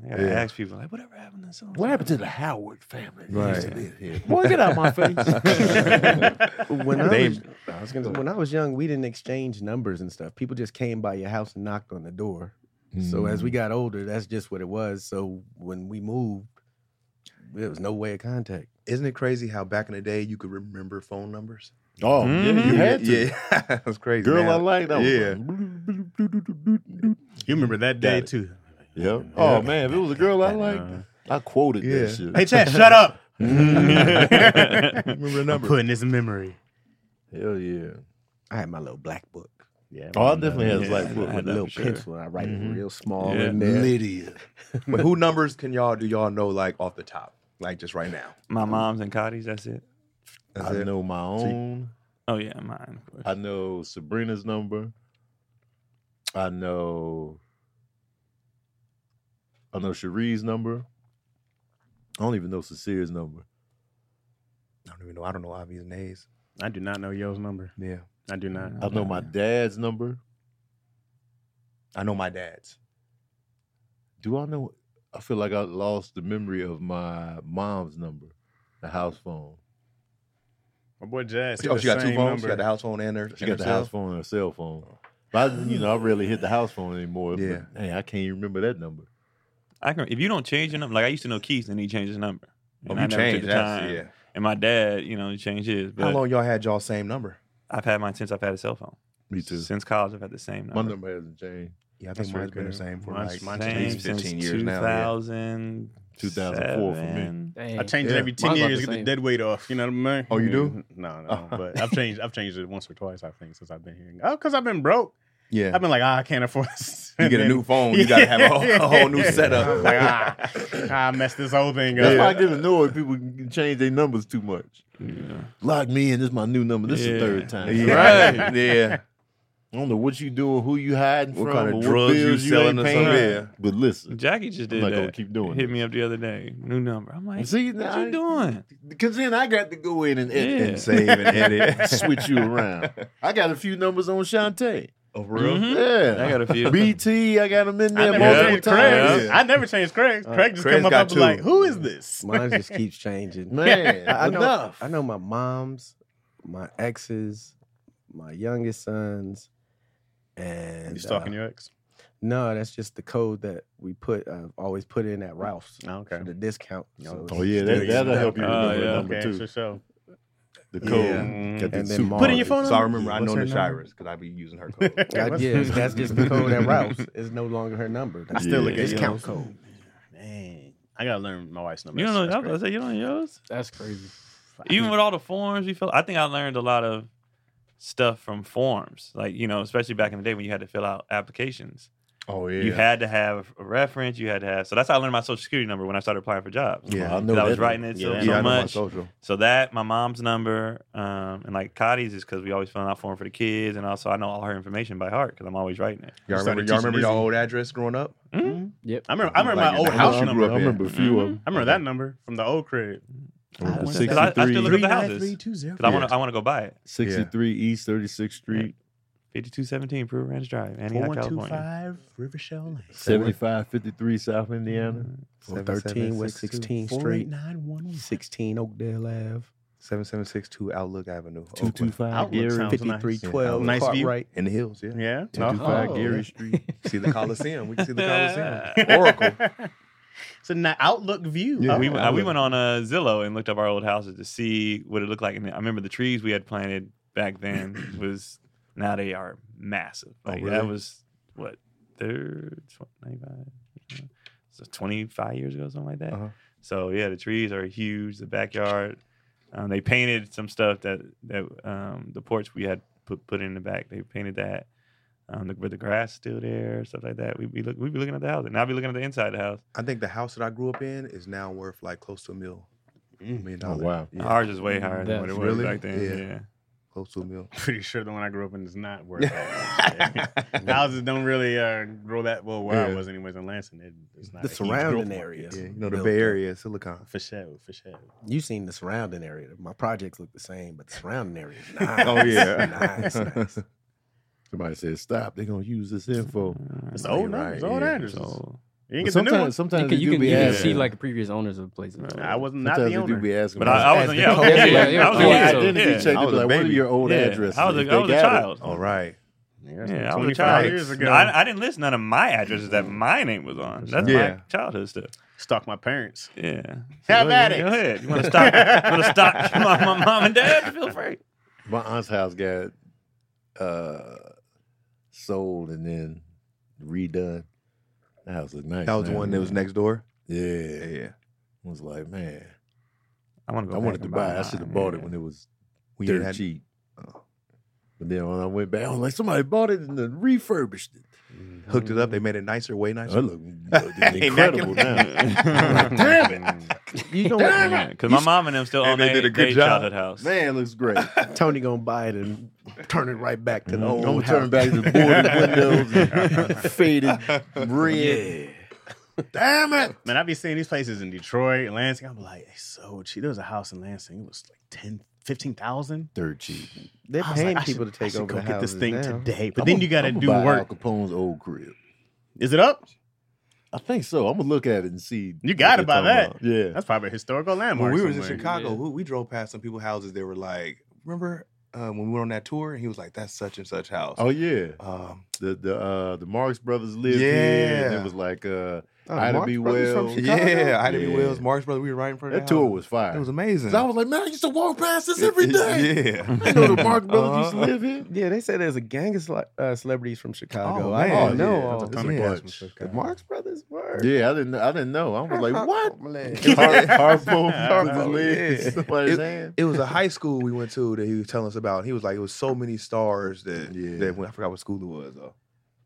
Speaker 4: Yeah. I gotta
Speaker 1: Yeah.
Speaker 4: ask people like, whatever happened to so
Speaker 2: What happened to the Howard family? that
Speaker 1: Right.
Speaker 2: used to live here? Boy, get out my face.
Speaker 6: That's
Speaker 5: When I,
Speaker 1: They-
Speaker 5: was, I was gonna say, when I was young, we didn't exchange numbers and stuff. People just came by your house and knocked on the door. So as we got older, that's just what it was. So when we moved, there was no way of contact.
Speaker 1: Isn't it crazy how back in the day you could remember phone numbers?
Speaker 2: oh, yeah, you
Speaker 4: Mm.
Speaker 2: had to.
Speaker 1: Yeah, that's crazy.
Speaker 2: Girl,
Speaker 1: now.
Speaker 2: I like that.
Speaker 1: Yeah.
Speaker 2: one.
Speaker 6: You remember that
Speaker 2: Got
Speaker 6: day
Speaker 2: it.
Speaker 6: too.
Speaker 2: Yep. Oh man, if it was a girl I liked,
Speaker 6: Uh,
Speaker 2: I quoted that
Speaker 1: Yeah.
Speaker 2: shit.
Speaker 6: Hey Chad, shut up.
Speaker 1: remember the
Speaker 6: I'm
Speaker 1: number.
Speaker 6: putting this in memory.
Speaker 2: Hell yeah.
Speaker 5: I had my little black book,
Speaker 6: Yeah.
Speaker 2: Oh, I definitely had a
Speaker 4: Yeah.
Speaker 2: black book.
Speaker 4: I
Speaker 5: with
Speaker 4: had
Speaker 5: a
Speaker 4: that
Speaker 5: little
Speaker 4: for sure.
Speaker 5: pencil, and I write
Speaker 1: Mhm.
Speaker 5: it real small
Speaker 4: Yeah.
Speaker 5: in there.
Speaker 2: Lydia.
Speaker 1: but who numbers can y'all do y'all know like off the top? Like just right now.
Speaker 4: My mom's and Cotty's, that's it.
Speaker 1: That's
Speaker 2: I
Speaker 1: it.
Speaker 2: know my own.
Speaker 4: Oh yeah, mine, of course.
Speaker 2: I know Sabrina's number. I know. I know Cherie's number. I don't even know Cecilia's number.
Speaker 1: I don't even know. I don't know Ivy's and A's.
Speaker 6: I do not know Yo's number.
Speaker 1: Yeah.
Speaker 6: I do not.
Speaker 2: I know my dad's number.
Speaker 1: I know my dad's.
Speaker 2: Do I know? I feel like I lost the memory of my mom's number, the house phone.
Speaker 6: My boy Jazz.
Speaker 1: oh, she got two phones.
Speaker 6: Number.
Speaker 1: She got the house phone and her.
Speaker 2: She
Speaker 1: and
Speaker 2: got
Speaker 1: her
Speaker 2: the
Speaker 1: cell? Oh.
Speaker 2: house phone and her cell phone. But I, you know, I rarely hit the house phone anymore. but,
Speaker 1: Yeah.
Speaker 2: hey, I can't even remember that number.
Speaker 4: I can if you don't change your number, like I used to know Keith and he changed his number.
Speaker 1: Oh,
Speaker 4: And
Speaker 1: you
Speaker 4: I never took
Speaker 1: changed.
Speaker 4: the
Speaker 1: That's-
Speaker 4: time.
Speaker 1: Yeah.
Speaker 4: And my dad, you know, he changed his. But
Speaker 1: How long y'all had y'all same number?
Speaker 4: I've had mine since I've had a cell phone.
Speaker 2: Me too.
Speaker 4: Since college, I've had the same
Speaker 2: My
Speaker 4: number.
Speaker 2: number hasn't changed.
Speaker 1: Yeah, I
Speaker 6: That's
Speaker 1: think mine's
Speaker 6: really
Speaker 1: been the
Speaker 6: good.
Speaker 1: same for
Speaker 6: Mine's-
Speaker 1: like
Speaker 6: mine's
Speaker 1: at
Speaker 4: Same
Speaker 1: least
Speaker 6: changed
Speaker 4: since
Speaker 1: 15 years now. yeah.
Speaker 4: 2000,
Speaker 2: 2004 for me.
Speaker 4: seven.
Speaker 3: Dang.
Speaker 6: I change
Speaker 1: Yeah.
Speaker 6: it every ten
Speaker 3: Mine's about the
Speaker 6: years to get the
Speaker 3: same.
Speaker 6: dead weight off. You know what I mean?
Speaker 1: Oh, you do? Oh.
Speaker 6: No, no. But I've changed. I've changed it once or twice. I think since I've been here. Oh, because I've been broke.
Speaker 1: Yeah.
Speaker 6: I've been like, ah, I can't afford. This.
Speaker 1: you
Speaker 6: And
Speaker 1: get a
Speaker 6: then-
Speaker 1: new phone, you gotta have a whole, a whole new
Speaker 6: Yeah. I
Speaker 1: setup.
Speaker 6: was like, ah, I messed this whole thing up.
Speaker 2: That's why I get annoyed. People can change their numbers too much.
Speaker 4: Yeah.
Speaker 2: Lock me in. This is my new number. This is the
Speaker 4: Yeah.
Speaker 2: third time.
Speaker 1: Yeah.
Speaker 2: Right.
Speaker 1: Yeah.
Speaker 2: I don't know what you doing, who you hiding
Speaker 1: What
Speaker 2: from,
Speaker 1: kind of
Speaker 2: or what
Speaker 1: drugs you
Speaker 2: bills
Speaker 1: selling
Speaker 2: ain't
Speaker 1: or
Speaker 2: paying.
Speaker 1: something. Yeah.
Speaker 2: But listen,
Speaker 4: Jackie just
Speaker 2: I'm
Speaker 4: did
Speaker 2: not gonna
Speaker 4: that.
Speaker 2: keep doing.
Speaker 4: Hit
Speaker 2: this.
Speaker 4: me up the other day. New number. I'm like,
Speaker 2: See,
Speaker 4: what
Speaker 2: now I-
Speaker 4: you doing?
Speaker 2: Because then I got to go in and edit
Speaker 4: Yeah.
Speaker 2: and say,
Speaker 1: Save and edit.
Speaker 2: switch you around. Mm-hmm. I got a few numbers on Shantae.
Speaker 1: Oh, for real?
Speaker 4: Mhm.
Speaker 2: Yeah.
Speaker 4: I got a few.
Speaker 2: BT, I got them in
Speaker 6: I
Speaker 2: there
Speaker 6: never
Speaker 2: multiple
Speaker 6: changed
Speaker 2: times.
Speaker 6: Craig's.
Speaker 1: Yeah.
Speaker 6: I never changed Craig's.
Speaker 5: Uh,
Speaker 6: Craig just
Speaker 1: Craig's
Speaker 6: come up
Speaker 1: got
Speaker 6: and be like,
Speaker 1: two.
Speaker 6: "Who is this?"
Speaker 5: Mine just keeps changing.
Speaker 2: Man,
Speaker 5: I, I know.
Speaker 2: enough.
Speaker 5: I know my mom's, my ex's, my youngest son's, and
Speaker 6: You stalking
Speaker 5: uh,
Speaker 6: your ex?
Speaker 5: No, that's just the code that we put. I've always put in at Ralph's
Speaker 6: Oh, okay.
Speaker 5: for the discount. So
Speaker 2: Oh, yeah,
Speaker 5: it's
Speaker 2: that,
Speaker 5: still
Speaker 2: that'll
Speaker 5: used
Speaker 2: help you
Speaker 5: up.
Speaker 4: Oh,
Speaker 2: remember
Speaker 4: yeah.
Speaker 2: a number
Speaker 6: okay,
Speaker 2: too.
Speaker 6: so- so.
Speaker 2: The
Speaker 5: Yeah.
Speaker 2: code.
Speaker 6: Mhm.
Speaker 2: Got that
Speaker 5: And then
Speaker 2: super-
Speaker 5: mom.
Speaker 6: Put in your phone
Speaker 1: So I
Speaker 6: number.
Speaker 1: remember I
Speaker 6: What's
Speaker 1: know
Speaker 6: her
Speaker 1: the
Speaker 6: number?
Speaker 1: Shiras because I be using her code.
Speaker 5: I guess that's just the code at Ralph's. It's no longer her number. That's
Speaker 2: Yeah.
Speaker 5: still
Speaker 2: Look
Speaker 5: a
Speaker 2: at
Speaker 5: discount code.
Speaker 6: Man, I gotta learn my wife's number.
Speaker 4: You don't know.
Speaker 6: That's
Speaker 4: I was about to say you don't know yours.
Speaker 3: That's crazy.
Speaker 4: Even with all the forms we fill, I think I learned a lot of stuff from forms. Like you know, especially back in the day when you had to fill out applications.
Speaker 1: Oh yeah.
Speaker 4: You had to have a reference. You had to have. So that's how I learned my social security number when I started applying for jobs.
Speaker 1: Yeah.
Speaker 2: I know
Speaker 4: 'Cause I
Speaker 2: that.
Speaker 4: was writing it so,
Speaker 6: Yeah,
Speaker 1: yeah,
Speaker 4: so
Speaker 1: I know my
Speaker 4: much.
Speaker 1: social.
Speaker 4: So that my mom's number, um, and like Cotty's is because we always filling out form for the kids, and also I know all her information by heart because I'm always writing it.
Speaker 1: Y'all remember
Speaker 6: started
Speaker 1: y'all remember
Speaker 6: teaching
Speaker 1: y'all
Speaker 6: these-
Speaker 1: old address growing up?
Speaker 4: Mm-hmm.
Speaker 6: I remember. I remember
Speaker 1: Like
Speaker 6: my
Speaker 1: your
Speaker 6: old
Speaker 1: house
Speaker 6: house
Speaker 1: you
Speaker 6: number. Mm-hmm.
Speaker 1: grew up
Speaker 2: I
Speaker 1: in.
Speaker 2: remember a few of them.
Speaker 6: I remember that number from the old crib.
Speaker 2: Over
Speaker 4: I
Speaker 2: sixty-three,
Speaker 4: wanna- 'cause I- I still look at the houses.
Speaker 6: 39320.
Speaker 4: Because I want to, I want to go buy it.
Speaker 2: 63 East 36th Street,
Speaker 4: Fifty-two seventeen Brewer Ranch Drive, Antioch, California.
Speaker 6: 4125 Rivershell Lane.
Speaker 2: seventy-five fifty-three South Indiana.
Speaker 5: 413 West 16th Street,
Speaker 6: 48911.
Speaker 5: 16 Oakdale Ave,
Speaker 1: Seven seven six two Outlook Avenue,
Speaker 2: Two two
Speaker 1: Oakland.
Speaker 2: five
Speaker 6: Outlook
Speaker 2: Gary,
Speaker 6: sounds nice.
Speaker 5: 5312
Speaker 6: Nice view.
Speaker 5: Cartwright.
Speaker 1: in the hills. Yeah,
Speaker 6: Yeah.
Speaker 2: two two five
Speaker 5: Oh.
Speaker 2: Gary Street.
Speaker 1: see the Coliseum. We can see the Coliseum. Oracle.
Speaker 6: It's an outlook view.
Speaker 1: Yeah.
Speaker 6: Oh,
Speaker 4: We,
Speaker 1: I
Speaker 4: I, we
Speaker 1: would-
Speaker 4: went on uh, Zillow and looked up our old houses to see what it looked like. And I remember the trees we had planted back then was now they are massive.
Speaker 1: Oh,
Speaker 4: Like that
Speaker 1: really?
Speaker 4: was what third twenty five, so twenty five years ago, something like that.
Speaker 1: Uh-huh.
Speaker 4: So yeah, the trees are huge. The backyard, um, they painted some stuff that that um, the porch we had put put in the back. They painted that. Um, the, where the grass still there, stuff like that. We'd be look, we'd be looking at the house, and I'd be looking at the inside of the house.
Speaker 1: I think the house that I grew up in is now worth like close to a mil. million
Speaker 2: Oh,
Speaker 1: dollars.
Speaker 2: wow.
Speaker 1: Yeah,
Speaker 4: Ours is way higher than what it
Speaker 3: That's-
Speaker 4: was
Speaker 1: Really?
Speaker 4: back then.
Speaker 1: Yeah.
Speaker 4: Yeah.
Speaker 1: close to a mil.
Speaker 6: Pretty sure the one I grew up in is not worth that. much. Houses don't really uh, grow that well where I
Speaker 1: Yeah.
Speaker 6: was, anyways, in Lansing. It, it's not
Speaker 5: The
Speaker 6: a huge
Speaker 5: surrounding
Speaker 6: growth market.
Speaker 5: areas.
Speaker 1: Yeah, you know the
Speaker 5: built
Speaker 1: Bay
Speaker 5: up.
Speaker 1: Area, Silicon.
Speaker 6: For sure, for sure.
Speaker 5: You seen the surrounding area. My projects look the same, but the surrounding area. is Nice.
Speaker 1: Oh yeah.
Speaker 5: nice, nice.
Speaker 2: Somebody said, stop. They're going to use this info.
Speaker 6: It's
Speaker 1: Oh,
Speaker 6: old
Speaker 1: you're
Speaker 6: numbers,
Speaker 1: right,
Speaker 6: old
Speaker 1: yeah,
Speaker 6: addresses.
Speaker 4: So,
Speaker 6: You didn't get the new
Speaker 2: sometimes,
Speaker 6: ones.
Speaker 2: sometimes
Speaker 3: you can,
Speaker 2: they
Speaker 3: you
Speaker 2: do
Speaker 3: can,
Speaker 2: be
Speaker 3: you can
Speaker 2: asking-
Speaker 3: see like the previous owners of places.
Speaker 4: Right.
Speaker 6: I was not
Speaker 2: Sometimes
Speaker 6: the
Speaker 2: they do
Speaker 6: owner.
Speaker 2: be asking.
Speaker 4: but I, I
Speaker 5: As
Speaker 4: wasn't.
Speaker 5: the
Speaker 4: Yeah, I was-
Speaker 5: code.
Speaker 4: yeah,
Speaker 3: Yeah,
Speaker 4: yeah, I was
Speaker 3: yeah.
Speaker 4: a
Speaker 3: Yeah,
Speaker 4: kid.
Speaker 2: identity
Speaker 4: yeah.
Speaker 2: check.
Speaker 1: I
Speaker 2: They'd
Speaker 1: was
Speaker 2: be
Speaker 1: a
Speaker 2: like, what are
Speaker 1: baby.
Speaker 2: your old
Speaker 4: Yeah,
Speaker 2: addresses?
Speaker 4: I was a-
Speaker 2: If
Speaker 4: I
Speaker 2: they
Speaker 4: was a
Speaker 2: got it.
Speaker 4: child.
Speaker 1: All right.
Speaker 4: Yeah, I was a
Speaker 6: 25
Speaker 4: child.
Speaker 6: years ago.
Speaker 4: I, I didn't list none of my addresses that my name was on. That's
Speaker 1: Yeah.
Speaker 4: my childhood stuff.
Speaker 6: Stalk my parents.
Speaker 4: Yeah. So
Speaker 6: Have
Speaker 4: go-
Speaker 6: at it.
Speaker 4: Go ahead. You want to stop? you want to stop my, my mom and dad? Feel free.
Speaker 2: My aunt's house got uh, sold and then redone. That house was nice.
Speaker 1: That was the
Speaker 2: man.
Speaker 1: one that was next door.
Speaker 2: Yeah.
Speaker 1: Yeah,
Speaker 2: I
Speaker 1: yeah.
Speaker 2: was like, man,
Speaker 4: I want to go.
Speaker 2: I
Speaker 4: back
Speaker 2: wanted to
Speaker 4: and
Speaker 2: buy it. I
Speaker 4: mine,
Speaker 2: should have bought it
Speaker 4: yeah.
Speaker 2: when it was
Speaker 1: We
Speaker 2: dirt
Speaker 1: didn't have-
Speaker 2: cheap.
Speaker 1: Oh.
Speaker 2: But then when I went back, I was like, somebody bought it and then refurbished it.
Speaker 1: hooked it up. They made it nicer, way nicer.
Speaker 2: That looked incredible now. Damn
Speaker 4: it!
Speaker 2: You know
Speaker 4: Because
Speaker 2: what?
Speaker 4: my mom and them still
Speaker 1: And
Speaker 4: own
Speaker 1: they
Speaker 4: their
Speaker 1: did a good
Speaker 4: their
Speaker 1: job.
Speaker 4: childhood house.
Speaker 2: Man, it looks great.
Speaker 5: Tony gonna buy it and turn it right back to the
Speaker 2: I'm
Speaker 5: old
Speaker 2: gonna
Speaker 5: house.
Speaker 2: Mm-hmm. turn back to the boarded windows and faded red. Damn it!
Speaker 6: Man, I be seeing these places in Detroit, Lansing. I'm like, it's so cheap. There was a house in Lansing. It was like 10, 15,000.
Speaker 2: Dirt cheap.
Speaker 5: They're
Speaker 6: I was
Speaker 5: paying
Speaker 6: like, I
Speaker 5: people
Speaker 6: should-
Speaker 5: to
Speaker 6: I
Speaker 5: take
Speaker 6: should
Speaker 5: over
Speaker 6: go
Speaker 5: the
Speaker 6: get this
Speaker 5: houses
Speaker 6: thing
Speaker 5: now.
Speaker 6: today. But
Speaker 2: I'm
Speaker 6: then
Speaker 2: gonna-
Speaker 6: you got to
Speaker 2: I'm gonna
Speaker 6: do
Speaker 2: buy
Speaker 6: work.
Speaker 2: Al Capone's old crib.
Speaker 6: Is it up?
Speaker 2: I think so. I'm gonna look at it and see.
Speaker 6: You
Speaker 2: what
Speaker 6: gotta
Speaker 2: they're
Speaker 6: buy
Speaker 2: talking
Speaker 6: that.
Speaker 2: about. Yeah.
Speaker 6: That's probably a historical
Speaker 1: When
Speaker 6: landmark.
Speaker 1: we was in
Speaker 6: somewhere.
Speaker 1: Chicago,
Speaker 3: Yeah.
Speaker 1: we, we drove past some people's houses. They were like, remember uh, when we went on that tour? And he was like, that's such and such house.
Speaker 2: Oh yeah.
Speaker 1: um,
Speaker 2: The the uh, the Marx Brothers lived
Speaker 1: Yeah.
Speaker 2: here. And it was like uh,
Speaker 5: Oh,
Speaker 2: Ida
Speaker 5: Marx
Speaker 2: B.
Speaker 5: Brothers from
Speaker 2: Wells.
Speaker 5: Chicago?
Speaker 1: yeah, Ida B.
Speaker 2: Yeah.
Speaker 1: Wells, Marsh Brothers. We were right in front of
Speaker 2: that
Speaker 1: their
Speaker 2: tour
Speaker 1: house.
Speaker 2: was fire.
Speaker 1: It was amazing.
Speaker 2: 'Cause I was like, man, I used to walk past this every day.
Speaker 1: Yeah.
Speaker 2: I know the Marx Brothers used to
Speaker 1: Uh-huh.
Speaker 2: live here.
Speaker 5: Yeah, they said there's a gang of cele- uh, celebrities from Chicago.
Speaker 1: Oh,
Speaker 5: I
Speaker 1: man.
Speaker 5: didn't know
Speaker 1: Yeah,
Speaker 5: all
Speaker 1: that's a
Speaker 5: this.
Speaker 1: ton of
Speaker 5: Yeah.
Speaker 1: cats.
Speaker 5: The Marx Brothers were.
Speaker 2: Yeah, I didn't. I didn't know. I was like, what?
Speaker 1: Oh, Har-
Speaker 2: Harpo with his
Speaker 5: Harpo,
Speaker 2: legs
Speaker 5: yeah.
Speaker 2: in somebody's
Speaker 1: It-
Speaker 2: hand.
Speaker 1: It was a high school we went to that he was telling us about. He was like, it was so many stars that,
Speaker 2: Yeah.
Speaker 1: that when, I forgot what school it was, though.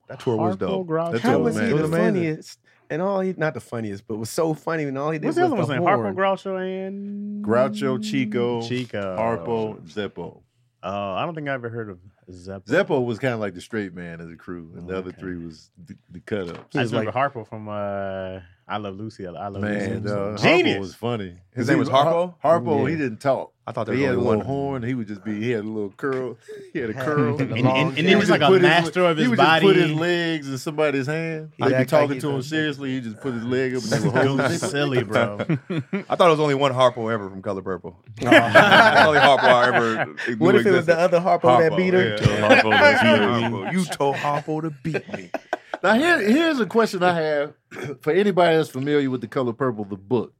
Speaker 1: That tour was dope.
Speaker 2: That's
Speaker 5: How
Speaker 2: what
Speaker 5: was
Speaker 2: it
Speaker 5: he
Speaker 2: was.
Speaker 5: the
Speaker 1: It was amazing.
Speaker 5: funniest? And all he not the funniest, but was so funny and all he did
Speaker 6: What's
Speaker 5: was
Speaker 6: the other one?
Speaker 5: the
Speaker 6: saying? Harpo
Speaker 5: horn.
Speaker 6: Groucho and
Speaker 2: Groucho, Chico,
Speaker 6: Chico,
Speaker 2: Harpo, Zeppo.
Speaker 6: Oh, I don't think I ever heard of Zeppo.
Speaker 2: Zeppo was kind of like the straight man of the crew, and the other
Speaker 6: Okay.
Speaker 2: three was the, the cut ups.
Speaker 6: I
Speaker 5: He was
Speaker 6: just remember Harpo from uh, I Love Lucy. I Love
Speaker 2: Man,
Speaker 6: Lucy.
Speaker 2: uh, Harpo
Speaker 6: Genius.
Speaker 2: was funny.
Speaker 1: His
Speaker 2: 'Cause
Speaker 1: name
Speaker 2: he
Speaker 1: was
Speaker 2: Har-
Speaker 1: Harpo?
Speaker 2: Harpo, he
Speaker 5: Yeah.
Speaker 2: didn't talk.
Speaker 1: I thought there
Speaker 2: He
Speaker 1: was
Speaker 2: had a
Speaker 1: only
Speaker 2: little
Speaker 1: one
Speaker 2: horn. He would just be. He had a little curl. He had a
Speaker 5: Had-
Speaker 2: curl.
Speaker 5: had a
Speaker 6: and,
Speaker 5: long
Speaker 6: and, and
Speaker 5: hair.
Speaker 6: he was like
Speaker 2: just
Speaker 6: a
Speaker 2: put his-
Speaker 6: master of
Speaker 2: he
Speaker 6: his
Speaker 2: would
Speaker 6: body.
Speaker 2: Just put his legs in somebody's hand.
Speaker 5: He'd
Speaker 2: I'd be
Speaker 5: act
Speaker 2: talking
Speaker 5: like
Speaker 2: to
Speaker 5: he's
Speaker 2: him
Speaker 5: a-
Speaker 2: seriously. He just put his leg up and they
Speaker 6: That's
Speaker 2: would hold
Speaker 6: so
Speaker 2: his
Speaker 6: silly, bro.
Speaker 1: I thought it was only one Harpo ever from Color Purple. That's the only Harpo I ever. knew
Speaker 5: What if it was the
Speaker 1: existed.
Speaker 5: other Harpo, that
Speaker 1: Harpo,
Speaker 5: beat her?
Speaker 1: yeah.
Speaker 4: Harpo was
Speaker 1: You
Speaker 4: huge.
Speaker 1: Harpo, You told Harpo to beat me.
Speaker 2: Now here, here's a question I have for anybody that's familiar with the color purple, the book.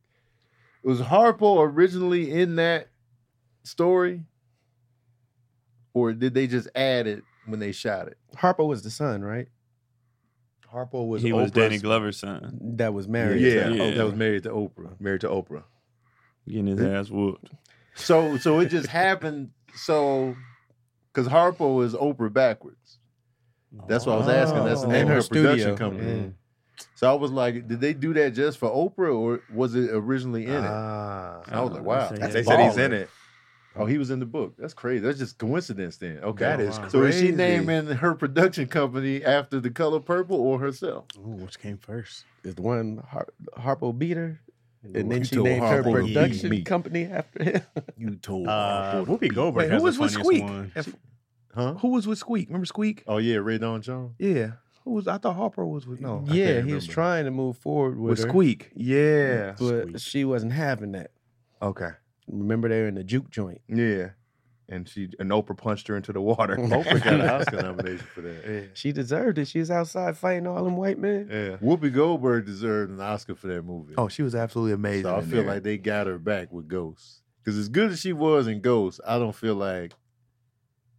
Speaker 2: Was Harpo originally in that story? Or did they just add it when they shot it?
Speaker 5: Harpo was the son, right?
Speaker 1: Harpo was
Speaker 4: he was
Speaker 1: Oprah's-
Speaker 4: Danny Glover's son.
Speaker 5: That was married.
Speaker 2: yeah,
Speaker 5: to-
Speaker 4: Yeah.
Speaker 2: Oh, that was married to Oprah.
Speaker 1: married to Oprah.
Speaker 4: Getting his ass whooped.
Speaker 2: So so it just happened so because Harpo is Oprah backwards. That's what I was asking. That's the
Speaker 5: Oh.
Speaker 2: name
Speaker 5: And
Speaker 2: of
Speaker 5: her
Speaker 2: her production
Speaker 5: studio. Mm.
Speaker 2: company.
Speaker 6: Mm.
Speaker 5: Yeah.
Speaker 2: So I was like, did they do that just for Oprah or was it originally in it?
Speaker 6: Uh,
Speaker 1: Ah,
Speaker 2: I was like, wow.
Speaker 4: They
Speaker 1: they said he's
Speaker 2: baller.
Speaker 1: in it.
Speaker 2: Oh, he was in the book. That's crazy. That's just coincidence then. Okay.
Speaker 1: That is
Speaker 2: So is she
Speaker 1: crazy.
Speaker 2: naming her production company after the color purple or herself?
Speaker 6: Ooh, which came first?
Speaker 5: Is the one Har- Harpo beat her? And then
Speaker 2: You
Speaker 5: she
Speaker 2: told
Speaker 5: named her
Speaker 2: Harpo to beat
Speaker 5: production
Speaker 2: me.
Speaker 5: company after him.
Speaker 2: You told
Speaker 6: Uh, Whoopi Goldberg.
Speaker 1: Wait,
Speaker 6: has
Speaker 1: who was
Speaker 6: the
Speaker 1: with
Speaker 6: funniest
Speaker 1: Squeak?
Speaker 6: one.
Speaker 1: If-
Speaker 2: huh?
Speaker 1: Who was with Squeak? Remember Squeak?
Speaker 2: Oh yeah, Ray Don John.
Speaker 1: Yeah. Who was? I thought Harpo was with. No. Oh, I
Speaker 5: yeah,
Speaker 1: can't
Speaker 5: he was
Speaker 1: remember.
Speaker 5: trying to move forward with,
Speaker 1: with
Speaker 5: her,
Speaker 1: Squeak. Yeah.
Speaker 5: but she wasn't having that.
Speaker 1: Okay.
Speaker 5: Remember, they were in the juke joint.
Speaker 1: Yeah. And she and Oprah punched her into the water.
Speaker 2: Oprah got an Oscar nomination for that.
Speaker 1: yeah.
Speaker 5: She deserved it. She was outside fighting all them white men.
Speaker 1: Yeah.
Speaker 2: Whoopi Goldberg deserved an Oscar for that movie.
Speaker 1: Oh, she was absolutely amazing.
Speaker 2: so I
Speaker 1: in
Speaker 2: feel
Speaker 1: there.
Speaker 2: like they got her back with Ghost. Because as good as she was in Ghost, I don't feel like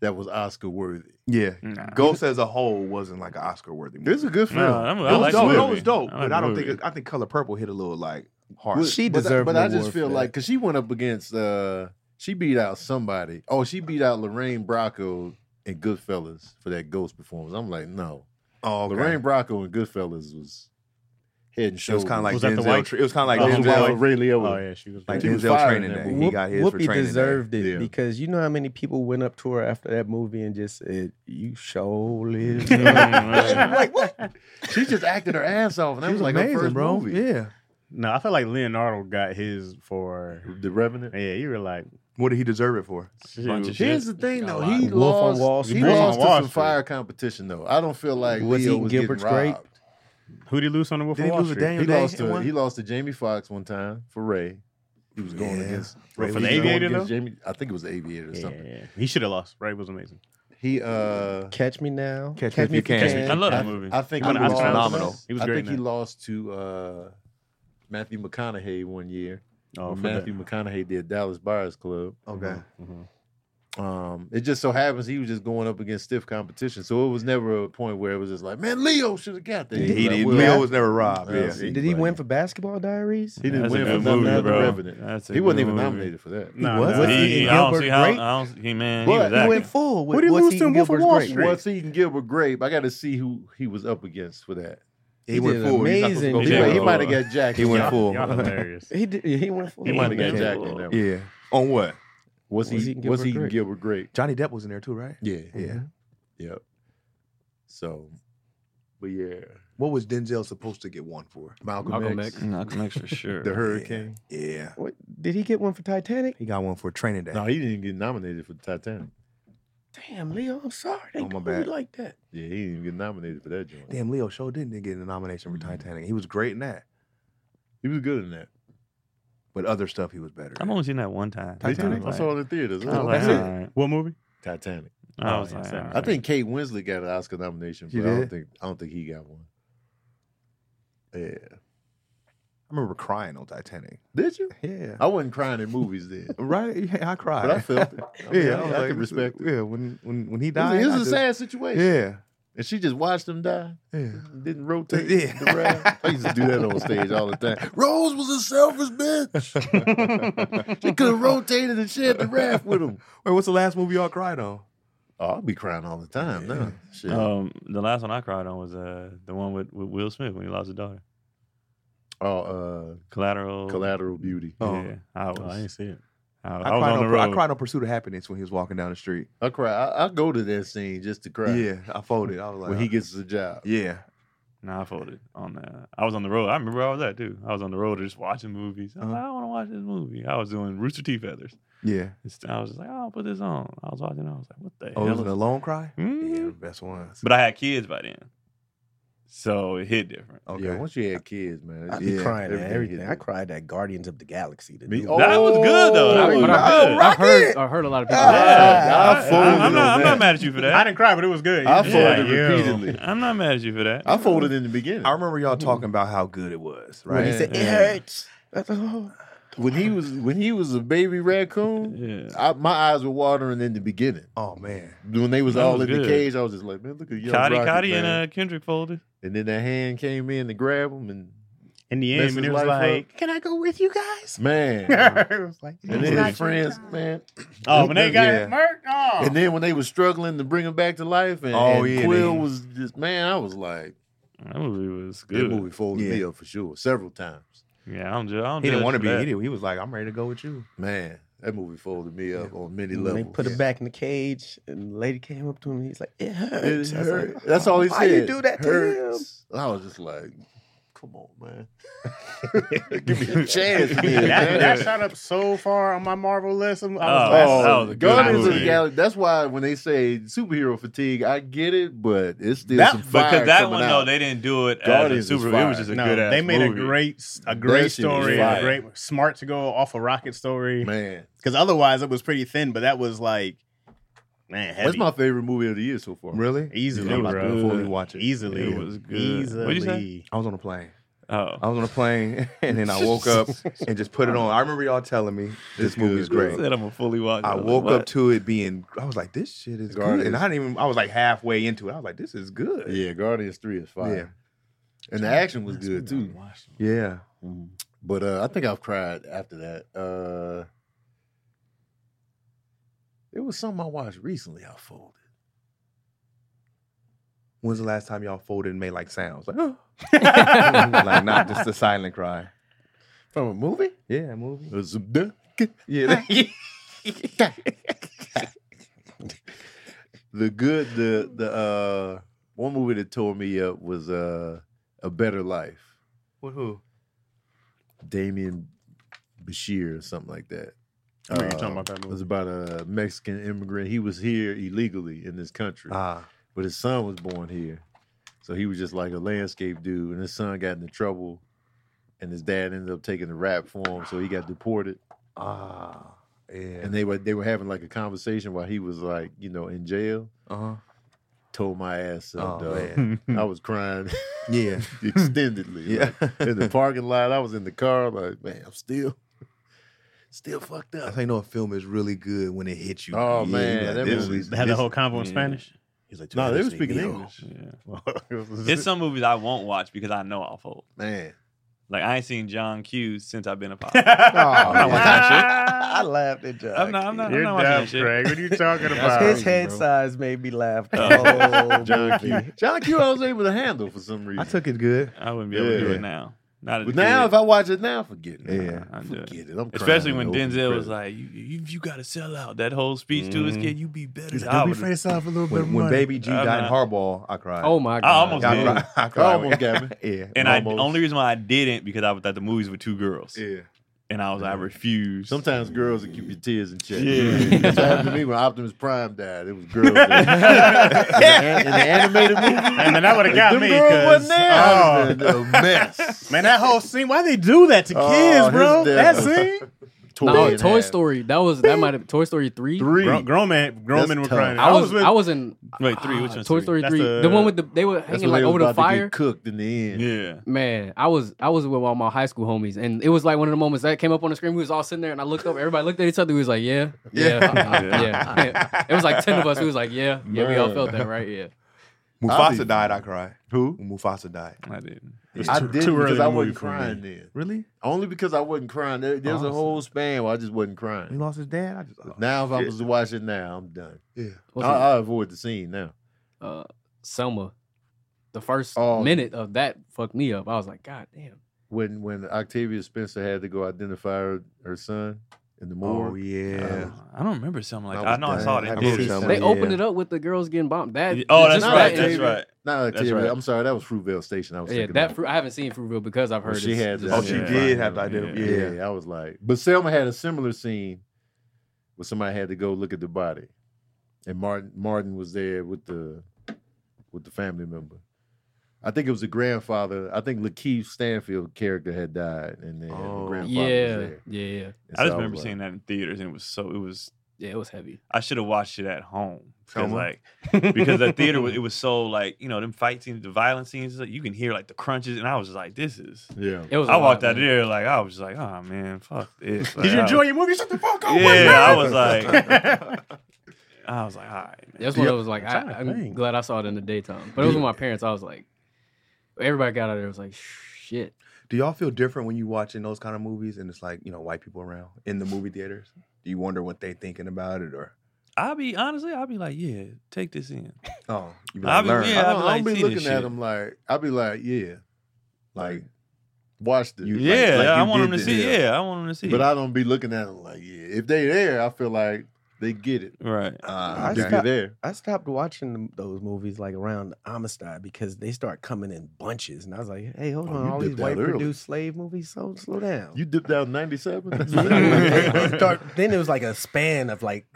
Speaker 2: that was Oscar worthy.
Speaker 1: yeah.
Speaker 4: Nah.
Speaker 1: Ghost as a whole wasn't like an Oscar worthy.
Speaker 2: This is a good film.
Speaker 4: No, I'm- I
Speaker 1: It was
Speaker 4: like the
Speaker 1: dope.
Speaker 4: movie.
Speaker 1: It was dope,
Speaker 4: I like
Speaker 1: but
Speaker 4: the
Speaker 1: I don't
Speaker 4: movie.
Speaker 1: think it, I think Color Purple hit a little like
Speaker 2: Well,
Speaker 1: hard.
Speaker 5: She
Speaker 2: but I-
Speaker 5: deserved
Speaker 2: But
Speaker 5: an
Speaker 2: I just
Speaker 5: award
Speaker 2: feel
Speaker 5: for
Speaker 2: like
Speaker 5: that.
Speaker 2: because she went up against uh she beat out somebody. Oh, she beat out Lorraine Bracco in Goodfellas for that ghost performance. I'm like, no,
Speaker 1: Oh,
Speaker 2: Lorraine Bracco in Goodfellas was Head and
Speaker 1: It was
Speaker 2: shoulders.
Speaker 1: kind of like
Speaker 6: Was that the
Speaker 1: Denzel.
Speaker 6: white-
Speaker 1: Tra- it was kind of
Speaker 2: That
Speaker 1: like
Speaker 2: was about
Speaker 1: Denzel.
Speaker 2: Ray
Speaker 6: Oh
Speaker 2: Liotta.
Speaker 6: yeah, she was.
Speaker 1: Like
Speaker 2: He was
Speaker 1: Denzel
Speaker 2: fire in
Speaker 1: training
Speaker 2: that
Speaker 1: day.
Speaker 2: movie.
Speaker 1: He got his for
Speaker 5: Whoopi
Speaker 1: training day.
Speaker 5: deserved it
Speaker 2: Yeah.
Speaker 5: because you know how many people went up to her after that movie and just said, "You show live."
Speaker 2: like, what? She just acted her ass off, and that
Speaker 1: She
Speaker 2: was, like her first movie.
Speaker 1: Yeah.
Speaker 6: No, I feel like Leonardo got his for.
Speaker 2: The Revenant.
Speaker 6: Yeah, you were like
Speaker 1: What did he deserve it for?
Speaker 6: shit
Speaker 4: Bunch of
Speaker 6: was-
Speaker 4: shit.
Speaker 2: Here's the thing, though.
Speaker 3: Got a lot.
Speaker 2: He
Speaker 5: Wolf on
Speaker 2: lost.
Speaker 5: Wall
Speaker 2: he
Speaker 5: Street.
Speaker 2: lost
Speaker 6: Wolf on
Speaker 2: to
Speaker 6: Wall
Speaker 2: some
Speaker 6: Street.
Speaker 2: fire competition, though. I don't feel like
Speaker 5: Was
Speaker 2: Leo
Speaker 5: he
Speaker 2: was
Speaker 5: Gilbert's
Speaker 2: getting
Speaker 5: grape?
Speaker 2: robbed.
Speaker 6: who did he lose on the Wolf
Speaker 1: Did
Speaker 6: of
Speaker 1: he
Speaker 6: Wall
Speaker 1: lose a
Speaker 6: Street?
Speaker 1: Daniel
Speaker 2: He
Speaker 1: Day
Speaker 2: lost,
Speaker 1: and
Speaker 2: to,
Speaker 1: won?
Speaker 2: he lost to Jamie Foxx one time for Ray. He was going
Speaker 1: Yeah.
Speaker 2: against
Speaker 1: But
Speaker 2: Ray. was
Speaker 6: for the
Speaker 2: going
Speaker 6: Aviator,
Speaker 2: against
Speaker 6: though?
Speaker 2: Jamie, I think it was the Aviator or
Speaker 6: Yeah,
Speaker 2: something.
Speaker 6: yeah, yeah. he should have lost. Right, was amazing.
Speaker 2: He uh,
Speaker 5: Catch me now.
Speaker 1: Catch Me If You Can.
Speaker 4: Catch Me- I love that movie.
Speaker 2: I think
Speaker 4: I
Speaker 2: he
Speaker 4: know, it's
Speaker 2: lost,
Speaker 1: phenomenal.
Speaker 4: He was
Speaker 2: I
Speaker 4: great
Speaker 2: think
Speaker 4: in
Speaker 2: he
Speaker 4: that.
Speaker 2: lost to uh, Matthew McConaughey one year.
Speaker 6: Oh,
Speaker 2: when
Speaker 6: for that.
Speaker 2: Matthew McConaughey did Dallas Buyers Club.
Speaker 1: Okay.
Speaker 6: Mhm.
Speaker 2: Um, it just so happens he was just going up against stiff competition, so it was never a point where it was just like, man, Leo should have got that.
Speaker 1: He,
Speaker 2: was
Speaker 1: he,
Speaker 2: like,
Speaker 1: did-
Speaker 2: well,
Speaker 1: Leo was never robbed.
Speaker 2: Uh,
Speaker 1: Yeah.
Speaker 2: see.
Speaker 5: Did he win for Basketball Diaries?
Speaker 2: he didn't
Speaker 4: That's a
Speaker 2: win for
Speaker 4: good
Speaker 2: nothing
Speaker 4: movie,
Speaker 2: under
Speaker 4: bro.
Speaker 2: The Revenant.
Speaker 4: That's a
Speaker 2: He wasn't
Speaker 4: good
Speaker 2: even
Speaker 4: movie.
Speaker 2: nominated for that.
Speaker 6: No,
Speaker 5: was?
Speaker 6: no,
Speaker 5: Was
Speaker 4: he,
Speaker 5: he in
Speaker 4: I don't see
Speaker 5: Gilbert
Speaker 4: how. I
Speaker 5: Grape?
Speaker 4: don't, see- he man,
Speaker 2: But
Speaker 4: he was
Speaker 2: he
Speaker 5: He
Speaker 4: acting.
Speaker 5: went full.
Speaker 6: What did he
Speaker 5: what's
Speaker 6: lose to in Wolf of
Speaker 5: Gilbert's
Speaker 6: Wall
Speaker 5: Grape?
Speaker 6: Street?
Speaker 2: Once he can give a grape, I got to see who he was up against for that.
Speaker 1: He,
Speaker 5: He
Speaker 1: went
Speaker 5: did
Speaker 1: full. He's not
Speaker 5: amazing.
Speaker 1: supposed
Speaker 2: He,
Speaker 1: to
Speaker 4: Yeah.
Speaker 1: go
Speaker 2: might- he
Speaker 1: full.
Speaker 2: might have got jacked.
Speaker 1: He went
Speaker 2: Y'all-
Speaker 1: full.
Speaker 6: Y'all hilarious.
Speaker 5: He did. He went full.
Speaker 2: He
Speaker 4: He
Speaker 2: might have got
Speaker 4: went
Speaker 2: jacked
Speaker 4: full.
Speaker 2: on that. one.
Speaker 1: Yeah. On what?
Speaker 2: Was
Speaker 5: Was he
Speaker 2: he?
Speaker 5: Gilbert
Speaker 2: Was he
Speaker 5: Grape?
Speaker 2: Gilbert Grape?
Speaker 1: Johnny Depp was in there too, right?
Speaker 2: Yeah.
Speaker 1: Yeah.
Speaker 2: Yep. So, but yeah,
Speaker 1: What was Denzel supposed to get one for?
Speaker 2: Malcolm,
Speaker 3: Malcolm
Speaker 2: X,
Speaker 3: X.
Speaker 4: Malcolm X for sure.
Speaker 2: the Hurricane.
Speaker 1: Yeah.
Speaker 5: What, did he get one for Titanic?
Speaker 1: He got one for training day.
Speaker 2: No, he didn't get nominated for Titanic.
Speaker 5: Damn, Leo, I'm sorry. They
Speaker 1: Oh, my
Speaker 5: do me
Speaker 1: bad.
Speaker 5: like that.
Speaker 2: Yeah, he didn't even get nominated for that joint.
Speaker 1: Damn, Leo Show didn't get a nomination for
Speaker 2: Mm-hmm.
Speaker 1: Titanic. He was great in that,
Speaker 2: He was good in that.
Speaker 1: but other stuff he was better.
Speaker 4: I've only seen that one time.
Speaker 1: Me too. Titanic?
Speaker 2: I saw it in theaters.
Speaker 4: I was like, oh,
Speaker 2: That's
Speaker 4: all
Speaker 2: it.
Speaker 4: right.
Speaker 6: What movie?
Speaker 2: Titanic.
Speaker 4: I was
Speaker 6: Oh,
Speaker 4: like,
Speaker 6: yeah,
Speaker 4: all
Speaker 2: I
Speaker 4: right.
Speaker 2: think Kate Winslet got an Oscar nomination,
Speaker 1: She
Speaker 2: but I don't
Speaker 1: did?
Speaker 2: think I don't think he got one. Yeah.
Speaker 1: I remember crying on Titanic.
Speaker 2: Did you?
Speaker 1: Yeah.
Speaker 2: I wasn't crying in movies then.
Speaker 1: Right? Yeah, I cried.
Speaker 2: But I felt it. I mean,
Speaker 1: yeah,
Speaker 2: I,
Speaker 1: I, was
Speaker 2: I
Speaker 1: like,
Speaker 2: can respect it.
Speaker 1: Yeah, when when when he
Speaker 2: It was a-
Speaker 1: died,
Speaker 2: It
Speaker 1: I
Speaker 2: was a
Speaker 1: just-
Speaker 2: sad situation.
Speaker 1: Yeah,
Speaker 2: And she just watched him die.
Speaker 1: yeah.
Speaker 2: Didn't rotate
Speaker 1: Yeah.
Speaker 2: the round. I used to do that on stage all the time. Rose was a selfish bitch. she could have rotated and shared the raft with him.
Speaker 1: Wait, what's the last movie y'all cried on?
Speaker 2: Oh, I'll be crying all the time now. Shit.
Speaker 1: Uh,
Speaker 4: Um, the last one I cried on was uh the one with, with Will Smith when he lost his daughter.
Speaker 2: oh,
Speaker 4: Collateral.
Speaker 2: uh, collateral beauty.
Speaker 1: Oh.
Speaker 4: Yeah, I was.
Speaker 6: Oh, I didn't see it.
Speaker 4: I,
Speaker 1: I,
Speaker 4: I was
Speaker 1: cried
Speaker 4: on
Speaker 1: on,
Speaker 4: the
Speaker 1: Pur- I
Speaker 4: road.
Speaker 1: cried on Pursuit of Happiness when he was walking down the street.
Speaker 2: I cry. I, I go to that scene just to cry.
Speaker 1: Yeah, I folded. I was like,
Speaker 2: When he gets the job.
Speaker 1: yeah,
Speaker 4: Nah, I folded on the. I was on the road. I remember where I was at too. I was on the road just watching movies. I, was like,
Speaker 2: Uh-huh.
Speaker 4: I want to watch this movie. I was doing Rooster Teeth feathers.
Speaker 1: yeah.
Speaker 4: It's- I was just like, I'll put this on. I was watching. I was like, what the
Speaker 1: Oh, it
Speaker 4: hell?
Speaker 1: was an
Speaker 4: is-
Speaker 1: alone cry. Yeah,
Speaker 4: Mhm.
Speaker 1: best ones.
Speaker 4: But I had kids by then, so it hit different.
Speaker 1: Okay.
Speaker 2: Yeah, once you had kids, man.
Speaker 5: I
Speaker 2: it's-
Speaker 5: be
Speaker 1: Yeah,
Speaker 5: crying at
Speaker 2: everything
Speaker 5: everything.
Speaker 2: hit
Speaker 5: I
Speaker 2: it.
Speaker 5: cried at Guardians of the Galaxy. The
Speaker 2: Me-
Speaker 5: new
Speaker 2: Oh,
Speaker 5: one.
Speaker 4: That was good though. That was
Speaker 3: But I,
Speaker 4: good.
Speaker 3: I,
Speaker 4: I,
Speaker 3: heard, I heard a lot of people.
Speaker 2: Ah,
Speaker 3: Yeah.
Speaker 2: I folded
Speaker 4: am not.
Speaker 2: on
Speaker 4: I'm not
Speaker 2: that.
Speaker 4: mad at you for that.
Speaker 6: I didn't cry, but it was good.
Speaker 2: I
Speaker 6: It was just
Speaker 2: folded
Speaker 6: like, yo.
Speaker 2: repeatedly.
Speaker 4: I'm not mad at you for that.
Speaker 2: I folded in the beginning.
Speaker 1: I remember y'all talking about how good it was, right?
Speaker 5: When he said,
Speaker 4: Yeah.
Speaker 5: it hurts. I thought, oh.
Speaker 2: when he was when he was a baby raccoon,
Speaker 4: Yeah.
Speaker 2: I, my eyes were watering in the beginning.
Speaker 1: "Oh man,
Speaker 2: When they was
Speaker 4: That
Speaker 2: all
Speaker 4: was
Speaker 2: in
Speaker 4: good.
Speaker 2: the cage, I was just like, man, look at young
Speaker 4: Cotty
Speaker 2: Rocket,
Speaker 4: Cotty
Speaker 2: man.
Speaker 4: and uh, Kendrick folded.
Speaker 2: And then that hand came in to grab him, and
Speaker 6: In the
Speaker 2: Messed
Speaker 6: end, and
Speaker 2: his
Speaker 6: it was
Speaker 2: life up.
Speaker 6: like, "Can I go with you guys?"
Speaker 2: man.
Speaker 6: it was like,
Speaker 2: And then his friends, man.
Speaker 6: "Oh, when they got
Speaker 1: Yeah.
Speaker 6: murked, oh.
Speaker 2: And then when they was struggling to bring him back to life, and,
Speaker 1: Oh,
Speaker 2: and
Speaker 1: yeah,
Speaker 2: Quill
Speaker 1: they-
Speaker 2: was just man, I was like,
Speaker 4: That movie was
Speaker 2: that
Speaker 4: good.
Speaker 2: movie folded
Speaker 1: Yeah.
Speaker 2: me up for sure, several times.
Speaker 4: Yeah, I don't. Ju- I don't
Speaker 1: he didn't
Speaker 4: judge
Speaker 1: want to
Speaker 4: for
Speaker 1: be.
Speaker 4: that.
Speaker 1: He, did- he was like, I'm ready to go with you."
Speaker 2: Man, that movie folded me up on many
Speaker 5: And
Speaker 2: levels.
Speaker 5: they put it back in the cage, and the lady came up to him, and he's like, "It hurts."
Speaker 2: It
Speaker 5: I was like,
Speaker 2: hurt. That's all he
Speaker 5: "Why
Speaker 2: said.
Speaker 5: you do that to
Speaker 2: Hurts. I was just like, come on, man. Give me a chance.
Speaker 6: that,
Speaker 2: man.
Speaker 6: that shot up so far on my Marvel list. I'm- I was
Speaker 4: Oh,
Speaker 6: like,
Speaker 4: that's- that was a good
Speaker 2: Guardians of the
Speaker 4: movie.
Speaker 2: Galaxy. That's why when they say superhero fatigue, I get it, but it's still
Speaker 6: That-
Speaker 2: some fire
Speaker 4: because that
Speaker 2: coming
Speaker 4: one
Speaker 2: out.
Speaker 4: though they didn't do it
Speaker 2: Guardians
Speaker 4: as a
Speaker 2: was
Speaker 4: super. It
Speaker 2: fire.
Speaker 4: was just a
Speaker 6: no,
Speaker 4: good.
Speaker 6: they made
Speaker 4: movie.
Speaker 6: a great, a
Speaker 2: shit
Speaker 6: great
Speaker 2: was
Speaker 6: story, a
Speaker 2: fire.
Speaker 6: great smart to go off a rocket story.
Speaker 2: man,
Speaker 6: Because otherwise, it was pretty thin. But that was like, man, heavy.
Speaker 2: that's my favorite movie of the year so far.
Speaker 1: Really?
Speaker 6: easily,
Speaker 1: I'm about to
Speaker 6: bro.
Speaker 1: fully watch it.
Speaker 6: Easily,
Speaker 4: It was good.
Speaker 6: Easily,
Speaker 4: What'd you say?
Speaker 1: I was on a plane.
Speaker 4: Oh,
Speaker 1: I was on a plane, and then I woke up and just put it on. I remember y'all telling me this
Speaker 2: It's
Speaker 1: movie's
Speaker 2: good,
Speaker 1: great.
Speaker 4: I said I'm a fully watch.
Speaker 1: I
Speaker 4: was
Speaker 1: woke
Speaker 4: like,
Speaker 1: up to it being. I was like, "This shit is good," and
Speaker 2: Guardians.
Speaker 1: I didn't even. I was like halfway into it. I was like, "This is good."
Speaker 2: Yeah, Guardians Three is
Speaker 1: yeah,
Speaker 2: fire, and the action was good too.
Speaker 1: yeah.
Speaker 2: But uh, I think I've cried after that. Uh, it was something I watched recently. I folded.
Speaker 1: When's the last time y'all folded and made like sounds? Like,
Speaker 3: yeah,
Speaker 1: like not just a silent cry.
Speaker 5: From a movie?
Speaker 1: Yeah, movie.
Speaker 2: It's-
Speaker 1: Yeah.
Speaker 2: the good the the uh one movie that tore me up was uh a better life
Speaker 4: With who?
Speaker 2: damien bashir or something like that
Speaker 6: I know you're talking
Speaker 2: Um,
Speaker 6: about that
Speaker 2: it
Speaker 6: movie.
Speaker 2: was about a mexican immigrant he was here illegally in this country
Speaker 1: Ah,
Speaker 2: but his son was born here so he was just like a landscape dude and his son got into trouble and his dad ended up taking the rap for him so he got deported
Speaker 1: ah, yeah.
Speaker 2: and they were they were having like a conversation while he was like you know in jail
Speaker 1: uh huh.
Speaker 2: tore my ass up
Speaker 1: Oh,
Speaker 2: dog.
Speaker 1: man.
Speaker 2: I was crying
Speaker 1: Yeah.
Speaker 2: extendedly.
Speaker 1: Yeah.
Speaker 2: like, in the parking lot, I was in the car, like, man, I'm still, still fucked
Speaker 1: I
Speaker 2: up.
Speaker 1: think you know a film is really good when it hits you.
Speaker 2: Oh,
Speaker 1: Yeah,
Speaker 2: man,
Speaker 1: you like,
Speaker 2: that
Speaker 1: this
Speaker 2: movie-
Speaker 1: is-
Speaker 6: They had the
Speaker 1: this-
Speaker 6: whole convo in
Speaker 4: yeah.
Speaker 6: Spanish. He's like,
Speaker 2: No, they were speaking English.
Speaker 4: Yeah. There's
Speaker 2: it's
Speaker 4: some movies I won't watch because I know I'll fold.
Speaker 2: man.
Speaker 4: Like I ain't seen John Q since I've been a pop.
Speaker 1: Oh,
Speaker 4: not watching
Speaker 1: yeah. I laughed at John.
Speaker 4: I'm not. I'm not. I'm
Speaker 6: You're
Speaker 4: not watching
Speaker 6: dumb,
Speaker 4: that shit.
Speaker 6: Craig. What are you talking
Speaker 2: That's
Speaker 6: about?
Speaker 2: Wow.
Speaker 5: His head
Speaker 2: Bro.
Speaker 5: size made me laugh.
Speaker 4: Oh.
Speaker 5: Oh,
Speaker 2: John Q. John Q. I was able to handle for some reason.
Speaker 1: I took it good.
Speaker 4: I wouldn't be able to do
Speaker 2: Yeah.
Speaker 4: it now. Not as
Speaker 2: but now,
Speaker 4: good.
Speaker 2: if I watch it now, forget it.
Speaker 1: Yeah.
Speaker 4: I'm doing it.
Speaker 2: forget it. I'm crying
Speaker 4: Especially
Speaker 2: in
Speaker 4: when
Speaker 2: open
Speaker 4: Denzel was
Speaker 2: prison.
Speaker 4: like, "You, you, you got to sell out." That whole speech to his
Speaker 1: Mhm.
Speaker 4: kid, "You be better."
Speaker 6: He's
Speaker 4: than
Speaker 6: like, don't
Speaker 4: I
Speaker 6: be
Speaker 4: would've-"
Speaker 6: afraid of a little bit of
Speaker 1: When, when
Speaker 6: money.
Speaker 1: Baby G
Speaker 4: I'm
Speaker 1: died in
Speaker 4: not-
Speaker 1: Hardball, I cried.
Speaker 3: oh my god.
Speaker 1: I
Speaker 4: almost
Speaker 1: cried.
Speaker 4: did.
Speaker 1: I, cried.
Speaker 2: Almost got me.
Speaker 1: Yeah.
Speaker 4: and I, the
Speaker 2: Almost.
Speaker 4: only reason why I didn't because I thought the movies were two girls,
Speaker 1: yeah.
Speaker 4: and I was like, I refuse.
Speaker 2: Sometimes girls will keep your tears in check.
Speaker 4: Yeah.
Speaker 2: That's what happened to me when Optimus Prime died. It was girls. that- in, the, an- in the animated movie.
Speaker 6: And then that would have got
Speaker 2: them
Speaker 6: me.
Speaker 2: girls
Speaker 6: 'cause-
Speaker 2: wasn't there. I
Speaker 6: Oh,
Speaker 2: was in a mess.
Speaker 6: man, that whole scene. Why they do that to
Speaker 2: Oh,
Speaker 6: kids,
Speaker 2: his
Speaker 6: bro? That
Speaker 2: death.
Speaker 6: scene.
Speaker 2: Toy,
Speaker 3: No, Oh, Toy Story. That was that might have Toy Story three.
Speaker 2: three.
Speaker 6: Grown, grown man, grown
Speaker 2: That's
Speaker 6: men were
Speaker 2: tough.
Speaker 6: crying.
Speaker 3: I was I was in
Speaker 4: Wait, three? Which
Speaker 3: ah,
Speaker 4: one's
Speaker 3: Toy
Speaker 4: three?
Speaker 3: Story
Speaker 6: That's
Speaker 3: three.
Speaker 6: the-
Speaker 3: The, one with the they were
Speaker 2: That's
Speaker 3: hanging
Speaker 2: when
Speaker 3: like
Speaker 2: they was
Speaker 3: over the
Speaker 2: about to
Speaker 3: fire.
Speaker 2: get cooked in the end.
Speaker 4: Yeah.
Speaker 3: Man, I was I was with all my high school homies, and it was like one of the moments that came up on the screen. We was all sitting there, and I looked up. Everybody looked at each other. We was like, "Yeah, yeah, uh-huh,
Speaker 4: Yeah.
Speaker 3: yeah." It was like ten of us. We was like, "Yeah, yeah." We all
Speaker 2: Man.
Speaker 3: felt that, right? Yeah.
Speaker 1: Mufasa
Speaker 2: be-
Speaker 1: died, I cried.
Speaker 2: Who?
Speaker 1: When Mufasa died.
Speaker 4: I didn't.
Speaker 2: I
Speaker 6: too-
Speaker 2: did
Speaker 6: too early
Speaker 2: because
Speaker 6: in
Speaker 2: I
Speaker 6: the movie
Speaker 2: wasn't
Speaker 6: for me.
Speaker 2: crying then.
Speaker 1: Really?
Speaker 2: Only because I wasn't crying. There, there's a
Speaker 1: Awesome.
Speaker 2: whole span where I just wasn't
Speaker 1: He
Speaker 2: crying.
Speaker 1: lost his dad. I just oh,
Speaker 2: Now, if I
Speaker 1: shit.
Speaker 2: was to watch it now, I'm done.
Speaker 3: What's
Speaker 2: I, I avoid the scene now.
Speaker 3: it? Uh, Selma, the first
Speaker 2: Oh.
Speaker 3: minute of that fucked me up. I was like, "God damn."
Speaker 2: When when Octavia Spencer had to go identify her, her son in the morgue.
Speaker 1: oh yeah.
Speaker 4: Uh, I don't remember something like
Speaker 2: I
Speaker 4: that.
Speaker 2: was
Speaker 4: I know I saw it.
Speaker 1: dying.
Speaker 4: in
Speaker 1: I
Speaker 4: theaters.
Speaker 1: did something.
Speaker 3: They
Speaker 1: Yeah.
Speaker 3: opened it up with the girls getting bombed. That
Speaker 4: Oh, that's
Speaker 3: just
Speaker 2: not
Speaker 4: right.
Speaker 3: that-
Speaker 4: That's
Speaker 2: David.
Speaker 4: right.
Speaker 2: Not
Speaker 4: That's
Speaker 2: Octavia.
Speaker 4: right.
Speaker 2: I'm sorry, that was Fruitvale Station. I was
Speaker 3: Yeah,
Speaker 2: thinking
Speaker 3: that
Speaker 2: about.
Speaker 3: fruit. I haven't seen Fruitville because I've
Speaker 2: Well,
Speaker 3: heard
Speaker 2: she
Speaker 3: it's
Speaker 2: had
Speaker 3: just-
Speaker 2: that.
Speaker 1: Oh, she
Speaker 4: Yeah.
Speaker 1: did have to identify.
Speaker 4: Yeah.
Speaker 1: Yeah.
Speaker 2: Yeah. I was like, but Selma had a similar scene where somebody had to go look at the body, and Martin Martin was there with the with the family member. I think it was the grandfather. I think Lakeith Stanfield character had died, and then
Speaker 1: Oh.
Speaker 2: the grandfather was
Speaker 3: Yeah,
Speaker 2: there.
Speaker 3: yeah, yeah,
Speaker 2: And
Speaker 4: I
Speaker 2: so
Speaker 4: just
Speaker 2: was
Speaker 4: remember
Speaker 2: like,
Speaker 4: seeing that in theaters, and it was so. It was.
Speaker 3: yeah. It was heavy.
Speaker 4: I should have watched it at home because
Speaker 1: Selma?
Speaker 4: like because the theater was, it was so like you know them fight scenes, the violent scenes. like, You can hear like the crunches, and I was just like, this is.
Speaker 2: Yeah,
Speaker 3: It was.
Speaker 4: I
Speaker 3: a
Speaker 4: walked
Speaker 3: lot,
Speaker 4: out of
Speaker 3: man.
Speaker 4: there like I was just like, oh man, fuck this. Like,
Speaker 6: Did you
Speaker 4: I
Speaker 6: enjoy
Speaker 4: was-
Speaker 6: your movie? Shut the fuck up.
Speaker 4: Yeah, I was like, I was like, all right, man.
Speaker 3: That's when I was like, I,
Speaker 6: I'm trying to
Speaker 3: I'm
Speaker 6: think.
Speaker 3: glad I saw it in the daytime. But it was with my parents. I was like, everybody got out of there. was like, shit.
Speaker 1: Do y'all feel different when you watching those kind of movies and it's like you know white people around in the movie theaters? Do you wonder what they thinking about it or?
Speaker 4: I'll be honestly, I'll be like, yeah, take this in.
Speaker 1: Oh, you
Speaker 4: I
Speaker 1: like,
Speaker 4: be-
Speaker 1: learn.
Speaker 2: I
Speaker 4: yeah, I'd
Speaker 2: don't,
Speaker 4: be
Speaker 2: I
Speaker 4: like,
Speaker 2: don't be
Speaker 4: see this
Speaker 2: looking at
Speaker 4: shit.
Speaker 2: him like I'll be like, yeah,
Speaker 1: Like
Speaker 2: watch this.
Speaker 1: You-
Speaker 2: Like-
Speaker 4: Yeah,
Speaker 2: like
Speaker 4: I
Speaker 2: you
Speaker 4: want
Speaker 2: did
Speaker 4: them
Speaker 2: this.
Speaker 4: to see. Yeah. I want them to see.
Speaker 2: but I don't be looking at him like, yeah. If they there, I feel like they get it.
Speaker 4: right.
Speaker 1: uh,
Speaker 5: I
Speaker 2: If
Speaker 1: okay.
Speaker 5: just
Speaker 2: you're there,
Speaker 5: I stopped watching them, those movies like around Amistad because they start coming in bunches, and I was like, "Hey, hold
Speaker 2: Oh,
Speaker 5: on!
Speaker 2: you
Speaker 5: All
Speaker 2: dipped
Speaker 5: these
Speaker 2: out
Speaker 5: white
Speaker 2: early.
Speaker 5: produced slave movies, so slow down."
Speaker 2: you dipped out ninety seven.
Speaker 5: Start- then it was like a span of like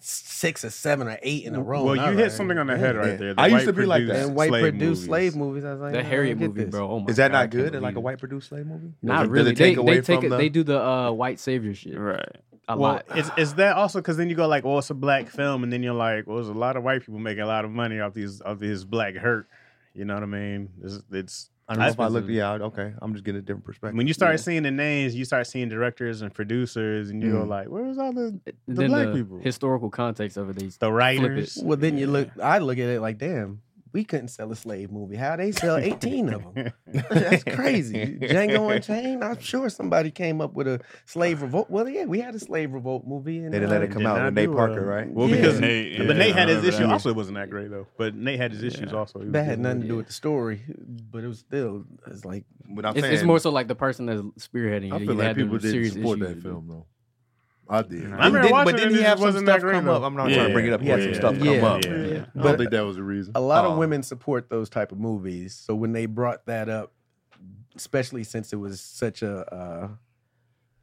Speaker 5: six or seven or eight in a row.
Speaker 6: Well,
Speaker 5: and I
Speaker 6: you
Speaker 5: was
Speaker 6: hit
Speaker 5: like,
Speaker 6: something on the
Speaker 5: "Yeah."
Speaker 6: head
Speaker 1: Yeah.
Speaker 6: right there.
Speaker 1: I used to be like that.
Speaker 5: And white produced slave movies. I was like,
Speaker 3: That
Speaker 5: "Nah, I
Speaker 3: Harriet
Speaker 5: don't get
Speaker 3: movie,
Speaker 5: this."
Speaker 3: bro. Oh my
Speaker 1: is that
Speaker 3: God, I
Speaker 1: not
Speaker 3: can't
Speaker 1: good? in like
Speaker 3: believe
Speaker 1: a
Speaker 3: it.
Speaker 1: white produced slave movie?
Speaker 3: Not
Speaker 1: Does it- does
Speaker 3: really.
Speaker 1: it take
Speaker 3: they,
Speaker 1: away
Speaker 3: they take
Speaker 1: from
Speaker 3: it,
Speaker 1: the-
Speaker 3: they do the uh, white savior shit
Speaker 4: Right.
Speaker 3: a
Speaker 6: Well,
Speaker 3: lot.
Speaker 6: is, is that also because then you go like, well, it's a black film, and then you're like, well, there's a lot of white people making a lot of money off these off his black hurt. You know what I mean? It's, it's
Speaker 1: I don't know if I
Speaker 3: suppose
Speaker 1: looked.
Speaker 3: it-
Speaker 1: Yeah, okay. I'm just getting a different perspective.
Speaker 6: when you start
Speaker 3: Yeah.
Speaker 6: seeing the names, you start seeing directors and producers, and you go
Speaker 1: Mhm.
Speaker 6: like, where's all the
Speaker 3: And
Speaker 6: the
Speaker 3: then
Speaker 6: black
Speaker 3: the
Speaker 6: people.
Speaker 3: historical context of it, they
Speaker 6: the writers?
Speaker 5: Well, then you look. I look at it like, damn. We couldn't sell a slave movie. How they sell 18 of them? That's crazy. Django Unchained. I'm sure somebody came up with a slave revolt. Well, yeah, we had a slave revolt movie. And,
Speaker 1: They didn't let it come out with Nate Parker, right?
Speaker 4: Well,
Speaker 5: Yeah.
Speaker 4: because
Speaker 6: Nate,
Speaker 4: Nate,
Speaker 6: but
Speaker 4: yeah,
Speaker 6: Nate had
Speaker 4: I
Speaker 6: his
Speaker 4: remember
Speaker 6: issue.
Speaker 4: that.
Speaker 6: Also, it wasn't that great though. But Nate had his issues also. He was
Speaker 5: That had
Speaker 6: dealing
Speaker 5: nothing
Speaker 6: with
Speaker 5: to
Speaker 6: it.
Speaker 5: do with the story, but it was still it's like
Speaker 1: But I'm
Speaker 3: It's,
Speaker 1: saying
Speaker 3: it's more so like the person that's spearheading it.
Speaker 2: I
Speaker 3: you
Speaker 2: feel like
Speaker 3: had the
Speaker 2: people didn't
Speaker 3: serious
Speaker 2: support that
Speaker 3: issues.
Speaker 2: film though. I did.
Speaker 4: Nah.
Speaker 6: I remember
Speaker 1: Didn't-
Speaker 6: watching
Speaker 1: but
Speaker 6: it.
Speaker 1: didn't
Speaker 6: it
Speaker 1: he have
Speaker 6: just
Speaker 1: some
Speaker 6: wasn't that
Speaker 1: stuff
Speaker 6: great,
Speaker 1: come
Speaker 6: though.
Speaker 1: up? I'm not trying to bring it up. He had some
Speaker 6: Yeah.
Speaker 1: stuff come
Speaker 3: Yeah.
Speaker 1: up.
Speaker 6: Yeah.
Speaker 2: I don't
Speaker 5: But-
Speaker 2: think that was the reason.
Speaker 5: a lot
Speaker 1: Oh.
Speaker 5: of
Speaker 4: Um,
Speaker 5: women support those type of movies. So when they brought that up, especially since it was such a, uh,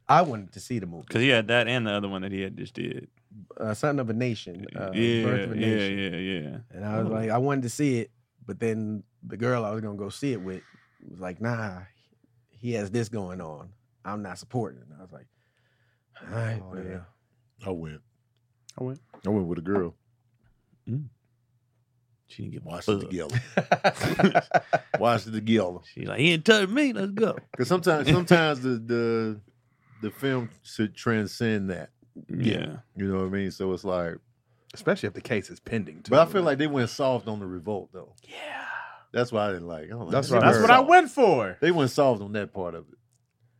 Speaker 5: I wanted to see the movie,
Speaker 4: Because he had that and the other one that he had just did.
Speaker 5: uh, something of a nation, uh,
Speaker 4: yeah,
Speaker 5: birth of a
Speaker 4: yeah,
Speaker 5: nation,
Speaker 4: yeah, yeah.
Speaker 5: and I was like, I wanted to see it, but then the girl I was gonna go see it with was like, Nah, he has this going on. I'm not supporting it. And I was like, All right,
Speaker 1: Oh,
Speaker 5: well,
Speaker 1: yeah.
Speaker 2: I went.
Speaker 6: I went.
Speaker 2: I went with a girl.
Speaker 4: She didn't get
Speaker 2: Watched it
Speaker 4: fucked.
Speaker 2: together. Watched Uh. it together.
Speaker 4: She's like, he didn't touch me. Let's go.
Speaker 2: Because sometimes, sometimes the the the film should transcend that.
Speaker 4: Yeah.
Speaker 2: You know what I mean? So it's like,
Speaker 1: especially if the case is pending. Too.
Speaker 2: but I feel like they went soft on the revolt though. Yeah, that's why I didn't like. it. I don't like
Speaker 1: That's
Speaker 2: it.
Speaker 1: what I
Speaker 6: That's
Speaker 1: heard.
Speaker 6: what I went for.
Speaker 2: They went soft on that part of it.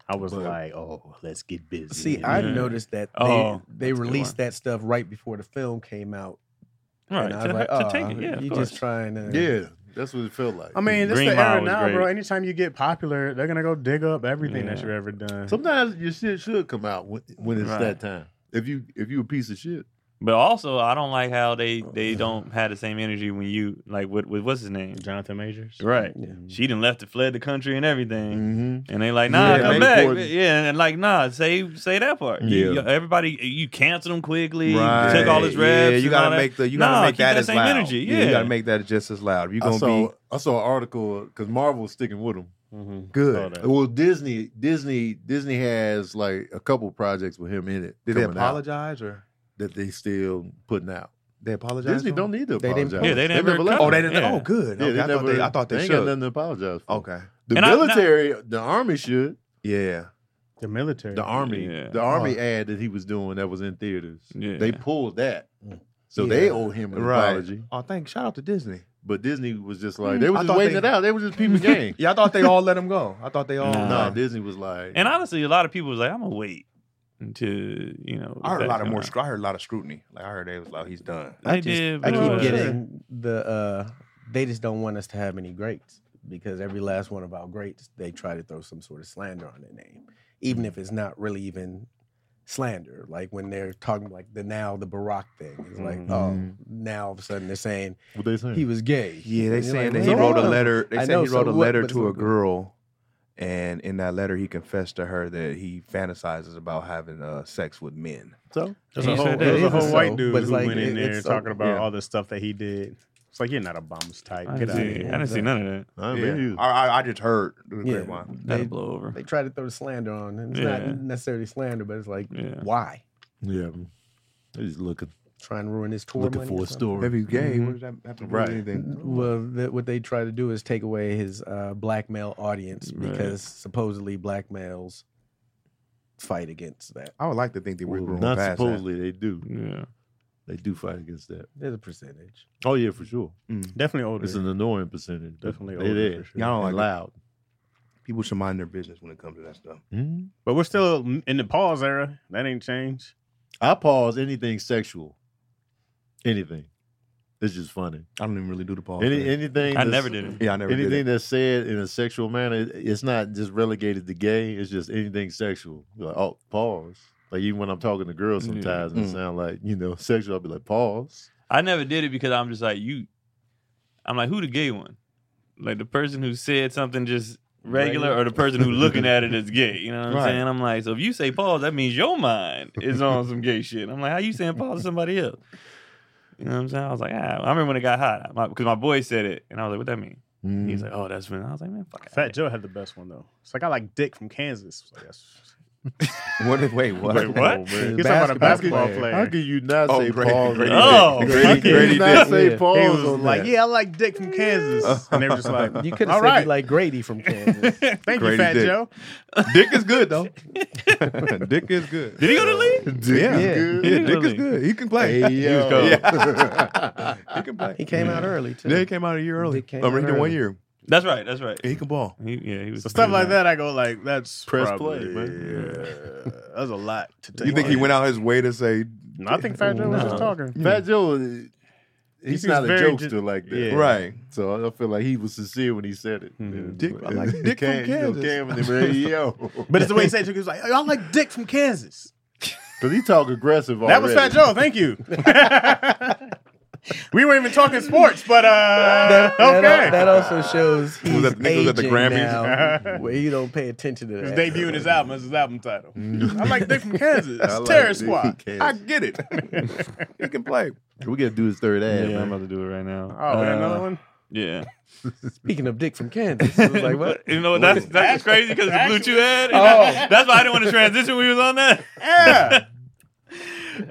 Speaker 6: I was
Speaker 2: But-
Speaker 6: like, oh, let's get busy.
Speaker 5: see, I
Speaker 4: Yeah.
Speaker 5: noticed that they
Speaker 4: Oh, that's
Speaker 5: they
Speaker 4: a good one.
Speaker 5: released that stuff right before the film came out.
Speaker 4: Right.
Speaker 5: And
Speaker 4: to,
Speaker 5: I was like,
Speaker 4: to
Speaker 5: oh,
Speaker 4: take it. Yeah.
Speaker 5: you
Speaker 4: of course.
Speaker 5: just trying to.
Speaker 2: Yeah, that's what it felt like.
Speaker 6: I mean, this
Speaker 4: Green
Speaker 6: the
Speaker 4: Mile
Speaker 6: era
Speaker 4: was
Speaker 6: now,
Speaker 4: great.
Speaker 6: bro. Anytime you get popular, they're gonna go dig up everything that
Speaker 4: Yeah.
Speaker 6: you've ever done.
Speaker 2: sometimes your shit should come out when, when it's
Speaker 4: Right.
Speaker 2: that time. If you if you a piece of shit,
Speaker 4: But also, I don't like how they they don't have the same energy when you like with, with what's his name,
Speaker 6: Jonathan Majors.
Speaker 4: right?
Speaker 5: Yeah.
Speaker 4: She done left and fled the country and everything,
Speaker 2: mm-hmm.
Speaker 4: and they like nah,
Speaker 2: Yeah,
Speaker 4: come
Speaker 2: they
Speaker 4: back,
Speaker 2: recorded.
Speaker 4: yeah, and like nah, say say that part. You-
Speaker 2: Yeah.
Speaker 4: you- everybody, you canceled them quickly, you took all his
Speaker 1: Yeah,
Speaker 4: reps.
Speaker 1: you
Speaker 4: and
Speaker 1: gotta
Speaker 4: all that.
Speaker 1: make the you gotta
Speaker 4: Nah,
Speaker 1: make
Speaker 4: keep
Speaker 1: that, as
Speaker 4: same
Speaker 1: loud.
Speaker 4: energy. Yeah,
Speaker 1: you gotta make that just as loud. You
Speaker 2: I
Speaker 1: gonna
Speaker 2: saw
Speaker 1: be
Speaker 2: I saw an article because Marvel was sticking with them.
Speaker 6: Mm-hmm.
Speaker 1: good.
Speaker 2: Well, Disney Disney Disney has like a couple projects with him in it.
Speaker 1: Did they
Speaker 2: coming out
Speaker 1: apologize or
Speaker 2: that they still putting out?
Speaker 1: they apologize?
Speaker 2: Disney don't need to
Speaker 5: They didn't
Speaker 2: apologize.
Speaker 5: put-
Speaker 4: Yeah, they didn't ever
Speaker 2: left.
Speaker 4: cover
Speaker 1: Oh, they didn't.
Speaker 4: Yeah.
Speaker 1: Oh, good.
Speaker 2: Yeah,
Speaker 1: Okay,
Speaker 2: they
Speaker 1: I, thought
Speaker 2: never-
Speaker 1: they, I thought they,
Speaker 2: ain't got
Speaker 1: should.
Speaker 2: nothing to apologize for.
Speaker 1: Okay.
Speaker 2: The
Speaker 4: And I-
Speaker 2: military, the army should.
Speaker 1: Yeah.
Speaker 6: The military.
Speaker 2: The army,
Speaker 4: Yeah.
Speaker 2: the army ad that he was doing that was in theaters.
Speaker 4: Yeah.
Speaker 2: They pulled that, so they owe him an
Speaker 1: Right.
Speaker 2: apology.
Speaker 1: Oh, thanks. Shout out to Disney.
Speaker 2: But Disney was just like they were
Speaker 1: Mm. I
Speaker 2: just
Speaker 1: thought
Speaker 2: waiting
Speaker 1: they-
Speaker 2: it out. They were just peeping game.
Speaker 1: Yeah, I thought they all let him go. I thought they all.
Speaker 2: No,
Speaker 4: Nah. Nah.
Speaker 2: Disney was like,
Speaker 4: And honestly, a lot of people was like, I'm gonna wait until you know.
Speaker 1: I heard a
Speaker 4: that
Speaker 1: lot of
Speaker 4: come
Speaker 1: more.
Speaker 4: out."
Speaker 1: scr- I heard a lot of scrutiny. Like I heard they was like, "Oh, he's done.
Speaker 4: They did.
Speaker 5: I
Speaker 4: but, uh,
Speaker 5: keep getting the uh they just don't want us to have any greats because every last one of our greats they try to throw some sort of slander on their name, even if it's not really even slander. Like when they're talking like the now the Barack thing, it's like oh
Speaker 2: Mhm.
Speaker 5: now all of a sudden they're saying
Speaker 2: what they saying?
Speaker 5: he was gay.
Speaker 1: Mm-hmm. Yeah, they
Speaker 5: And you're
Speaker 1: saying that
Speaker 5: like,
Speaker 1: he
Speaker 5: well,
Speaker 1: wrote a
Speaker 5: yeah.
Speaker 1: letter. They
Speaker 5: I
Speaker 1: said
Speaker 5: know,
Speaker 1: he wrote
Speaker 5: so
Speaker 1: a
Speaker 5: what-
Speaker 1: letter
Speaker 5: but
Speaker 1: to
Speaker 5: so-
Speaker 1: a girl, and in that letter he confessed to her that he fantasizes about having uh, sex with men.
Speaker 2: so
Speaker 6: There's a
Speaker 4: He
Speaker 6: whole,
Speaker 4: said
Speaker 6: there was
Speaker 5: that.
Speaker 6: a whole
Speaker 5: So,
Speaker 6: white dude
Speaker 5: but it's
Speaker 6: who
Speaker 5: like,
Speaker 6: went in
Speaker 5: it-
Speaker 6: there
Speaker 5: it's so-
Speaker 6: talking about
Speaker 1: yeah.
Speaker 6: all the stuff that he did. It's like you're not a bombs type.
Speaker 4: I
Speaker 6: Get
Speaker 4: didn't,
Speaker 6: out of
Speaker 4: see, I
Speaker 6: here.
Speaker 4: didn't see none of that.
Speaker 2: I
Speaker 1: yeah.
Speaker 2: mean,
Speaker 1: I, I I just heard through the
Speaker 5: Yeah.
Speaker 1: grapevine.
Speaker 4: That'll
Speaker 5: They-
Speaker 4: blow over.
Speaker 5: They try to throw the slander on, and it's
Speaker 4: Yeah.
Speaker 5: not necessarily slander, but it's like
Speaker 4: Yeah.
Speaker 5: why
Speaker 2: yeah, they just looking
Speaker 5: try and ruin his tour
Speaker 2: looking
Speaker 5: money
Speaker 2: for
Speaker 5: or
Speaker 2: a
Speaker 5: something?
Speaker 2: story.
Speaker 1: If he's gay,
Speaker 4: Mhm.
Speaker 1: what does that have to do
Speaker 2: Right.
Speaker 1: with anything?
Speaker 5: Well, that what they try to do is take away his uh, black male audience
Speaker 4: Right.
Speaker 5: because supposedly black males fight against that.
Speaker 1: I would like to think that we're
Speaker 2: Well,
Speaker 1: growing
Speaker 2: not
Speaker 1: past that.
Speaker 2: supposedly they do.
Speaker 4: Yeah.
Speaker 2: They do fight against that.
Speaker 5: There's a percentage.
Speaker 2: Oh yeah, for sure.
Speaker 6: Definitely older.
Speaker 2: It's an annoying percentage. but
Speaker 6: Definitely
Speaker 2: they
Speaker 6: older
Speaker 2: there.
Speaker 6: for sure.
Speaker 1: Y'all don't
Speaker 2: And
Speaker 1: like it.
Speaker 2: loud.
Speaker 1: People should mind their business when it comes to that stuff.
Speaker 2: Mhm.
Speaker 6: But we're still in the pause era. That ain't changed.
Speaker 2: I pause anything sexual, anything. It's just funny.
Speaker 1: I don't even really do the pause.
Speaker 2: Any
Speaker 1: thing.
Speaker 2: anything.
Speaker 4: I
Speaker 2: that's-
Speaker 4: never did it.
Speaker 1: yeah, I never
Speaker 2: anything
Speaker 1: did it.
Speaker 2: that's said in a sexual manner, it- it's not just relegated to gay. It's just anything sexual. You're like, oh, pause. Like even when I'm talking to girls,
Speaker 6: Mm-hmm.
Speaker 4: Yeah.
Speaker 2: sometimes and it
Speaker 1: Mm.
Speaker 2: sound like you know sexual. I'll be like, pause.
Speaker 4: I never did it because I'm just like you. I'm like, who the gay one? Like the person who said something just regular, or the person who looking at it as gay. You know what I'm
Speaker 1: Right.
Speaker 4: saying? I'm like, so if you say pause, that means your mind is on some gay shit. I'm like, how you saying pause to somebody else? You know what I'm saying? I was like, ah. I remember when it got hot because my, boy said it, and I was like, what that mean?
Speaker 1: Mm.
Speaker 4: He was like, oh, that's when I was like, man, fuck.
Speaker 6: Fat Joe had the best one though. It's like I like Dick from Kansas. It's like, that's-
Speaker 1: What? Wait, what?
Speaker 4: Wait, what?
Speaker 6: He's talking about a basketball
Speaker 5: player.
Speaker 6: player.
Speaker 2: How could you not
Speaker 1: Oh,
Speaker 2: say
Speaker 1: Grady-
Speaker 2: pause?
Speaker 1: Grady
Speaker 4: Oh, Dick.
Speaker 2: How could you
Speaker 1: Grady
Speaker 2: not
Speaker 1: Dick.
Speaker 2: say
Speaker 5: Yeah.
Speaker 2: pause?
Speaker 6: He was
Speaker 2: on
Speaker 6: like,
Speaker 2: that?
Speaker 6: "Yeah, I like Dick from Kansas," and they were just like,
Speaker 5: You could
Speaker 6: "All
Speaker 5: have said
Speaker 6: right,
Speaker 5: you like Grady from Kansas.
Speaker 6: thank
Speaker 1: Grady
Speaker 6: you, Fat
Speaker 1: Dick.
Speaker 6: Joe."
Speaker 1: Dick is good though. Dick is good.
Speaker 4: Did he go to the league?
Speaker 2: Dick
Speaker 1: yeah,
Speaker 2: is
Speaker 1: yeah.
Speaker 2: good.
Speaker 1: Dick is
Speaker 4: Really?
Speaker 1: good. He can play.
Speaker 2: Hey,
Speaker 1: He was
Speaker 2: yo.
Speaker 1: cold.
Speaker 2: Yeah.
Speaker 1: he can play.
Speaker 5: He came out early too.
Speaker 1: Yeah, he came out a year early.
Speaker 5: Dick came
Speaker 1: I mean,
Speaker 5: out
Speaker 1: he did one
Speaker 5: early.
Speaker 1: year.
Speaker 4: That's right. That's right.
Speaker 1: He can ball.
Speaker 4: He, yeah, he was
Speaker 6: So stuff
Speaker 4: he was
Speaker 6: like
Speaker 4: nice.
Speaker 6: that, I go like, that's
Speaker 2: Press
Speaker 6: probably,
Speaker 2: play.
Speaker 6: man. Yeah. That's a lot to take.
Speaker 1: You think he went out his way to say,
Speaker 6: No, I think Fat Joe was just
Speaker 2: No.
Speaker 6: talking.
Speaker 2: Mm. Fat Joe, uh, he's
Speaker 6: seems
Speaker 2: not a
Speaker 6: very
Speaker 2: jokester
Speaker 6: gen-
Speaker 2: like that.
Speaker 6: Yeah. Mm-hmm.
Speaker 1: right?
Speaker 2: So I feel like he was sincere when he said it.
Speaker 4: Mhm.
Speaker 1: Dick- I like Dick from
Speaker 2: Cam- you know,
Speaker 1: Kansas.
Speaker 2: Cam and them, hey, yo.
Speaker 6: But it's the way he said it. too. He was like, "Y'all like Dick from Kansas."
Speaker 2: Because he talk aggressive
Speaker 6: That was
Speaker 2: already.
Speaker 6: Fat Joe. Thank you. we weren't even talking sports, but uh,
Speaker 5: That,
Speaker 6: okay.
Speaker 5: that al- that also shows he's
Speaker 1: Was that- Nick was at the
Speaker 5: aging
Speaker 1: Grammys?
Speaker 5: now, where you don't pay attention to
Speaker 6: his
Speaker 5: that.
Speaker 6: debut and his album. That's his album title.
Speaker 2: Mm.
Speaker 6: I like Dick from Kansas.
Speaker 2: I
Speaker 6: It's
Speaker 2: like
Speaker 6: Terror
Speaker 2: Dick from
Speaker 6: Squad.
Speaker 2: Kansas.
Speaker 1: "I get it. he can play."
Speaker 2: We gotta do his third ad,
Speaker 4: Yeah, I'm
Speaker 2: man.
Speaker 4: about to do it right now.
Speaker 6: Oh, man,
Speaker 4: Uh,
Speaker 6: another one.
Speaker 4: Yeah.
Speaker 5: Speaking of Dick from Kansas, it was like what?
Speaker 4: You know that's that's crazy because the blue
Speaker 6: Actually-
Speaker 4: chew ad.
Speaker 6: Oh.
Speaker 4: That's why I didn't want to transition when we was on that.
Speaker 6: Yeah.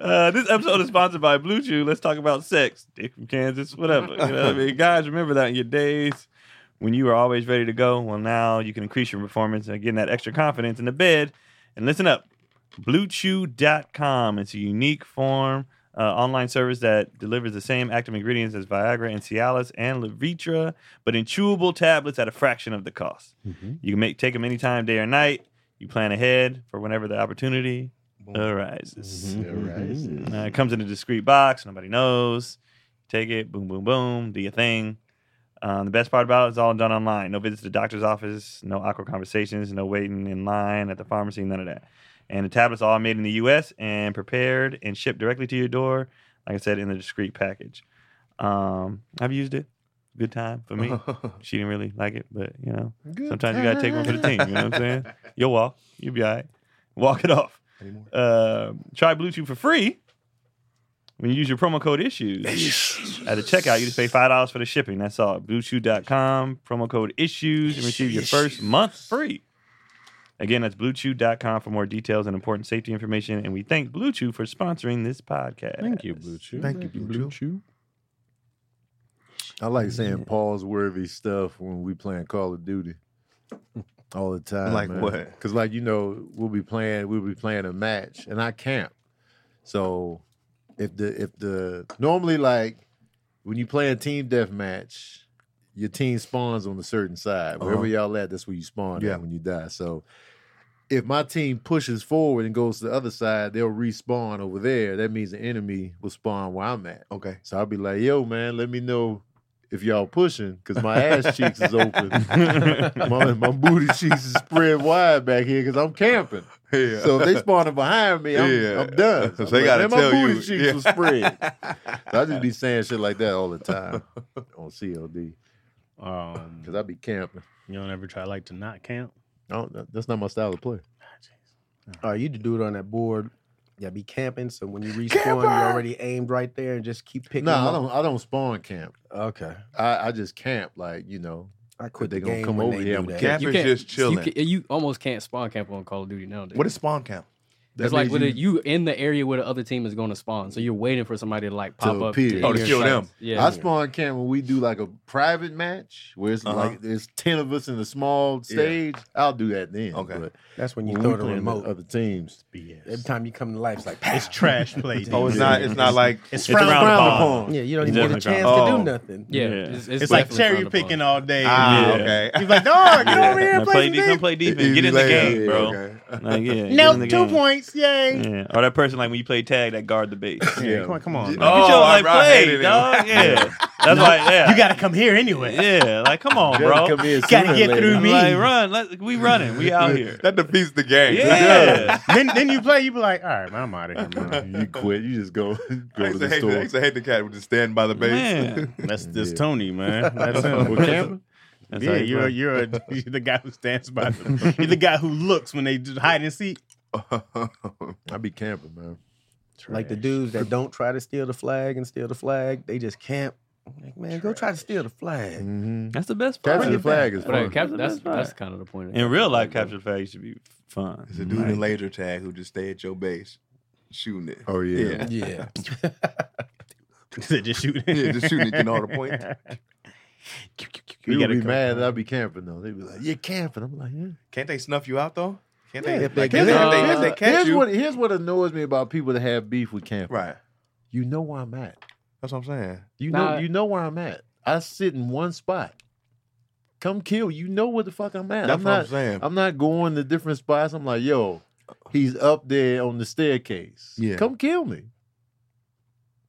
Speaker 4: Uh, this episode is sponsored by Blue Chew. Let's talk about sex. Dick from Kansas, whatever. You know what I mean? Guys, remember that in your days when you were always ready to go. Well, now you can increase your performance and getting that extra confidence in the bed. And listen up BlueChew.com. It's a unique form uh, online service that delivers the same active ingredients as Viagra and Cialis and Levitra, but in chewable tablets at a fraction of the cost. You can make take them anytime, day or night. You plan ahead for whenever the opportunity arises. Uh, it comes in a discreet box. Nobody knows. Take it. Boom, boom, boom. Do your thing. Um, the best part about it is all done online. No visits to the doctor's office. No awkward conversations. No waiting in line at the pharmacy. None of that. And the tablets are all made in the U.S. and prepared and shipped directly to your door. Like I said, in the discreet package. Um, I've used it. Good time for me. she didn't really like it, but you know, sometimes you gotta take one for the team. You know what I'm saying? You'll walk. You'll be all right. Walk it off.
Speaker 1: Anymore.
Speaker 4: Uh, try Blue Chew for free when you use your promo code issues at the checkout. You just pay five dollars for the shipping. That's all. BlueChew.com promo code issues and receive your first month free. Again, that's BlueChew.com for more details and important safety information. And we thank Blue Chew for sponsoring this podcast.
Speaker 2: Chew.
Speaker 1: Thank you, Blue Chew.
Speaker 2: I like saying Paul's worthy stuff when we playing Call of Duty all the time.
Speaker 1: Like
Speaker 2: man.
Speaker 1: what?
Speaker 2: Cause like you know, we'll be playing, we'll be playing a match, and I camp. So if the if the normally like when you play a team deathmatch, your team spawns on a certain side. Wherever
Speaker 1: Uh-huh.
Speaker 2: y'all at, that's where you spawn
Speaker 1: Yeah.
Speaker 2: at when you die. So if my team pushes forward and goes to the other side, they'll respawn over there. That means the enemy will spawn where I'm at.
Speaker 1: Okay.
Speaker 2: So I'll be like, yo, man, let me know if y'all pushing, because my ass cheeks is open. my, my booty cheeks is spread wide back here because I'm camping.
Speaker 1: Yeah.
Speaker 2: So if they spawning behind me, I'm,
Speaker 1: Yeah.
Speaker 2: I'm done.
Speaker 1: So
Speaker 2: I'm
Speaker 1: they
Speaker 2: like,
Speaker 1: gotta
Speaker 2: "Man,
Speaker 1: tell
Speaker 2: my booty
Speaker 1: you."
Speaker 2: cheeks
Speaker 1: Yeah.
Speaker 2: was spread. so I just be saying shit like that all the time on CLD
Speaker 6: Um,
Speaker 2: because I be camping.
Speaker 6: you don't ever try like to not camp.
Speaker 2: I don't, that's not my style of play.
Speaker 5: Oh, you to do it on that board. Yeah, be camping. So when you respawn, you already aimed right there and just keep picking.
Speaker 2: No,
Speaker 5: them
Speaker 2: I
Speaker 5: up.
Speaker 2: don't. I don't spawn camp.
Speaker 5: Okay,
Speaker 2: I, I just camp, like you know.
Speaker 5: I quit
Speaker 2: They
Speaker 5: the
Speaker 2: gonna
Speaker 5: game
Speaker 2: come
Speaker 5: when
Speaker 2: over
Speaker 5: they
Speaker 2: here,
Speaker 5: do
Speaker 2: I'ma
Speaker 5: that.
Speaker 1: cap-
Speaker 3: You
Speaker 1: Rapper's
Speaker 3: can't-
Speaker 1: just chilling.
Speaker 3: You, can, you almost can't spawn camp on Call of Duty nowadays.
Speaker 1: What is spawn camp?
Speaker 2: That
Speaker 3: it's like
Speaker 2: means
Speaker 3: with
Speaker 2: you-
Speaker 3: a, you in the area where the other team is going to spawn, so you're waiting for somebody to like pop up.
Speaker 2: appear.
Speaker 1: Oh, to
Speaker 3: your
Speaker 1: kill them.
Speaker 3: sights. Yeah,
Speaker 2: I spawn camp when we do like a private match where it's
Speaker 1: Uh-huh.
Speaker 2: like there's ten of us in a small stage. I'll do that then.
Speaker 1: Okay.
Speaker 2: but
Speaker 5: That's when
Speaker 2: when
Speaker 5: you
Speaker 2: you
Speaker 5: throw
Speaker 2: we
Speaker 5: the
Speaker 2: playing the
Speaker 5: remote.
Speaker 2: other teams,
Speaker 5: Every
Speaker 6: BS.
Speaker 5: time you come to life, it's like
Speaker 6: It's
Speaker 5: pow.
Speaker 6: trash play.
Speaker 1: Oh, it's not. It's not like.
Speaker 6: It's
Speaker 4: It's
Speaker 6: frowned
Speaker 4: frowned
Speaker 6: upon.
Speaker 4: upon.
Speaker 5: Yeah, you don't
Speaker 4: It's
Speaker 5: even get a
Speaker 4: definitely
Speaker 5: chance
Speaker 1: gone.
Speaker 5: to do
Speaker 1: Oh.
Speaker 5: nothing.
Speaker 3: yeah.
Speaker 4: Yeah.
Speaker 6: It's, like
Speaker 3: definitely
Speaker 6: cherry
Speaker 3: frowned upon.
Speaker 6: picking all day.
Speaker 1: Ah,
Speaker 4: Yeah.
Speaker 1: okay.
Speaker 6: He's like, dog, get
Speaker 4: Yeah.
Speaker 6: over here
Speaker 4: Now
Speaker 6: and
Speaker 4: play,
Speaker 6: play,
Speaker 4: de- come
Speaker 6: some
Speaker 4: play defense. Get in the
Speaker 1: Later.
Speaker 4: game,
Speaker 1: Yeah,
Speaker 4: bro.
Speaker 1: okay.
Speaker 4: Like, yeah, get in the
Speaker 6: Nope, two
Speaker 4: game.
Speaker 6: points. Yay.
Speaker 4: Yeah. Or that person like when you play tag that guard the base.
Speaker 6: Yeah, come on, come on.
Speaker 1: Yeah.
Speaker 6: man.
Speaker 1: Oh,
Speaker 4: Get your life
Speaker 1: I- I hated
Speaker 4: played,
Speaker 1: it.
Speaker 4: dog. Yeah. That's why, yeah.
Speaker 6: You got to come here anyway.
Speaker 4: Yeah, like come on,
Speaker 2: You gotta
Speaker 4: bro.
Speaker 2: come in
Speaker 6: Gotta
Speaker 2: sooner
Speaker 6: get
Speaker 2: or
Speaker 6: through
Speaker 2: later.
Speaker 6: me.
Speaker 4: Like run, let, we running, we out here.
Speaker 1: That defeats the game.
Speaker 4: Yeah,
Speaker 6: then, then you play, you be like, all right, man, I'm out of here, man.
Speaker 2: You quit. You just go
Speaker 1: I
Speaker 2: go to
Speaker 1: used, to
Speaker 2: the
Speaker 1: hate, I
Speaker 2: store.
Speaker 1: used to hate the cat with the stand by the base.
Speaker 4: man.
Speaker 6: That's this
Speaker 2: Yeah.
Speaker 6: Tony, man. That's
Speaker 2: Well,
Speaker 6: him.
Speaker 2: camping?
Speaker 4: That's how
Speaker 6: yeah,
Speaker 4: you
Speaker 6: you're
Speaker 4: play.
Speaker 6: you're, a, you're the guy who stands by them. You're the guy who looks when they just hide and seek.
Speaker 2: I be camping, man.
Speaker 5: Like the dudes that don't try to steal the flag and steal the flag, they just camp. I'm Like man, go try to steal the flag.
Speaker 2: Mm-hmm.
Speaker 4: That's the best part.
Speaker 2: Capture the flag is
Speaker 3: But uh,
Speaker 2: fun.
Speaker 3: cap-
Speaker 4: That's
Speaker 3: that's
Speaker 4: the best
Speaker 3: that's
Speaker 4: part.
Speaker 3: kind of the point. of
Speaker 4: In
Speaker 3: it.
Speaker 4: real life, capture the flag should be fun.
Speaker 1: There's a dude in laser tag who just stay at your base shooting it.
Speaker 2: Oh yeah.
Speaker 1: Yeah.
Speaker 5: Yeah,
Speaker 6: They just shooting.
Speaker 1: Yeah, just shooting, getting all the points.
Speaker 6: You
Speaker 2: People
Speaker 6: gotta
Speaker 2: be
Speaker 6: come-
Speaker 2: mad that I be camping though. They be like, "You're camping." I'm like, "Yeah."
Speaker 1: Can't they snuff you out though? Can't
Speaker 2: Yeah,
Speaker 1: they?
Speaker 2: if they
Speaker 1: like, can't they,
Speaker 3: get
Speaker 1: if they,
Speaker 3: it.
Speaker 1: if they
Speaker 3: Uh,
Speaker 1: catch
Speaker 2: here's
Speaker 1: you,
Speaker 2: what here's what annoys me about people that have beef with campers.
Speaker 1: right?
Speaker 2: You know where I'm at.
Speaker 1: That's what I'm saying.
Speaker 2: You
Speaker 3: Nah.
Speaker 2: know you know where I'm at. I sit in one spot. Come kill. You know where the fuck I'm at.
Speaker 1: That's
Speaker 2: I'm
Speaker 1: what
Speaker 2: not
Speaker 1: I'm saying.
Speaker 2: I'm not going to different spots. I'm like, yo, he's up there on the staircase.
Speaker 1: Yeah.
Speaker 2: Come kill me.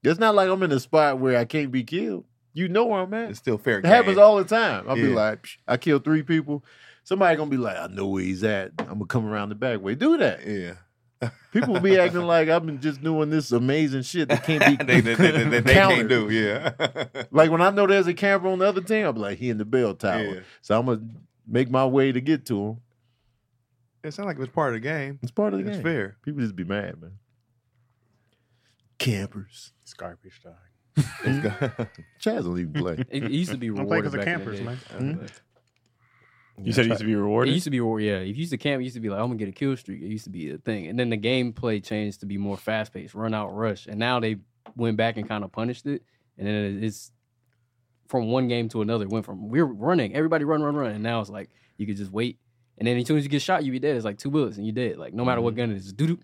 Speaker 2: It's not like I'm in a spot where I can't be killed. You know where I'm at.
Speaker 1: it's still fair
Speaker 2: it
Speaker 1: game.
Speaker 2: happens all the time. I'll be
Speaker 1: Yeah.
Speaker 2: like, Psh, I killed three people. Somebody gonna be like, I know where he's at. I'm gonna come around the back way. Do that.
Speaker 1: Yeah.
Speaker 2: People will be acting like I've been just doing this amazing shit that can't be
Speaker 1: they, they, they, they, they can't
Speaker 2: countered.
Speaker 1: do. Yeah.
Speaker 2: Like when I know there's a camera on the other team, I'll be like, he in the bell tower.
Speaker 1: yeah.
Speaker 2: So I'm gonna make my way to get to him.
Speaker 1: It sounds like it was part of the game.
Speaker 2: It's part of the
Speaker 1: It's
Speaker 2: game.
Speaker 1: fair.
Speaker 2: People just be mad, man. Campers.
Speaker 6: It's garbage, dog.
Speaker 1: It's
Speaker 2: Mm-hmm.
Speaker 1: go-
Speaker 2: Chaz don't even play.
Speaker 3: It, it used to be
Speaker 6: Don't play
Speaker 3: rewarded
Speaker 6: because of
Speaker 3: back in the
Speaker 6: campers,
Speaker 3: day.
Speaker 6: man. Mm-hmm.
Speaker 3: But-
Speaker 4: You said it used to be
Speaker 3: It
Speaker 4: rewarded.
Speaker 3: used to be, war- yeah. If you used to camp, it used to be like, I'm gonna get a kill streak. It used to be a thing, and then the gameplay changed to be more fast paced, run out, rush, and now they went back and kind of punished it, and then it- it's from one game to another. It went from we're running, everybody run, run, run, and now it's like you could just wait, and then as soon as you get shot, you be dead. It's like two bullets and you dead. Like no matter
Speaker 1: Mm-hmm.
Speaker 3: what gun it is, doo doo.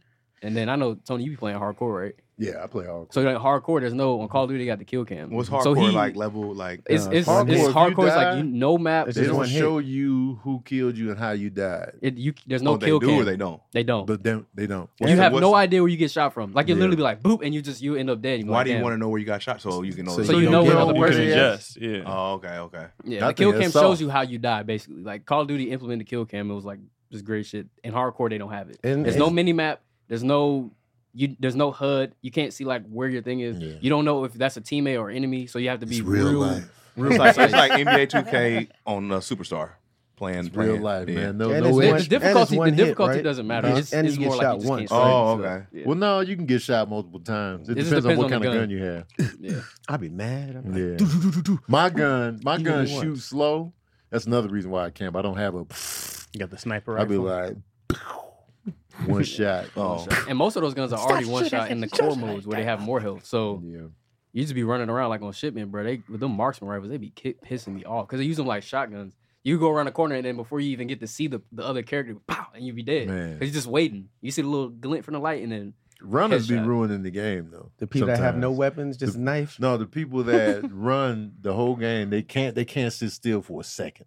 Speaker 3: And then I know Tony, you be playing hardcore, right?
Speaker 2: yeah, I play hard.
Speaker 3: So like hardcore, there's no on Call of Duty they got the kill cam.
Speaker 1: What's hardcore
Speaker 3: So he-
Speaker 1: like level like
Speaker 3: It's
Speaker 1: uh,
Speaker 3: it's
Speaker 2: hardcore, if
Speaker 3: hardcore. It's
Speaker 2: you
Speaker 3: hardcore. It's
Speaker 2: die,
Speaker 3: like you no map.
Speaker 5: it's
Speaker 2: They
Speaker 3: There's
Speaker 5: just
Speaker 2: don't
Speaker 5: one hit.
Speaker 2: show you who killed you and how you died.
Speaker 3: it, you, there's
Speaker 1: oh,
Speaker 3: no
Speaker 1: they
Speaker 3: kill
Speaker 1: do
Speaker 3: cam.
Speaker 1: or they don't.
Speaker 3: They don't.
Speaker 2: But they they don't.
Speaker 1: What's
Speaker 3: you
Speaker 1: the-
Speaker 3: have
Speaker 1: what's
Speaker 3: no
Speaker 1: the-
Speaker 3: idea where you get shot from. Like you
Speaker 2: Yeah.
Speaker 3: literally be like boop, and you just you end up dead. You
Speaker 1: Why do you want to know where you got shot so you can know?
Speaker 2: So
Speaker 3: So you
Speaker 2: don't
Speaker 3: know
Speaker 2: get
Speaker 3: where another
Speaker 2: all
Speaker 4: you can
Speaker 3: person
Speaker 2: the
Speaker 3: is.
Speaker 4: adjust. Yeah.
Speaker 1: Oh, okay, okay.
Speaker 3: Yeah,
Speaker 2: I
Speaker 3: the
Speaker 2: think
Speaker 3: kill
Speaker 2: that's
Speaker 3: cam
Speaker 2: soft.
Speaker 3: shows you how you die basically. Like Call of Duty implemented kill cam. It was like just great shit. In hardcore, they don't have it.
Speaker 5: And
Speaker 3: There's no mini map. There's no you. There's no HUD. You can't see like where your thing is.
Speaker 2: Yeah.
Speaker 3: You don't know if that's a teammate or enemy. So you have to be
Speaker 2: It's
Speaker 3: real.
Speaker 2: real life.
Speaker 1: It's like, it's like NBA 2K on uh, Superstar playing
Speaker 2: It's
Speaker 1: playing
Speaker 2: real life,
Speaker 1: yeah.
Speaker 2: man. No,
Speaker 5: And
Speaker 2: no
Speaker 5: it's
Speaker 3: The,
Speaker 5: one-
Speaker 3: the
Speaker 2: extra.
Speaker 5: and it's
Speaker 3: difficulty.
Speaker 5: one
Speaker 3: the
Speaker 5: hit,
Speaker 3: difficulty
Speaker 5: right?
Speaker 3: doesn't matter.
Speaker 5: Uh,
Speaker 3: It's,
Speaker 5: and you
Speaker 3: it's
Speaker 5: get
Speaker 3: more
Speaker 5: shot
Speaker 3: like you just
Speaker 5: once,
Speaker 3: can't.
Speaker 5: right?
Speaker 1: Oh,
Speaker 3: see.
Speaker 1: okay.
Speaker 3: Yeah.
Speaker 2: Well, no, you can get shot multiple times. It,
Speaker 3: It just
Speaker 2: depends, on
Speaker 3: depends
Speaker 2: what
Speaker 3: on
Speaker 2: kind
Speaker 3: the
Speaker 2: of
Speaker 3: gun.
Speaker 2: gun you have.
Speaker 3: yeah.
Speaker 5: I'd be mad. I'm like,
Speaker 2: Yeah. My gun, my
Speaker 5: You
Speaker 2: gun
Speaker 5: really want.
Speaker 2: shoots slow. That's another reason why I camp. I don't have a.
Speaker 6: You got the sniper
Speaker 2: I'd be
Speaker 6: rifle.
Speaker 2: like, one shot.
Speaker 1: Oh,
Speaker 3: And most of those guns are already one shot in the core modes where they have more health. So
Speaker 2: Yeah.
Speaker 3: you just be running around like on shipment, bro. They with them marksman rifles, they be kick, pissing me off because they use them like shotguns. You go around the corner and then before you even get to see the, the other character, pow, and you be dead.
Speaker 2: Man.
Speaker 3: Cause you're just waiting. You see the little glint from the light, and then
Speaker 2: Runners be
Speaker 3: Headshot.
Speaker 2: ruining the game though.
Speaker 5: The people that have no
Speaker 2: sometimes.
Speaker 5: weapons, just a knife.
Speaker 2: No, the people that run the whole game, they can't they can't sit still for a second.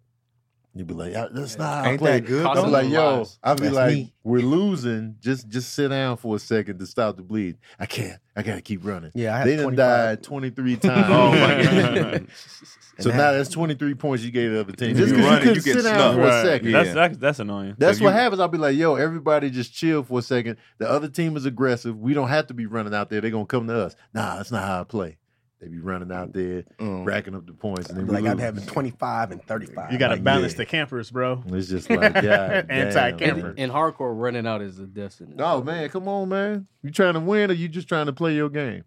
Speaker 2: You'd be like, "Yeah, that's not how I
Speaker 1: ain't
Speaker 2: play.
Speaker 1: that good?
Speaker 3: Call
Speaker 2: I'd be
Speaker 1: Though?
Speaker 3: them-
Speaker 2: like, yo,
Speaker 3: Lies.
Speaker 2: I'd be
Speaker 5: That's
Speaker 2: like,
Speaker 5: me.
Speaker 2: we're losing. Just just sit down for a second to stop the bleed. I can't. I gotta keep running.
Speaker 5: Yeah, I had
Speaker 2: They done
Speaker 5: 25.
Speaker 2: died twenty three times.
Speaker 1: Oh, my
Speaker 4: God.
Speaker 2: so
Speaker 5: And
Speaker 2: now
Speaker 5: that-
Speaker 2: that's twenty three points you gave the other team.
Speaker 1: You
Speaker 2: Just because you
Speaker 1: running,
Speaker 2: couldn't
Speaker 1: you
Speaker 2: sit
Speaker 1: get
Speaker 2: down
Speaker 1: snuck.
Speaker 2: for
Speaker 4: Right.
Speaker 2: a second.
Speaker 4: That's,
Speaker 1: Yeah.
Speaker 4: that's that's annoying.
Speaker 2: That's
Speaker 1: If
Speaker 2: what
Speaker 1: you-
Speaker 2: happens. I'll be like, yo, everybody just chill for a second. The other team is aggressive. We don't have to be running out there. They're gonna come to us. Nah, that's not how I play. They be running out there,
Speaker 1: Mm.
Speaker 2: racking up the points, and then we
Speaker 5: like I'm
Speaker 2: lose.
Speaker 5: having 25 and 35.
Speaker 6: you got to
Speaker 2: like,
Speaker 6: balance
Speaker 2: yeah.
Speaker 6: the campers, bro.
Speaker 2: It's just like God,
Speaker 6: Anti-camper.
Speaker 2: damn.
Speaker 3: in hardcore running out is a death sentence.
Speaker 2: Oh man, come on, man. You trying to win, or you just trying to play your game?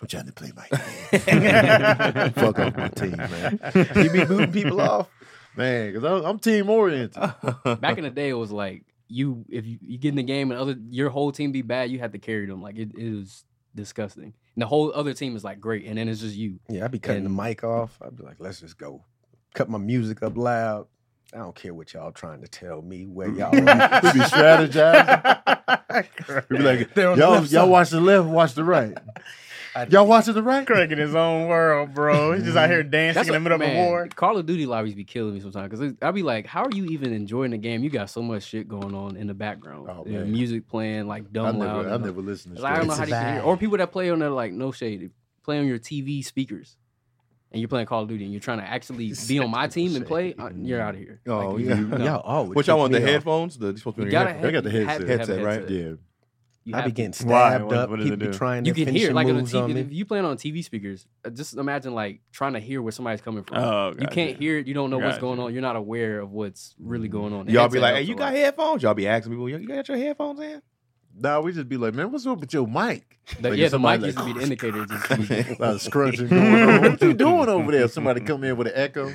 Speaker 2: I'm trying to play my game. Fuck off my team, man.
Speaker 5: you be moving people off.
Speaker 2: Man, because I'm, I'm team oriented.
Speaker 3: Back in the day, it was like you if you, you get in the game and other your whole team be bad, you had to carry them. Like it, it was disgusting. And the whole other team is like great, and then it's just you.
Speaker 5: Yeah, I'd be cutting
Speaker 3: And-
Speaker 5: the mic off. I'd be like, let's just go. Cut my music up loud. I don't care what y'all trying to tell me where y'all at.
Speaker 2: We be strategizing. We be like,
Speaker 5: They're on the
Speaker 2: y'all,
Speaker 5: left
Speaker 2: y'all
Speaker 5: side."
Speaker 2: watch the left, watch the right. Y'all watching the right?
Speaker 6: Craig in his own world, bro. He's just out
Speaker 2: Mm-hmm.
Speaker 6: here dancing in the
Speaker 3: what-
Speaker 6: middle of a
Speaker 3: man,
Speaker 6: war.
Speaker 3: Call of Duty lobbies be killing me sometimes because I'll be like, "How are you even enjoying the game? You got so much shit going on in the background,
Speaker 2: Oh,
Speaker 3: You know,
Speaker 2: man.
Speaker 3: music playing like dumb
Speaker 2: I never,
Speaker 3: loud.
Speaker 2: I
Speaker 3: and-
Speaker 2: never listened to.
Speaker 3: 'cause I don't know
Speaker 5: It's
Speaker 3: how
Speaker 5: a
Speaker 3: they can hear.
Speaker 5: vibe.
Speaker 3: Or people that play on their like no shade, they play on your TV speakers, and you're playing Call of Duty and you're trying to actually be on my team and play. uh, You're out of here.
Speaker 1: Oh,
Speaker 3: you-
Speaker 1: yeah.
Speaker 3: you- no.
Speaker 5: Y'all always.
Speaker 1: What y'all
Speaker 5: piss
Speaker 1: want? The
Speaker 5: me off.
Speaker 1: headphones? The, you supposed to
Speaker 3: You
Speaker 1: be
Speaker 3: gotta
Speaker 1: on
Speaker 3: have,
Speaker 1: your
Speaker 2: They got the
Speaker 3: you have
Speaker 2: headset.
Speaker 3: to have a
Speaker 1: Headset, right?
Speaker 3: headset.
Speaker 2: yeah,
Speaker 3: You
Speaker 5: I be
Speaker 3: have to.
Speaker 5: getting
Speaker 4: Why?
Speaker 5: stabbed
Speaker 4: What-
Speaker 5: up.
Speaker 4: what does
Speaker 5: people
Speaker 4: it
Speaker 5: be
Speaker 4: do?
Speaker 5: trying
Speaker 3: You
Speaker 5: to
Speaker 3: can
Speaker 5: finish
Speaker 3: hear like on a
Speaker 5: moves on
Speaker 3: TV,
Speaker 5: me.
Speaker 3: if you playing on TV speakers. uh, Just imagine like trying to hear where somebody's coming from.
Speaker 4: Oh,
Speaker 3: You
Speaker 4: gotcha.
Speaker 3: can't hear it. You don't know what's
Speaker 4: Gotcha.
Speaker 3: going on. You're not aware of what's really going on. The
Speaker 1: Y'all be
Speaker 3: headset
Speaker 1: like, hey,
Speaker 3: helps
Speaker 1: you
Speaker 3: a
Speaker 1: got
Speaker 3: lot.
Speaker 1: headphones? Y'all be asking people, you got your headphones in?
Speaker 2: Nah, we just be like, man, what's up with your mic?
Speaker 3: The,
Speaker 2: Like,
Speaker 3: yeah,
Speaker 2: if
Speaker 3: the mic
Speaker 2: somebody
Speaker 3: used to
Speaker 2: like-
Speaker 3: be the indicator. It's Just,
Speaker 2: A lot of scrunching going on. What you doing over there? Somebody come in with an echo.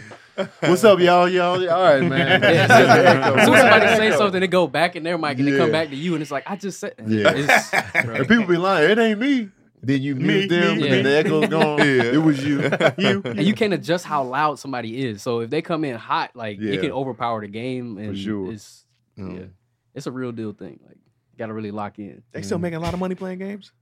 Speaker 2: What's up, y'all? Y'all, all right, man.
Speaker 3: Yeah.
Speaker 2: Just an echo.
Speaker 3: as soon as somebody
Speaker 2: Echo.
Speaker 3: say something, they go back in their mic and they come
Speaker 2: Yeah.
Speaker 3: back to you, and it's like I just said.
Speaker 2: Yeah.
Speaker 3: It's- bro.
Speaker 2: and people be lying, it ain't me. Then you mute
Speaker 6: me,
Speaker 2: them,
Speaker 3: me.
Speaker 2: and then the echo's gone. It was you.
Speaker 1: you.
Speaker 3: and you can't adjust how loud somebody is. So if they come in hot, like
Speaker 2: Yeah.
Speaker 3: it can overpower the game. And
Speaker 2: sure.
Speaker 3: it's, yeah.
Speaker 1: Mm.
Speaker 3: It's a real deal thing. Like, you gotta really lock in.
Speaker 1: They
Speaker 2: Mm.
Speaker 1: still making a lot of money playing games.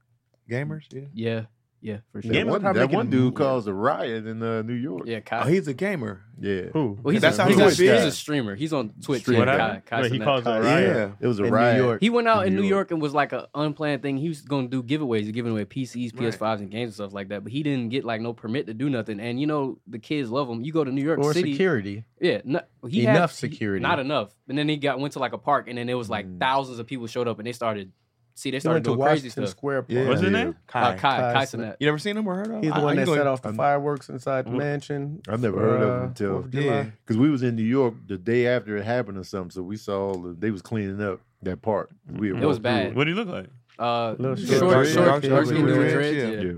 Speaker 1: Gamers, yeah.
Speaker 3: Yeah, yeah, for sure.
Speaker 2: That
Speaker 6: Gamers
Speaker 2: one,
Speaker 6: probably
Speaker 2: that
Speaker 6: making
Speaker 2: one
Speaker 6: a
Speaker 2: dude
Speaker 6: move.
Speaker 2: caused a riot in uh, New York.
Speaker 3: Yeah, Kai.
Speaker 1: Oh, he's a gamer.
Speaker 2: Yeah.
Speaker 6: Who?
Speaker 3: well, he's,
Speaker 1: that's
Speaker 3: a,
Speaker 1: how
Speaker 3: he's,
Speaker 1: he
Speaker 3: a,
Speaker 1: was
Speaker 3: he's a
Speaker 1: jacked.
Speaker 3: streamer. He's on Twitch.
Speaker 2: Streamer.
Speaker 3: yeah,
Speaker 2: What
Speaker 3: Kai,
Speaker 4: happened?
Speaker 3: Kai
Speaker 4: Wait, he
Speaker 3: Cenat.
Speaker 2: Uh,
Speaker 4: calls it a
Speaker 1: Yeah.
Speaker 4: riot.
Speaker 2: It was a
Speaker 1: In New
Speaker 2: riot.
Speaker 1: York.
Speaker 3: He went out
Speaker 2: In
Speaker 3: in
Speaker 2: New
Speaker 3: New
Speaker 2: York.
Speaker 3: York and was like a unplanned thing. He was gonna do giveaways, giving away PCs, PS5s, and games and stuff like that. But he didn't get like no permit to do nothing. And you know the kids love him. You go to New York
Speaker 5: or
Speaker 3: City,
Speaker 5: security.
Speaker 3: yeah, no, he
Speaker 5: Enough
Speaker 3: had- he-
Speaker 5: security.
Speaker 3: not enough. And then he got went to like a park, and then it was like
Speaker 2: Mm.
Speaker 3: thousands of people showed up, and they started see they
Speaker 5: He
Speaker 3: started
Speaker 5: went to
Speaker 3: doing
Speaker 5: Washington
Speaker 3: crazy stuff.
Speaker 5: Square Park.
Speaker 1: Yeah.
Speaker 4: What's his
Speaker 2: Yeah.
Speaker 4: name?
Speaker 3: Uh,
Speaker 4: Kai.
Speaker 3: Kai,
Speaker 5: Kai
Speaker 3: Kai
Speaker 5: Cenat.
Speaker 3: Cenat.
Speaker 1: You never seen him or heard of him? Uh,
Speaker 5: He's the
Speaker 1: I-
Speaker 5: one
Speaker 1: I
Speaker 5: that
Speaker 1: go-
Speaker 5: set off the
Speaker 1: I'm-
Speaker 5: fireworks inside the
Speaker 4: Mm.
Speaker 5: mansion.
Speaker 2: I never
Speaker 5: for,
Speaker 2: heard of
Speaker 5: uh,
Speaker 2: him
Speaker 5: Fourth
Speaker 2: until
Speaker 5: of
Speaker 1: yeah.
Speaker 5: July.
Speaker 2: because we was in New York the day after it happened or something. So we saw all the, they was cleaning up that park. We had
Speaker 3: It was
Speaker 2: walked
Speaker 3: bad.
Speaker 4: What do you look like?
Speaker 3: Uh,
Speaker 5: Little
Speaker 3: short,
Speaker 1: short
Speaker 3: short,
Speaker 1: kid,
Speaker 3: short,
Speaker 1: dark
Speaker 3: dark
Speaker 1: kid
Speaker 3: skin
Speaker 1: with
Speaker 3: with
Speaker 1: dreads,
Speaker 3: dreads.
Speaker 1: yeah.
Speaker 3: Yeah.
Speaker 2: through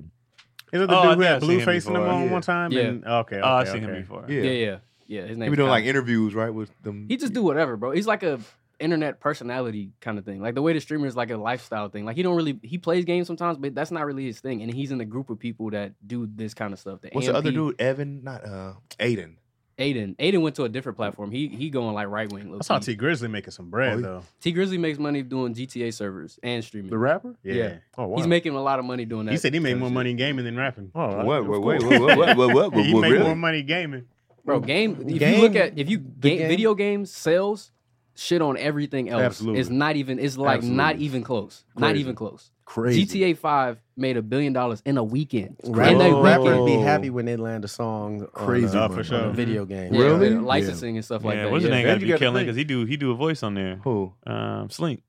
Speaker 2: it.
Speaker 4: Oh, I
Speaker 6: Is it the dude who
Speaker 4: think
Speaker 6: had
Speaker 4: I've seen
Speaker 6: blue
Speaker 4: him
Speaker 6: face in the
Speaker 4: before.
Speaker 6: mom
Speaker 1: Yeah.
Speaker 6: one time?
Speaker 3: Yeah.
Speaker 6: And, okay.
Speaker 4: Oh, I've
Speaker 6: okay,
Speaker 4: seen him
Speaker 6: okay.
Speaker 4: before.
Speaker 1: Yeah.
Speaker 3: yeah, yeah, yeah. His name.
Speaker 1: He be doing like interviews, right? With them.
Speaker 3: He just do whatever, bro. He's like a internet personality kind of thing. Like the way the streamer is like a lifestyle thing. Like he don't really he plays games sometimes, but that's not really his thing. And he's in a group of people that do this kind of stuff. The
Speaker 1: What's the other
Speaker 3: AMP,
Speaker 1: dude? Evan, not uh, Aiden.
Speaker 3: Aiden. Aiden went to a different platform. He he going like right wing.
Speaker 6: I saw T Grizzly making some bread
Speaker 1: Oh, he-
Speaker 6: though.
Speaker 3: T Grizzly makes money doing GTA servers and streaming.
Speaker 2: The rapper?
Speaker 6: Yeah.
Speaker 3: Yeah.
Speaker 2: Oh wow.
Speaker 3: He's making a lot of money doing that.
Speaker 6: He said he made more
Speaker 2: That's it.
Speaker 6: money gaming than rapping.
Speaker 2: oh, I-
Speaker 1: What?
Speaker 2: of
Speaker 1: What? Wait,
Speaker 2: course.
Speaker 1: what? What? What? What? What?
Speaker 6: he
Speaker 1: what,
Speaker 6: made
Speaker 1: really?
Speaker 6: more money gaming.
Speaker 3: Bro, game. If you
Speaker 5: Game-
Speaker 3: look at if you game,
Speaker 5: game-
Speaker 3: video games sales shit on everything else,
Speaker 2: Absolutely.
Speaker 3: it's not even. It's like not
Speaker 2: Absolutely.
Speaker 3: even close. Not
Speaker 2: Crazy.
Speaker 3: even close.
Speaker 2: Crazy.
Speaker 3: GTA Five made a billen dollars in a weekend.
Speaker 5: Rappers,
Speaker 3: And they
Speaker 5: rappers be
Speaker 1: Whoa.
Speaker 5: happy when they land a song.
Speaker 2: Crazy
Speaker 5: on a,
Speaker 6: for
Speaker 2: money.
Speaker 6: sure.
Speaker 5: on a video game.
Speaker 3: Yeah,
Speaker 2: Really?
Speaker 3: yeah, licensing and stuff like
Speaker 4: yeah,
Speaker 3: that.
Speaker 4: what's his
Speaker 3: yeah.
Speaker 4: name?
Speaker 2: Then
Speaker 4: Got to
Speaker 2: you
Speaker 4: be
Speaker 2: gotta
Speaker 4: killing
Speaker 2: think.
Speaker 4: because he do he do a voice on there.
Speaker 1: Who?
Speaker 4: Um, Slink.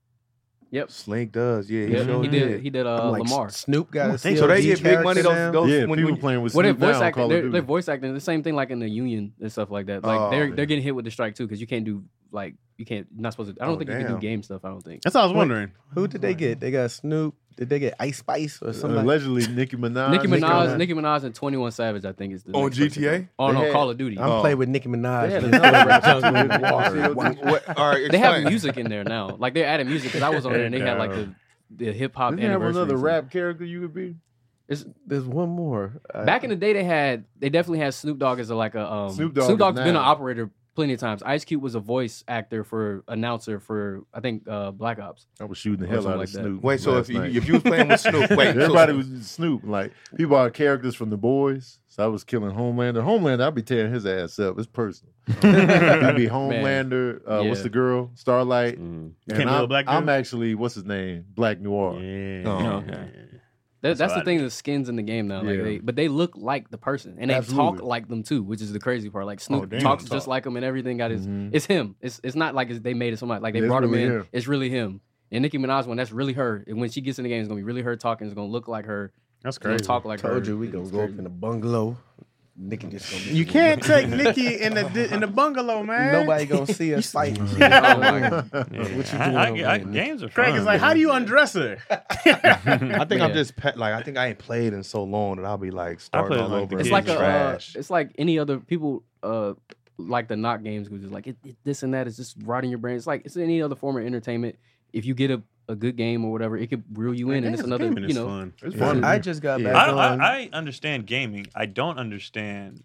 Speaker 3: Yep.
Speaker 1: Slink does. Yeah, he
Speaker 3: Yeah,
Speaker 1: sure
Speaker 3: he did. He did uh,
Speaker 5: I'm like,
Speaker 3: Lamar.
Speaker 5: Snoop got a
Speaker 1: So they
Speaker 5: CLG
Speaker 1: get big money.
Speaker 5: character
Speaker 1: Those,
Speaker 5: now.
Speaker 1: those
Speaker 2: yeah,
Speaker 1: when
Speaker 2: people
Speaker 1: you,
Speaker 2: playing with
Speaker 3: What if
Speaker 2: Snoop now on
Speaker 3: voice
Speaker 2: Call
Speaker 3: acting?
Speaker 2: of
Speaker 3: They're,
Speaker 2: Duty.
Speaker 3: they're voice acting. The same thing like in the union and stuff like that. Like
Speaker 1: Oh,
Speaker 3: they're they're
Speaker 1: man.
Speaker 3: getting hit with the strike too because you can't do like you can't. You're not supposed to. I don't
Speaker 1: Oh,
Speaker 3: think you can do
Speaker 1: damn.
Speaker 3: game stuff. I don't think.
Speaker 6: That's what I was wondering.
Speaker 5: Who did they get? They got Snoop. Did they get Ice Spice
Speaker 2: Uh,
Speaker 5: or somebody?
Speaker 2: Allegedly, Nicki Minaj.
Speaker 3: Nicki Minaj,
Speaker 2: Nicki
Speaker 3: Nicki Minaj, and Twenty One Savage. I think is the
Speaker 1: on
Speaker 3: next person.
Speaker 1: GTA.
Speaker 3: Oh
Speaker 2: They
Speaker 3: no,
Speaker 2: had-
Speaker 3: Call of Duty.
Speaker 5: I'm
Speaker 1: Oh.
Speaker 5: playing with Nicki Minaj.
Speaker 2: They had
Speaker 5: and
Speaker 2: another
Speaker 5: Snoop
Speaker 2: rapper.
Speaker 5: Dogg with
Speaker 2: Water.
Speaker 1: What- what- All right,
Speaker 3: They have
Speaker 1: explain.
Speaker 3: music in there now. Like they're adding music because I was on there and they had like the, the hip hop
Speaker 2: Didn't they have
Speaker 3: anniversary.
Speaker 2: another rap character you could be?
Speaker 5: There's one more. Uh,
Speaker 3: Back in the day, they had they definitely had Snoop Dogg as a, like a um,
Speaker 2: Snoop Dogg
Speaker 3: Snoop
Speaker 2: is
Speaker 3: Dogg's been an
Speaker 2: now.
Speaker 3: operator plenty of times. Ice Cube was a voice actor for announcer for I think uh, Black Ops.
Speaker 2: I was shooting the
Speaker 3: Or
Speaker 2: hell
Speaker 3: Oh, something
Speaker 2: out
Speaker 3: like
Speaker 2: of
Speaker 3: that.
Speaker 2: Snoop.
Speaker 1: Wait, so if
Speaker 2: last
Speaker 1: you,
Speaker 2: night.
Speaker 1: if you was playing with Snoop, wait, so-
Speaker 2: everybody was Snoop. Like people are characters from The Boys, so I was killing Homelander. Homelander, I'd be tearing his ass up. It's personal. It'd be Homelander. Uh, What's
Speaker 3: Yeah.
Speaker 2: the girl?
Speaker 1: Mm.
Speaker 2: Starlight.
Speaker 6: Can't be a
Speaker 2: I'm,
Speaker 6: black dude?
Speaker 2: I'm actually what's his name? Black Noir.
Speaker 6: Yeah.
Speaker 1: Oh,
Speaker 4: okay.
Speaker 3: That, that's
Speaker 6: what
Speaker 3: the
Speaker 6: I
Speaker 3: thing. The skins in the game now, like
Speaker 2: Yeah.
Speaker 3: they, but they look like the person and they talk
Speaker 2: Absolutely.
Speaker 3: like them too, which is the crazy part. Like Snoop
Speaker 1: damn,
Speaker 3: talks
Speaker 1: talk.
Speaker 3: just like him and everything. Got his
Speaker 2: Mhm.
Speaker 3: it's him. It's it's not like it's, they made it somebody like they
Speaker 2: It's
Speaker 3: brought
Speaker 2: really
Speaker 3: him in.
Speaker 2: him.
Speaker 3: It's really him. And Nicki Minaj one, that's really her. And when she gets in the game, it's gonna be really her talking. It's gonna look like her.
Speaker 6: That's
Speaker 3: It's gonna
Speaker 6: crazy.
Speaker 3: talk like her.
Speaker 5: told you we gonna
Speaker 3: It's
Speaker 5: go up
Speaker 3: crazy.
Speaker 5: in the bungalow. Nicki just gonna. be-
Speaker 6: You can't take Nikki in the di- in the bungalow, man.
Speaker 5: Nobody gonna see us fighting.
Speaker 3: Oh my God.
Speaker 4: Yeah.
Speaker 5: What
Speaker 4: I- I,
Speaker 5: you doing over
Speaker 4: I,
Speaker 5: there, Nick?
Speaker 4: games are
Speaker 6: Craig
Speaker 4: fun,
Speaker 6: is like,
Speaker 4: man.
Speaker 6: how do you undress her?
Speaker 1: I think I'm
Speaker 3: Yeah.
Speaker 1: just pe- like I think I ain't played in so long that I'll be like starting
Speaker 4: played
Speaker 1: all
Speaker 4: like the
Speaker 1: over.
Speaker 3: It's
Speaker 4: kids.
Speaker 3: like a. Uh,
Speaker 1: trash.
Speaker 3: it's like any other people. Uh, like the knock games, which is like it, it- this and that is just rotting your brain. It's like it's any other form of entertainment. If you get a, a good game or whatever, it could reel you in, and it's another. You know,
Speaker 2: It's
Speaker 1: Yeah.
Speaker 2: fun.
Speaker 5: I just got
Speaker 1: Yeah.
Speaker 5: back
Speaker 4: I, don't-
Speaker 5: on.
Speaker 4: I, I understand gaming. I don't understand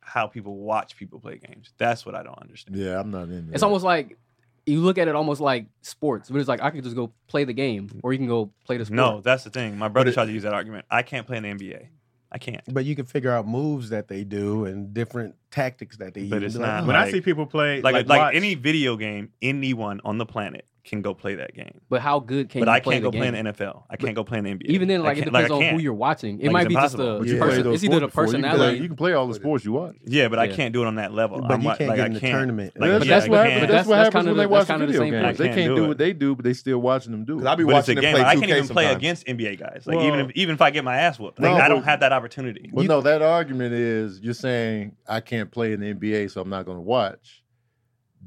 Speaker 4: how people watch people play games. That's what I don't understand.
Speaker 2: yeah, I'm not in.
Speaker 3: It's almost like you look at it almost like sports, but it's like I could just go play the game, or you can go play the sport.
Speaker 4: No, that's the thing. My brother
Speaker 1: it-
Speaker 4: tried to use that argument. I can't play in the NBA. I can't.
Speaker 5: but you can figure out moves that they do and different tactics that they
Speaker 4: But it's
Speaker 5: use. Be like,
Speaker 4: not
Speaker 5: "Oh,
Speaker 6: When I
Speaker 4: Like-
Speaker 6: see people play,
Speaker 4: Like like,
Speaker 6: watch-
Speaker 4: any video game, anyone on the planet can go play that game.
Speaker 3: but how good can
Speaker 4: but
Speaker 3: you
Speaker 4: I
Speaker 3: play
Speaker 4: can't
Speaker 3: the
Speaker 4: go play
Speaker 3: game?
Speaker 4: in the NFL. I can't go play in the NBA.
Speaker 3: Even then,
Speaker 4: I
Speaker 3: like it
Speaker 4: can't-
Speaker 3: depends
Speaker 4: I
Speaker 3: on who
Speaker 4: can't.
Speaker 3: you're watching. It
Speaker 4: Like,
Speaker 3: might
Speaker 4: it's
Speaker 3: be just
Speaker 4: impossible.
Speaker 3: the
Speaker 2: But you
Speaker 3: person-
Speaker 2: play those
Speaker 3: It's either the
Speaker 2: sports before. You can play-
Speaker 3: personality.
Speaker 2: You can play all the sports you want.
Speaker 4: Yeah, but I
Speaker 3: Yeah.
Speaker 4: can't do it on that level.
Speaker 5: But
Speaker 4: I'm
Speaker 5: you
Speaker 4: like-
Speaker 5: can't
Speaker 4: like,
Speaker 5: get
Speaker 4: I
Speaker 5: in the
Speaker 4: can't.
Speaker 5: tournament.
Speaker 4: Like,
Speaker 2: Yeah,
Speaker 4: but
Speaker 2: but
Speaker 4: yeah,
Speaker 2: that's
Speaker 4: I
Speaker 2: what
Speaker 4: can't.
Speaker 2: happens. That's,
Speaker 3: That's-
Speaker 2: what
Speaker 3: that's
Speaker 2: happens
Speaker 3: kinda
Speaker 2: when
Speaker 3: the-
Speaker 2: they watch
Speaker 3: that's
Speaker 2: the
Speaker 3: kinda the
Speaker 2: video games.
Speaker 3: same
Speaker 4: thing.
Speaker 2: They
Speaker 4: I
Speaker 2: can't
Speaker 4: can't
Speaker 2: do
Speaker 4: do
Speaker 2: what they do, but they still watching them do.
Speaker 1: Cause I be
Speaker 4: But it's a
Speaker 1: watching them
Speaker 4: game.
Speaker 1: play
Speaker 4: I
Speaker 1: 2K
Speaker 4: can't even play
Speaker 1: sometimes.
Speaker 4: against NBA guys. Like even if even if I get my ass whooped, like
Speaker 2: No,
Speaker 4: I don't
Speaker 2: but-
Speaker 4: have that opportunity.
Speaker 2: Well, no, that argument is you're saying I can't play in the NBA, so I'm not going to watch.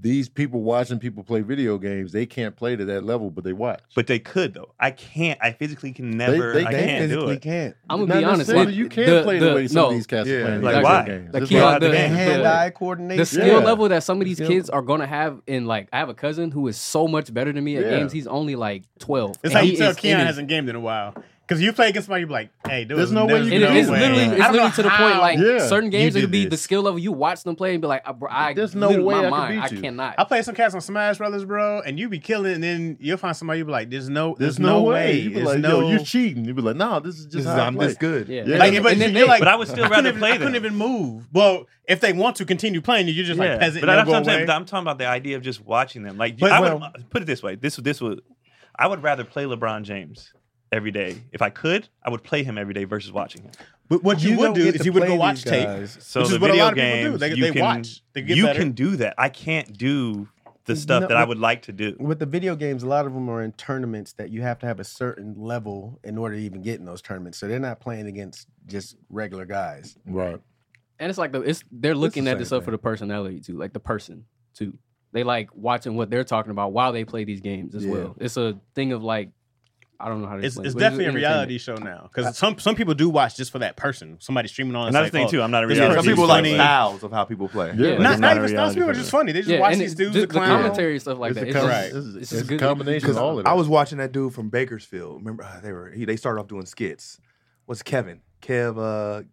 Speaker 2: These people watching people play video games, they can't play to that level, but they watch.
Speaker 4: But they could though. I can't. I physically can never.
Speaker 2: they-
Speaker 4: I
Speaker 2: they
Speaker 4: can't do
Speaker 5: physically
Speaker 4: it.
Speaker 5: can't.
Speaker 3: I'm gonna
Speaker 2: Not
Speaker 3: be honest.
Speaker 2: necessarily,
Speaker 3: it-
Speaker 2: you can't
Speaker 3: the-
Speaker 2: play the,
Speaker 3: the-
Speaker 2: way some
Speaker 3: no,
Speaker 2: of these cats
Speaker 1: yeah,
Speaker 2: are playing.
Speaker 4: like,
Speaker 2: these
Speaker 4: why?
Speaker 2: video games.
Speaker 3: Like,
Speaker 2: That's
Speaker 3: he
Speaker 2: why-
Speaker 4: out
Speaker 3: on
Speaker 4: the
Speaker 3: the,
Speaker 4: game.
Speaker 3: the-
Speaker 5: Hand-eye coordination.
Speaker 3: the skill
Speaker 2: Yeah.
Speaker 3: level that some of these
Speaker 5: Skill.
Speaker 3: kids are gonna have in like I have a cousin who is so much better than me at
Speaker 2: Yeah.
Speaker 3: games. He's only like twelve.
Speaker 6: It's
Speaker 3: and
Speaker 6: how
Speaker 3: he
Speaker 6: you tell
Speaker 3: is in
Speaker 6: Keon
Speaker 3: his-
Speaker 6: hasn't gamed in a while. Because you play against somebody, you're like, hey, dude,
Speaker 2: There's no way you
Speaker 3: It-
Speaker 2: No
Speaker 3: it's
Speaker 2: way.
Speaker 3: literally,
Speaker 2: I
Speaker 3: it's literally to the point like
Speaker 2: Yeah,
Speaker 3: certain
Speaker 2: you
Speaker 3: games it
Speaker 2: did
Speaker 3: could be the
Speaker 2: this.
Speaker 3: skill level. You watch them play and be like, I, bro, I
Speaker 2: There's no
Speaker 3: literally-
Speaker 2: way I
Speaker 3: my
Speaker 2: could
Speaker 3: mind,
Speaker 2: beat you.
Speaker 3: I cannot.
Speaker 6: I play some cats on Smash Brothers, bro, and you be killing, and then you'll find somebody you be like, "There's no,
Speaker 2: There's, no, way. You be
Speaker 6: There's
Speaker 2: like,
Speaker 6: no,
Speaker 2: yo, you're cheating. You be like, nah, this is just
Speaker 1: This is,
Speaker 2: how I
Speaker 1: I'm
Speaker 2: play.
Speaker 1: this good.
Speaker 3: yeah,
Speaker 2: Yeah.
Speaker 6: Like,
Speaker 3: And
Speaker 6: but
Speaker 3: then
Speaker 6: you're
Speaker 3: they-
Speaker 6: like-
Speaker 4: But I would still
Speaker 6: I couldn't,
Speaker 4: rather
Speaker 6: even,
Speaker 4: play
Speaker 6: I couldn't
Speaker 4: them.
Speaker 6: even move. Well, if they want to continue playing, you, you're just like peasant.
Speaker 4: but
Speaker 6: and
Speaker 4: that's
Speaker 6: they'll
Speaker 4: what I'm
Speaker 6: go
Speaker 4: saying. but
Speaker 6: away.
Speaker 4: I'm talking about the idea of just watching them. Like,
Speaker 6: But-
Speaker 4: I would
Speaker 6: well-
Speaker 4: put it this way: this this would, I would rather play LeBron James every day if I could. I would play him every day versus watching him.
Speaker 6: But what you, would
Speaker 5: don't
Speaker 6: do
Speaker 5: get
Speaker 6: is
Speaker 5: to
Speaker 6: you would
Speaker 5: play
Speaker 6: go
Speaker 5: these
Speaker 6: watch tape,
Speaker 5: guys.
Speaker 4: So
Speaker 6: Which
Speaker 4: the
Speaker 6: is what a
Speaker 4: video
Speaker 6: lot of people
Speaker 4: games,
Speaker 6: do. They-
Speaker 4: you
Speaker 6: they
Speaker 4: can,
Speaker 6: watch. They get
Speaker 4: you
Speaker 6: better.
Speaker 4: can do that. I can't do the stuff
Speaker 5: No,
Speaker 4: that I
Speaker 5: but-
Speaker 4: would like to do.
Speaker 5: With the video games, a lot of them are in tournaments that you have to have a certain level in order to even get in those tournaments. So they're not playing against just regular guys.
Speaker 2: Right.
Speaker 3: and it's like the, it's they're looking
Speaker 5: the
Speaker 3: at this
Speaker 5: same
Speaker 3: stuff for the personality too, like the person too. They like watching what they're talking about while they play these games as
Speaker 5: Yeah.
Speaker 3: well. It's a thing of like, I don't know how to.
Speaker 6: It's,
Speaker 3: explain it,
Speaker 6: it's
Speaker 3: but
Speaker 6: definitely a
Speaker 3: entertainment.
Speaker 6: reality show now because some some people do watch just for that person. Somebody streaming
Speaker 4: And
Speaker 6: on. it's
Speaker 4: that's the
Speaker 6: like,
Speaker 4: thing too. I'm not a
Speaker 6: this
Speaker 4: reality.
Speaker 1: Some
Speaker 6: person's
Speaker 4: show
Speaker 1: people like
Speaker 4: player.
Speaker 1: styles of how people play.
Speaker 2: Yeah.
Speaker 6: Oh, not,
Speaker 4: It's
Speaker 6: not
Speaker 4: not a
Speaker 6: even those
Speaker 4: reality
Speaker 6: people are
Speaker 4: show.
Speaker 6: just funny. They just
Speaker 3: Yeah,
Speaker 6: watch
Speaker 3: and
Speaker 6: these
Speaker 3: it-
Speaker 6: dudes.
Speaker 3: the,
Speaker 6: The,
Speaker 3: the
Speaker 6: clown.
Speaker 3: commentary and stuff like
Speaker 2: It's
Speaker 3: that.
Speaker 2: a
Speaker 3: It's
Speaker 2: com-
Speaker 6: Right.
Speaker 3: just-
Speaker 2: it's-
Speaker 3: it's
Speaker 2: it's
Speaker 3: just
Speaker 2: a
Speaker 3: good-
Speaker 2: combination of all of that.
Speaker 1: I was watching that dude from Bakersfield. Remember uh, they were he, they started off doing skits. What's Kevin? Kev uh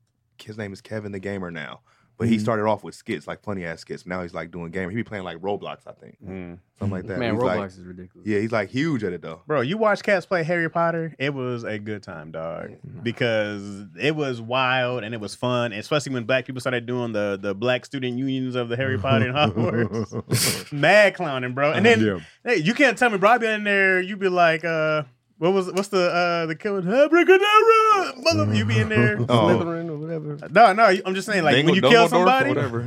Speaker 1: his name is Kevin the Gamer now. But he started off with skits, like funny ass skits. Now he's like doing gamer. He be playing like Roblox, I think.
Speaker 4: Hmm.
Speaker 1: Something like that.
Speaker 3: Man,
Speaker 1: He's
Speaker 3: Roblox
Speaker 1: like-
Speaker 3: is ridiculous.
Speaker 1: yeah, he's like huge at it though.
Speaker 6: Bro, you watch cats play Harry Potter. It was a good time, dog, because it was wild and it was fun, especially when black people started doing the the black student unions of the Harry Potter and Hogwarts. Mad clowning, bro. And then
Speaker 2: Yeah.
Speaker 6: hey, you can't tell me, bro. I be in there. You be like, uh, what was what's the uh the kid with Abracadabra? Mother, you be in there.
Speaker 1: Oh.
Speaker 5: Slytherin or whatever.
Speaker 6: No, no. I'm just saying, like when you kill somebody,
Speaker 1: whatever.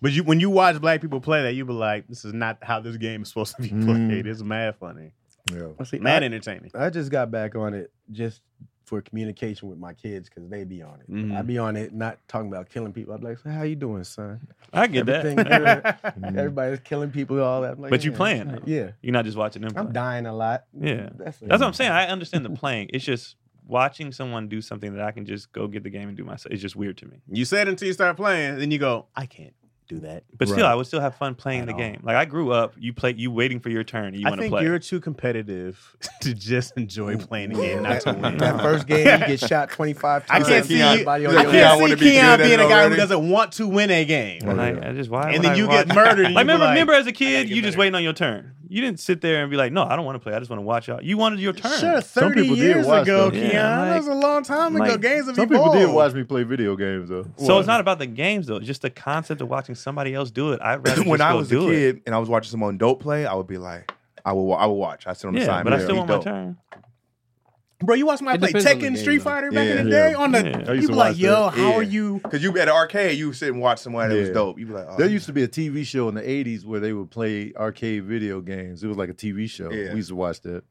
Speaker 6: but you when you watch black people play that, you be like, this is not how this game is supposed to be played. It's mad funny,
Speaker 2: Yeah.
Speaker 5: See,
Speaker 6: mad
Speaker 5: I-
Speaker 6: entertaining.
Speaker 5: I just got back on it just for communication with my kids because they be on it.
Speaker 4: Mm-hmm.
Speaker 6: Mhm.
Speaker 5: I be on it, not talking about killing people. I'm like, so how you doing, son?
Speaker 4: I get
Speaker 5: Everything
Speaker 4: that. Mm-hmm.
Speaker 5: good? Everybody's killing people, all that. I'm like,
Speaker 4: But you
Speaker 5: yeah,
Speaker 4: playing,
Speaker 5: son.
Speaker 4: though.
Speaker 5: Yeah,
Speaker 4: You're not just watching them.
Speaker 5: I'm
Speaker 4: play.
Speaker 5: dying a lot.
Speaker 4: Yeah.
Speaker 5: that's,
Speaker 4: That's what I'm saying. I understand the playing. It's just watching someone do something that I can just go get the game and do myself. It's just weird to me.
Speaker 6: You said until you start playing, then you go, I can't do that.
Speaker 4: But still,
Speaker 2: Right.
Speaker 4: I would still have fun playing
Speaker 6: At
Speaker 4: the
Speaker 6: all.
Speaker 4: game. Like I grew up, you play, you waiting for your turn, and you
Speaker 6: I
Speaker 4: want to
Speaker 6: think
Speaker 4: play.
Speaker 6: you're too competitive to just enjoy playing the game, not to
Speaker 5: that,
Speaker 6: win.
Speaker 5: that first game, you get shot 25
Speaker 6: I
Speaker 5: times.
Speaker 6: can't see you-
Speaker 5: everybody on
Speaker 1: I
Speaker 6: I
Speaker 1: Yeah,
Speaker 5: your
Speaker 6: can't
Speaker 5: left.
Speaker 1: I
Speaker 6: see
Speaker 1: wanna be good
Speaker 6: Keon
Speaker 1: at
Speaker 6: being
Speaker 1: it
Speaker 6: a guy
Speaker 1: already.
Speaker 6: who doesn't want to win a game.
Speaker 4: and I, I just why?
Speaker 6: And
Speaker 4: would
Speaker 6: then
Speaker 4: I
Speaker 6: you get
Speaker 4: watch-
Speaker 6: murdered. And you
Speaker 4: Like remember,
Speaker 6: be like,
Speaker 4: remember as a
Speaker 6: gotta
Speaker 4: kid,
Speaker 6: get
Speaker 4: you just
Speaker 6: better.
Speaker 4: waiting on your turn. You didn't sit there and be like, no, I don't want to play. I just want to watch y'all. You wanted your turn.
Speaker 6: Sure,
Speaker 2: Some
Speaker 6: 30
Speaker 2: people did
Speaker 6: years
Speaker 2: watch,
Speaker 6: ago,
Speaker 2: though.
Speaker 6: Keon.
Speaker 4: Yeah,
Speaker 6: that was a long time ago.
Speaker 4: like-
Speaker 6: Games have
Speaker 2: Some people
Speaker 6: evolved.
Speaker 2: did watch me play video games though.
Speaker 4: So it's not about the games though. It's just the concept of watching somebody else do it. I rather
Speaker 1: when
Speaker 4: just
Speaker 1: I
Speaker 4: go
Speaker 1: was a
Speaker 4: do it.
Speaker 1: kid and I was watching someone dope play, I would be like, I will, wa- I will watch. I sit on the
Speaker 4: Yeah,
Speaker 1: side,
Speaker 4: but I
Speaker 1: man,
Speaker 4: still
Speaker 1: he
Speaker 4: want my
Speaker 1: dope.
Speaker 4: turn.
Speaker 6: Bro, you watch my
Speaker 3: It
Speaker 6: play
Speaker 3: depends on the
Speaker 6: Tekken
Speaker 3: game,
Speaker 6: Street
Speaker 3: though.
Speaker 6: Fighter back in the
Speaker 1: Yeah.
Speaker 6: day on the.
Speaker 4: Yeah. I used
Speaker 2: to
Speaker 6: You be like,
Speaker 2: watch
Speaker 6: yo,
Speaker 2: that.
Speaker 6: how are
Speaker 1: Yeah.
Speaker 6: you?
Speaker 1: Cause you at an arcade, you sit and watch someone that was
Speaker 2: Yeah.
Speaker 1: dope. You be like, oh,
Speaker 2: There used to be a TV show in the '80s where they would play arcade video games. It was like a TV show.
Speaker 1: Yeah.
Speaker 2: We used to watch that.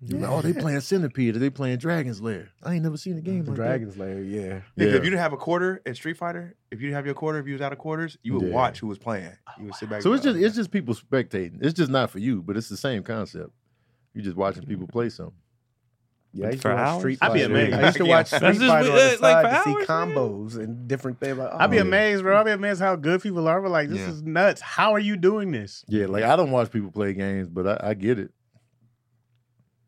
Speaker 2: You're like, oh, they playing Centipede. Or they playing Dragon's Lair. I ain't never seen a game like
Speaker 5: Dragon's Lair, yeah.
Speaker 2: that.
Speaker 1: Yeah, 'cause If you didn't have a quarter in Street Fighter, if you didn't have your quarter, if you was out of quarters, you would
Speaker 2: Yeah.
Speaker 1: watch who was playing. You would sit back.
Speaker 2: So
Speaker 1: and
Speaker 2: it's
Speaker 1: go,
Speaker 2: just it's just people spectating. It's just not for you, but it's the same concept. You're just watching people play something.
Speaker 5: Yeah, I used
Speaker 4: For
Speaker 5: to watch
Speaker 4: hours?
Speaker 5: Street
Speaker 6: I'd be
Speaker 5: Fighter.
Speaker 6: amazed.
Speaker 5: I used to
Speaker 6: Yeah.
Speaker 5: watch
Speaker 6: That's
Speaker 5: Street
Speaker 4: just
Speaker 5: Fighter on the
Speaker 4: weird, like,
Speaker 5: side
Speaker 4: for
Speaker 5: to see
Speaker 4: hours, man.
Speaker 5: combos and different things. Like,
Speaker 6: I'd be
Speaker 5: oh,
Speaker 6: amazed, bro. I'd be amazed how good people are. But like, this
Speaker 1: Yeah.
Speaker 6: is nuts. How are you doing this?
Speaker 2: Yeah, like I don't watch people play games, but I, I get it.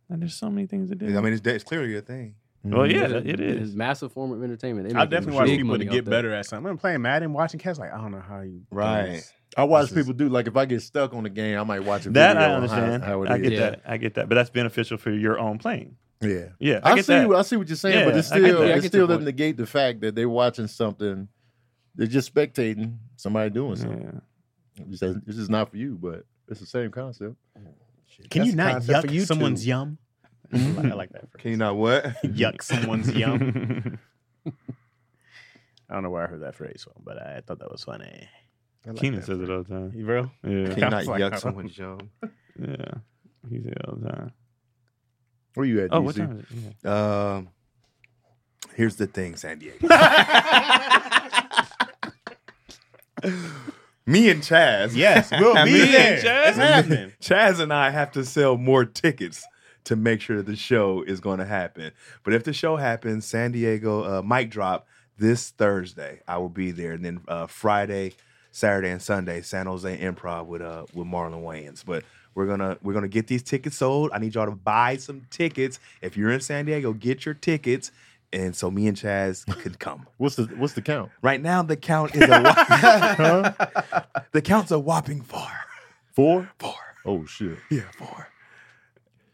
Speaker 4: And there's so many things to do.
Speaker 1: I mean, it's, it's clearly a thing.
Speaker 4: well,
Speaker 5: Mm-hmm.
Speaker 4: yeah,
Speaker 3: It's a-
Speaker 4: it
Speaker 3: It's
Speaker 4: is.
Speaker 3: a massive form of entertainment. They
Speaker 6: I
Speaker 3: make
Speaker 6: definitely
Speaker 3: big
Speaker 6: watch people
Speaker 3: money
Speaker 6: to
Speaker 3: off
Speaker 6: get
Speaker 3: that.
Speaker 6: better at something. I'm playing Madden, watching cats. Like, I don't know how you. do
Speaker 1: Right.
Speaker 6: this.
Speaker 2: I watch
Speaker 1: This is-
Speaker 2: people do like if I get stuck on a game, I might watch a
Speaker 4: That
Speaker 2: video
Speaker 4: I
Speaker 2: on how-
Speaker 4: understand.
Speaker 2: How, it
Speaker 4: I
Speaker 2: is.
Speaker 4: get
Speaker 3: Yeah.
Speaker 4: that. I get that. But that's beneficial for your own playing.
Speaker 2: Yeah.
Speaker 4: Yeah, I,
Speaker 2: I,
Speaker 4: get
Speaker 2: see
Speaker 4: that.
Speaker 2: you- I see what you're saying, but it
Speaker 4: Yeah, I get
Speaker 2: still
Speaker 4: that. I
Speaker 2: it
Speaker 3: get
Speaker 2: still
Speaker 3: your
Speaker 2: doesn't
Speaker 3: point.
Speaker 2: negate the fact that they're watching something. They're just spectating somebody doing something.
Speaker 4: Yeah.
Speaker 2: It says, This is not for you, but it's the same concept.
Speaker 6: Can
Speaker 5: That's
Speaker 6: you
Speaker 5: a
Speaker 6: not
Speaker 5: concept for
Speaker 6: yuck
Speaker 5: YouTube.
Speaker 6: someone's yum? I like that.
Speaker 1: Can you not what?
Speaker 6: yuck someone's yum. I don't know where I heard that phrase from, but I thought that was funny.
Speaker 5: I like
Speaker 4: Keenan
Speaker 5: that.
Speaker 4: says it all the time.
Speaker 6: You bro?
Speaker 1: Can
Speaker 4: Yeah,
Speaker 1: you
Speaker 6: Yeah,
Speaker 1: not
Speaker 6: I'm like,
Speaker 1: yuck
Speaker 6: oh.
Speaker 1: someone's yum?
Speaker 4: yeah. He said it all the time.
Speaker 2: Where you at?
Speaker 4: Oh, what
Speaker 2: DC?
Speaker 4: time is it?
Speaker 1: Um, here's the thing, San Diego. Me and Chaz.
Speaker 6: Yes, we'll
Speaker 1: I
Speaker 6: be
Speaker 1: mean,
Speaker 6: there.
Speaker 4: Chaz.
Speaker 6: It's happening.
Speaker 1: Chaz and I have to sell more tickets to make sure that the show is going to happen. But if the show happens, San Diego uh, mic drop this Thursday. I will be there, and then uh, Friday, Saturday, and Sunday, San Jose Improv with uh with Marlon Wayans. But We're gonna we're gonna get these tickets sold. I need y'all to buy some tickets. If you're in San Diego, get your tickets. And so me and Chaz could come.
Speaker 2: What's the what's the count?
Speaker 1: Right now, the count is a whopping, the count's a whopping four.
Speaker 2: Four?
Speaker 1: Four.
Speaker 2: Oh shit.
Speaker 1: Yeah, four.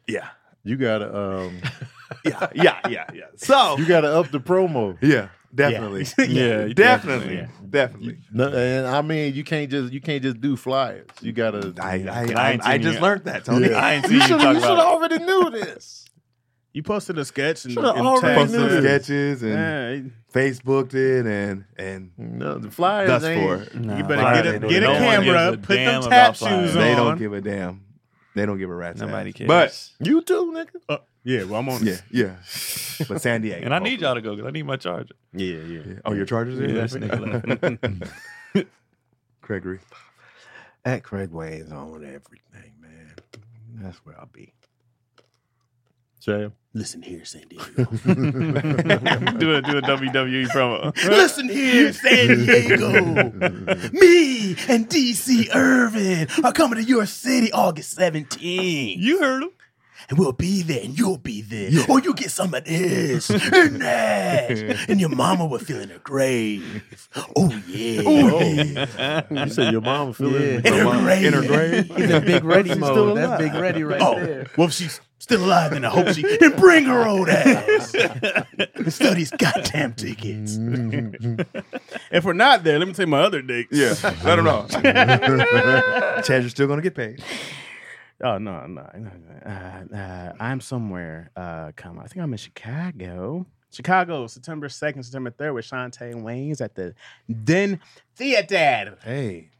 Speaker 1: Yeah,
Speaker 2: You gotta um
Speaker 1: yeah, yeah, yeah, yeah. So
Speaker 2: you gotta up the promo.
Speaker 1: yeah, definitely.
Speaker 6: Yeah.
Speaker 4: Yeah,
Speaker 1: definitely,
Speaker 4: yeah.
Speaker 1: definitely.
Speaker 2: No, and I mean you can't just you can't just do flyers. You gotta
Speaker 1: I I,
Speaker 4: I
Speaker 1: I,
Speaker 4: ain't
Speaker 1: I
Speaker 4: seen
Speaker 1: just
Speaker 4: it.
Speaker 1: learned that, Tony.
Speaker 2: Yeah.
Speaker 4: I ain't seen
Speaker 2: you
Speaker 4: you
Speaker 2: should
Speaker 4: talk
Speaker 2: have
Speaker 4: about
Speaker 2: already knew this.
Speaker 6: You posted a sketch and,
Speaker 2: Shoulda
Speaker 6: and
Speaker 2: already
Speaker 6: tagged
Speaker 1: Posted
Speaker 2: knew
Speaker 6: us.
Speaker 2: this.
Speaker 1: sketches and
Speaker 6: Yeah, you-
Speaker 1: Facebooked it and and
Speaker 2: No, the flyers
Speaker 1: That's
Speaker 2: ain't.
Speaker 1: for
Speaker 4: it. Nah,
Speaker 6: you
Speaker 1: why
Speaker 6: better
Speaker 1: they
Speaker 6: get a,
Speaker 1: don't
Speaker 6: get
Speaker 1: know.
Speaker 6: a
Speaker 1: No one
Speaker 6: camera,
Speaker 4: gives a
Speaker 6: put
Speaker 4: damn
Speaker 6: them
Speaker 4: about
Speaker 6: tap
Speaker 4: flyers.
Speaker 6: shoes
Speaker 1: they
Speaker 6: on.
Speaker 1: don't give a damn. They don't give a rat's
Speaker 4: Nobody
Speaker 1: ass.
Speaker 4: cares.
Speaker 1: But
Speaker 2: You too, nigga.
Speaker 6: yeah, well, I'm on.
Speaker 1: yeah, yeah. But San Diego.
Speaker 4: and I need y'all to go because I need my charger.
Speaker 6: yeah, yeah.
Speaker 1: Yeah. Oh, your chargers
Speaker 4: Yeah,
Speaker 1: is
Speaker 4: this nigga
Speaker 1: Gregory.
Speaker 5: At Craig Wayne's on everything, man. That's where I'll be.
Speaker 2: Jam.
Speaker 6: Listen here, San Diego.
Speaker 4: do a do a WWE promo.
Speaker 6: Listen here, San Diego. Me and DC Irvin are coming to your city August 17th.
Speaker 4: You heard him.
Speaker 6: And we'll be there, and you'll be there. Or you get some of this and that. And your mama will feel in her grave. Oh, yeah.
Speaker 2: You said your mom feeling
Speaker 5: Yeah.
Speaker 6: In her
Speaker 1: Mama-
Speaker 6: grave.
Speaker 1: in her grave?
Speaker 5: He's in big ready
Speaker 1: She's
Speaker 5: mode.
Speaker 1: still
Speaker 5: That's
Speaker 1: alive.
Speaker 5: big ready right
Speaker 6: Oh,
Speaker 5: there.
Speaker 6: well, if she's still alive, then I hope she. Then bring her old ass. Sell these goddamn tickets. if we're not there, let me take my other dates.
Speaker 1: Yeah. I don't know. Chaz, you're still gonna get paid.
Speaker 6: Oh no, no, no, no. Uh, uh, I'm somewhere. Uh, come, I think I'm in Chicago. Chicago, September second, September third, with Shantae Wayne's at the Den Theater,
Speaker 1: Hey.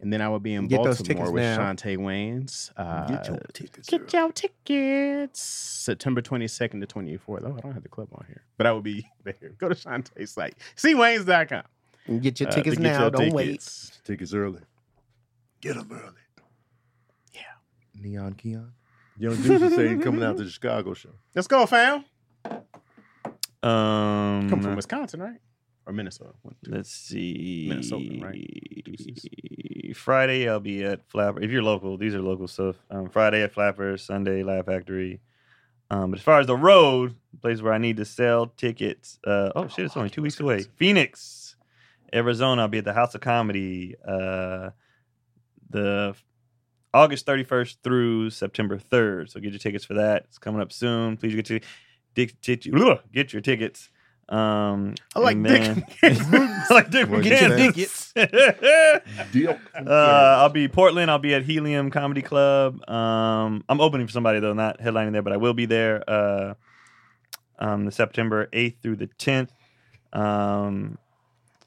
Speaker 6: and then I will be in
Speaker 5: Get those tickets
Speaker 6: Baltimore with
Speaker 5: now.
Speaker 6: Shantae Wayne's. Uh,
Speaker 5: Get your tickets.
Speaker 6: Get your tickets. September 22nd to 24th. Oh, I don't have the club on here, but I will be there. Go to Shantae's site, cwaynes.com.
Speaker 5: girl. Get your
Speaker 6: uh, to
Speaker 5: tickets
Speaker 6: get
Speaker 5: now.
Speaker 6: your
Speaker 5: Don't wait.
Speaker 6: tickets.
Speaker 2: Tickets early.
Speaker 1: Get them early. Yeah. Neon Keon.
Speaker 2: Young Juicy say he coming out to the Chicago show.
Speaker 6: Let's go, fam.
Speaker 4: Um,
Speaker 6: Come from
Speaker 5: Mm-hmm.
Speaker 6: Wisconsin, right? Or Minnesota. One, two.
Speaker 4: Let's see.
Speaker 6: Minnesota, right?
Speaker 4: Friday, I'll be at Flapper. If you're local, these are local stuff. Um, Friday at Flapper, Sunday, Laugh Factory. Um, but as far as the road, the place where I need to sell tickets, uh, oh, shit, it's only two weeks away. Phoenix, Arizona. I'll be at the House of Comedy uh, the August 31st through September 3rd. So get your tickets for that. It's coming up soon. Please get your, dick, tit- get your tickets. Um,
Speaker 6: I like
Speaker 4: and
Speaker 6: Dick
Speaker 4: then- I like Dick
Speaker 1: Well,
Speaker 4: from
Speaker 1: get your
Speaker 4: Kansas. uh,
Speaker 2: Deal.
Speaker 4: I'll be Portland. I'll be at Helium Comedy Club. Um, I'm opening for somebody though, not headlining there, but I will be there. Uh, um, the September 8th through the 10th. Um,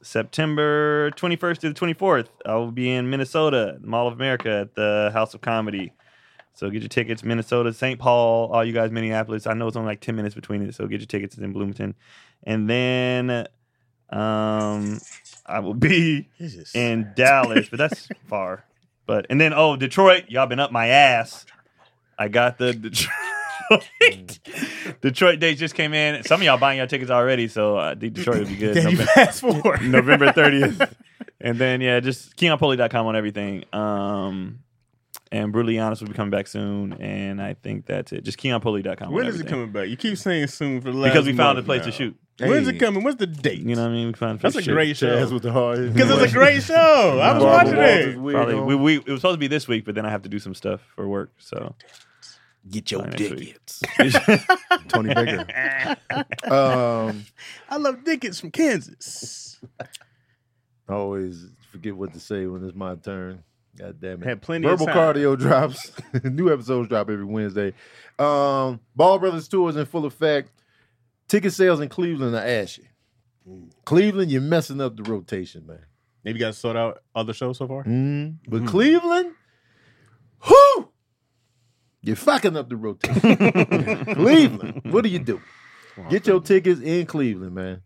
Speaker 4: September 21st through the 24th, I will be in Minnesota, Mall of America, at the House of Comedy. So get your tickets, Minnesota, St. Paul, all you guys, Minneapolis. I know it's only like 10 minutes between it, so get your tickets. It's in Bloomington. And then um, I will be
Speaker 6: This is-
Speaker 4: in Dallas, but that's far. But and then oh, Detroit, y'all been up my ass. I got the Detroit. Detroit dates just came in. Some of y'all buying your tickets already, so I think Detroit would be good.
Speaker 6: Damn, you
Speaker 4: November-
Speaker 6: asked for. it.
Speaker 4: November 30th. And then yeah, just keonpoli.com on everything. Um and brutally honest will be coming back soon. And I think that's it. Just keonpoli.com.
Speaker 6: When
Speaker 4: on
Speaker 6: is it
Speaker 4: everything.
Speaker 6: coming back? You keep saying soon for the last
Speaker 4: Because we found a
Speaker 6: month
Speaker 4: place to
Speaker 6: now.
Speaker 4: shoot.
Speaker 6: When's
Speaker 1: Hey.
Speaker 6: it coming? What's the date?
Speaker 4: You know what I mean? We found a place
Speaker 6: that's a
Speaker 4: to shoot.
Speaker 6: great show.
Speaker 2: Chaz with the hard.
Speaker 6: Because it's a great show. I
Speaker 2: Barbara
Speaker 6: was watching
Speaker 2: Walters
Speaker 6: it.
Speaker 2: wig
Speaker 4: Probably
Speaker 2: on.
Speaker 4: we, we it was supposed to be this week, but then I have to do some stuff for work. So
Speaker 5: Get your
Speaker 4: Fine, next week.
Speaker 5: tickets.
Speaker 1: Tony Baker.
Speaker 2: um,
Speaker 6: I love Dickens from Kansas.
Speaker 2: I always forget what to say when it's my turn. God damn it.
Speaker 6: Had plenty
Speaker 2: Verbal
Speaker 6: of time.
Speaker 2: cardio drops. New episodes drop every Wednesday. Um, Ball Brothers tour is in full effect. Ticket sales in Cleveland are ashy. Cleveland, you're messing up the rotation, man.
Speaker 6: Maybe you guys sold out other shows so far?
Speaker 2: Mm-hmm.
Speaker 6: Hmm.
Speaker 2: But Cleveland, who? You're fucking up the rotation. Cleveland, what do you do? Get your tickets in Cleveland, man.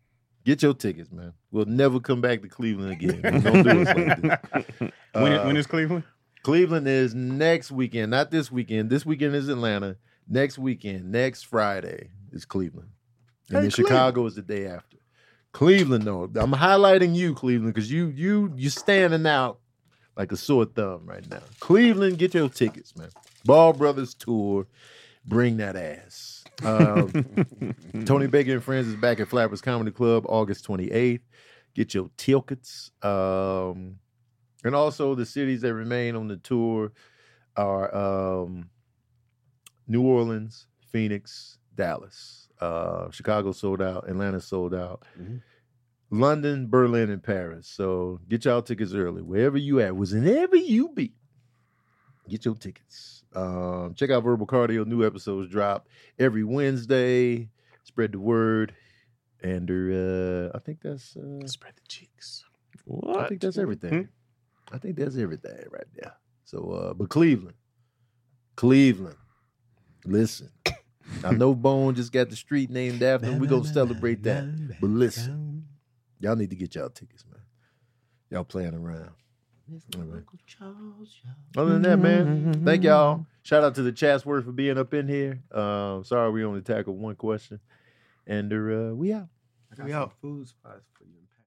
Speaker 2: Get your tickets, man. We'll never come back to Cleveland again. man. Don't do us like this.
Speaker 6: when,
Speaker 2: Uh,
Speaker 6: when is Cleveland?
Speaker 2: Cleveland is next weekend, not this weekend. This weekend is Atlanta. Next weekend, next Friday is Cleveland. And
Speaker 6: Hey,
Speaker 2: then
Speaker 6: Cleveland.
Speaker 2: Chicago is the day after. Cleveland, though, I'm highlighting you, Cleveland, because you you you standing out like a sore thumb right now. Cleveland, get your tickets, man. Ball Brothers tour. Bring that ass. Um, Tony Baker and Friends is back at Flappers Comedy Club August 28th. Get your tickets. Um, and also, the cities that remain on the tour are um, New Orleans, Phoenix, Dallas. Uh, Chicago sold out, Atlanta sold out,
Speaker 6: Mhm.
Speaker 2: London, Berlin, and Paris. So get y'all tickets early. Wherever you at, whenever you be, get your tickets. Um, check out Verbal Cardio. New episodes drop every Wednesday. Spread the word. And uh, I think that's uh,
Speaker 6: Spread the cheeks.
Speaker 4: What?
Speaker 2: I think that's everything. I think that's everything right there. So, uh, but Cleveland, Cleveland, listen. I know Bone just got the street named after him. We're going to celebrate that. But listen, y'all need to get y'all tickets, man. Y'all playing around. All right. Other than that, man, thank y'all. Shout out to the Chatsworth for being up in here. Um, sorry we only tackled one question. And uh, we out.
Speaker 5: We out food spots for you.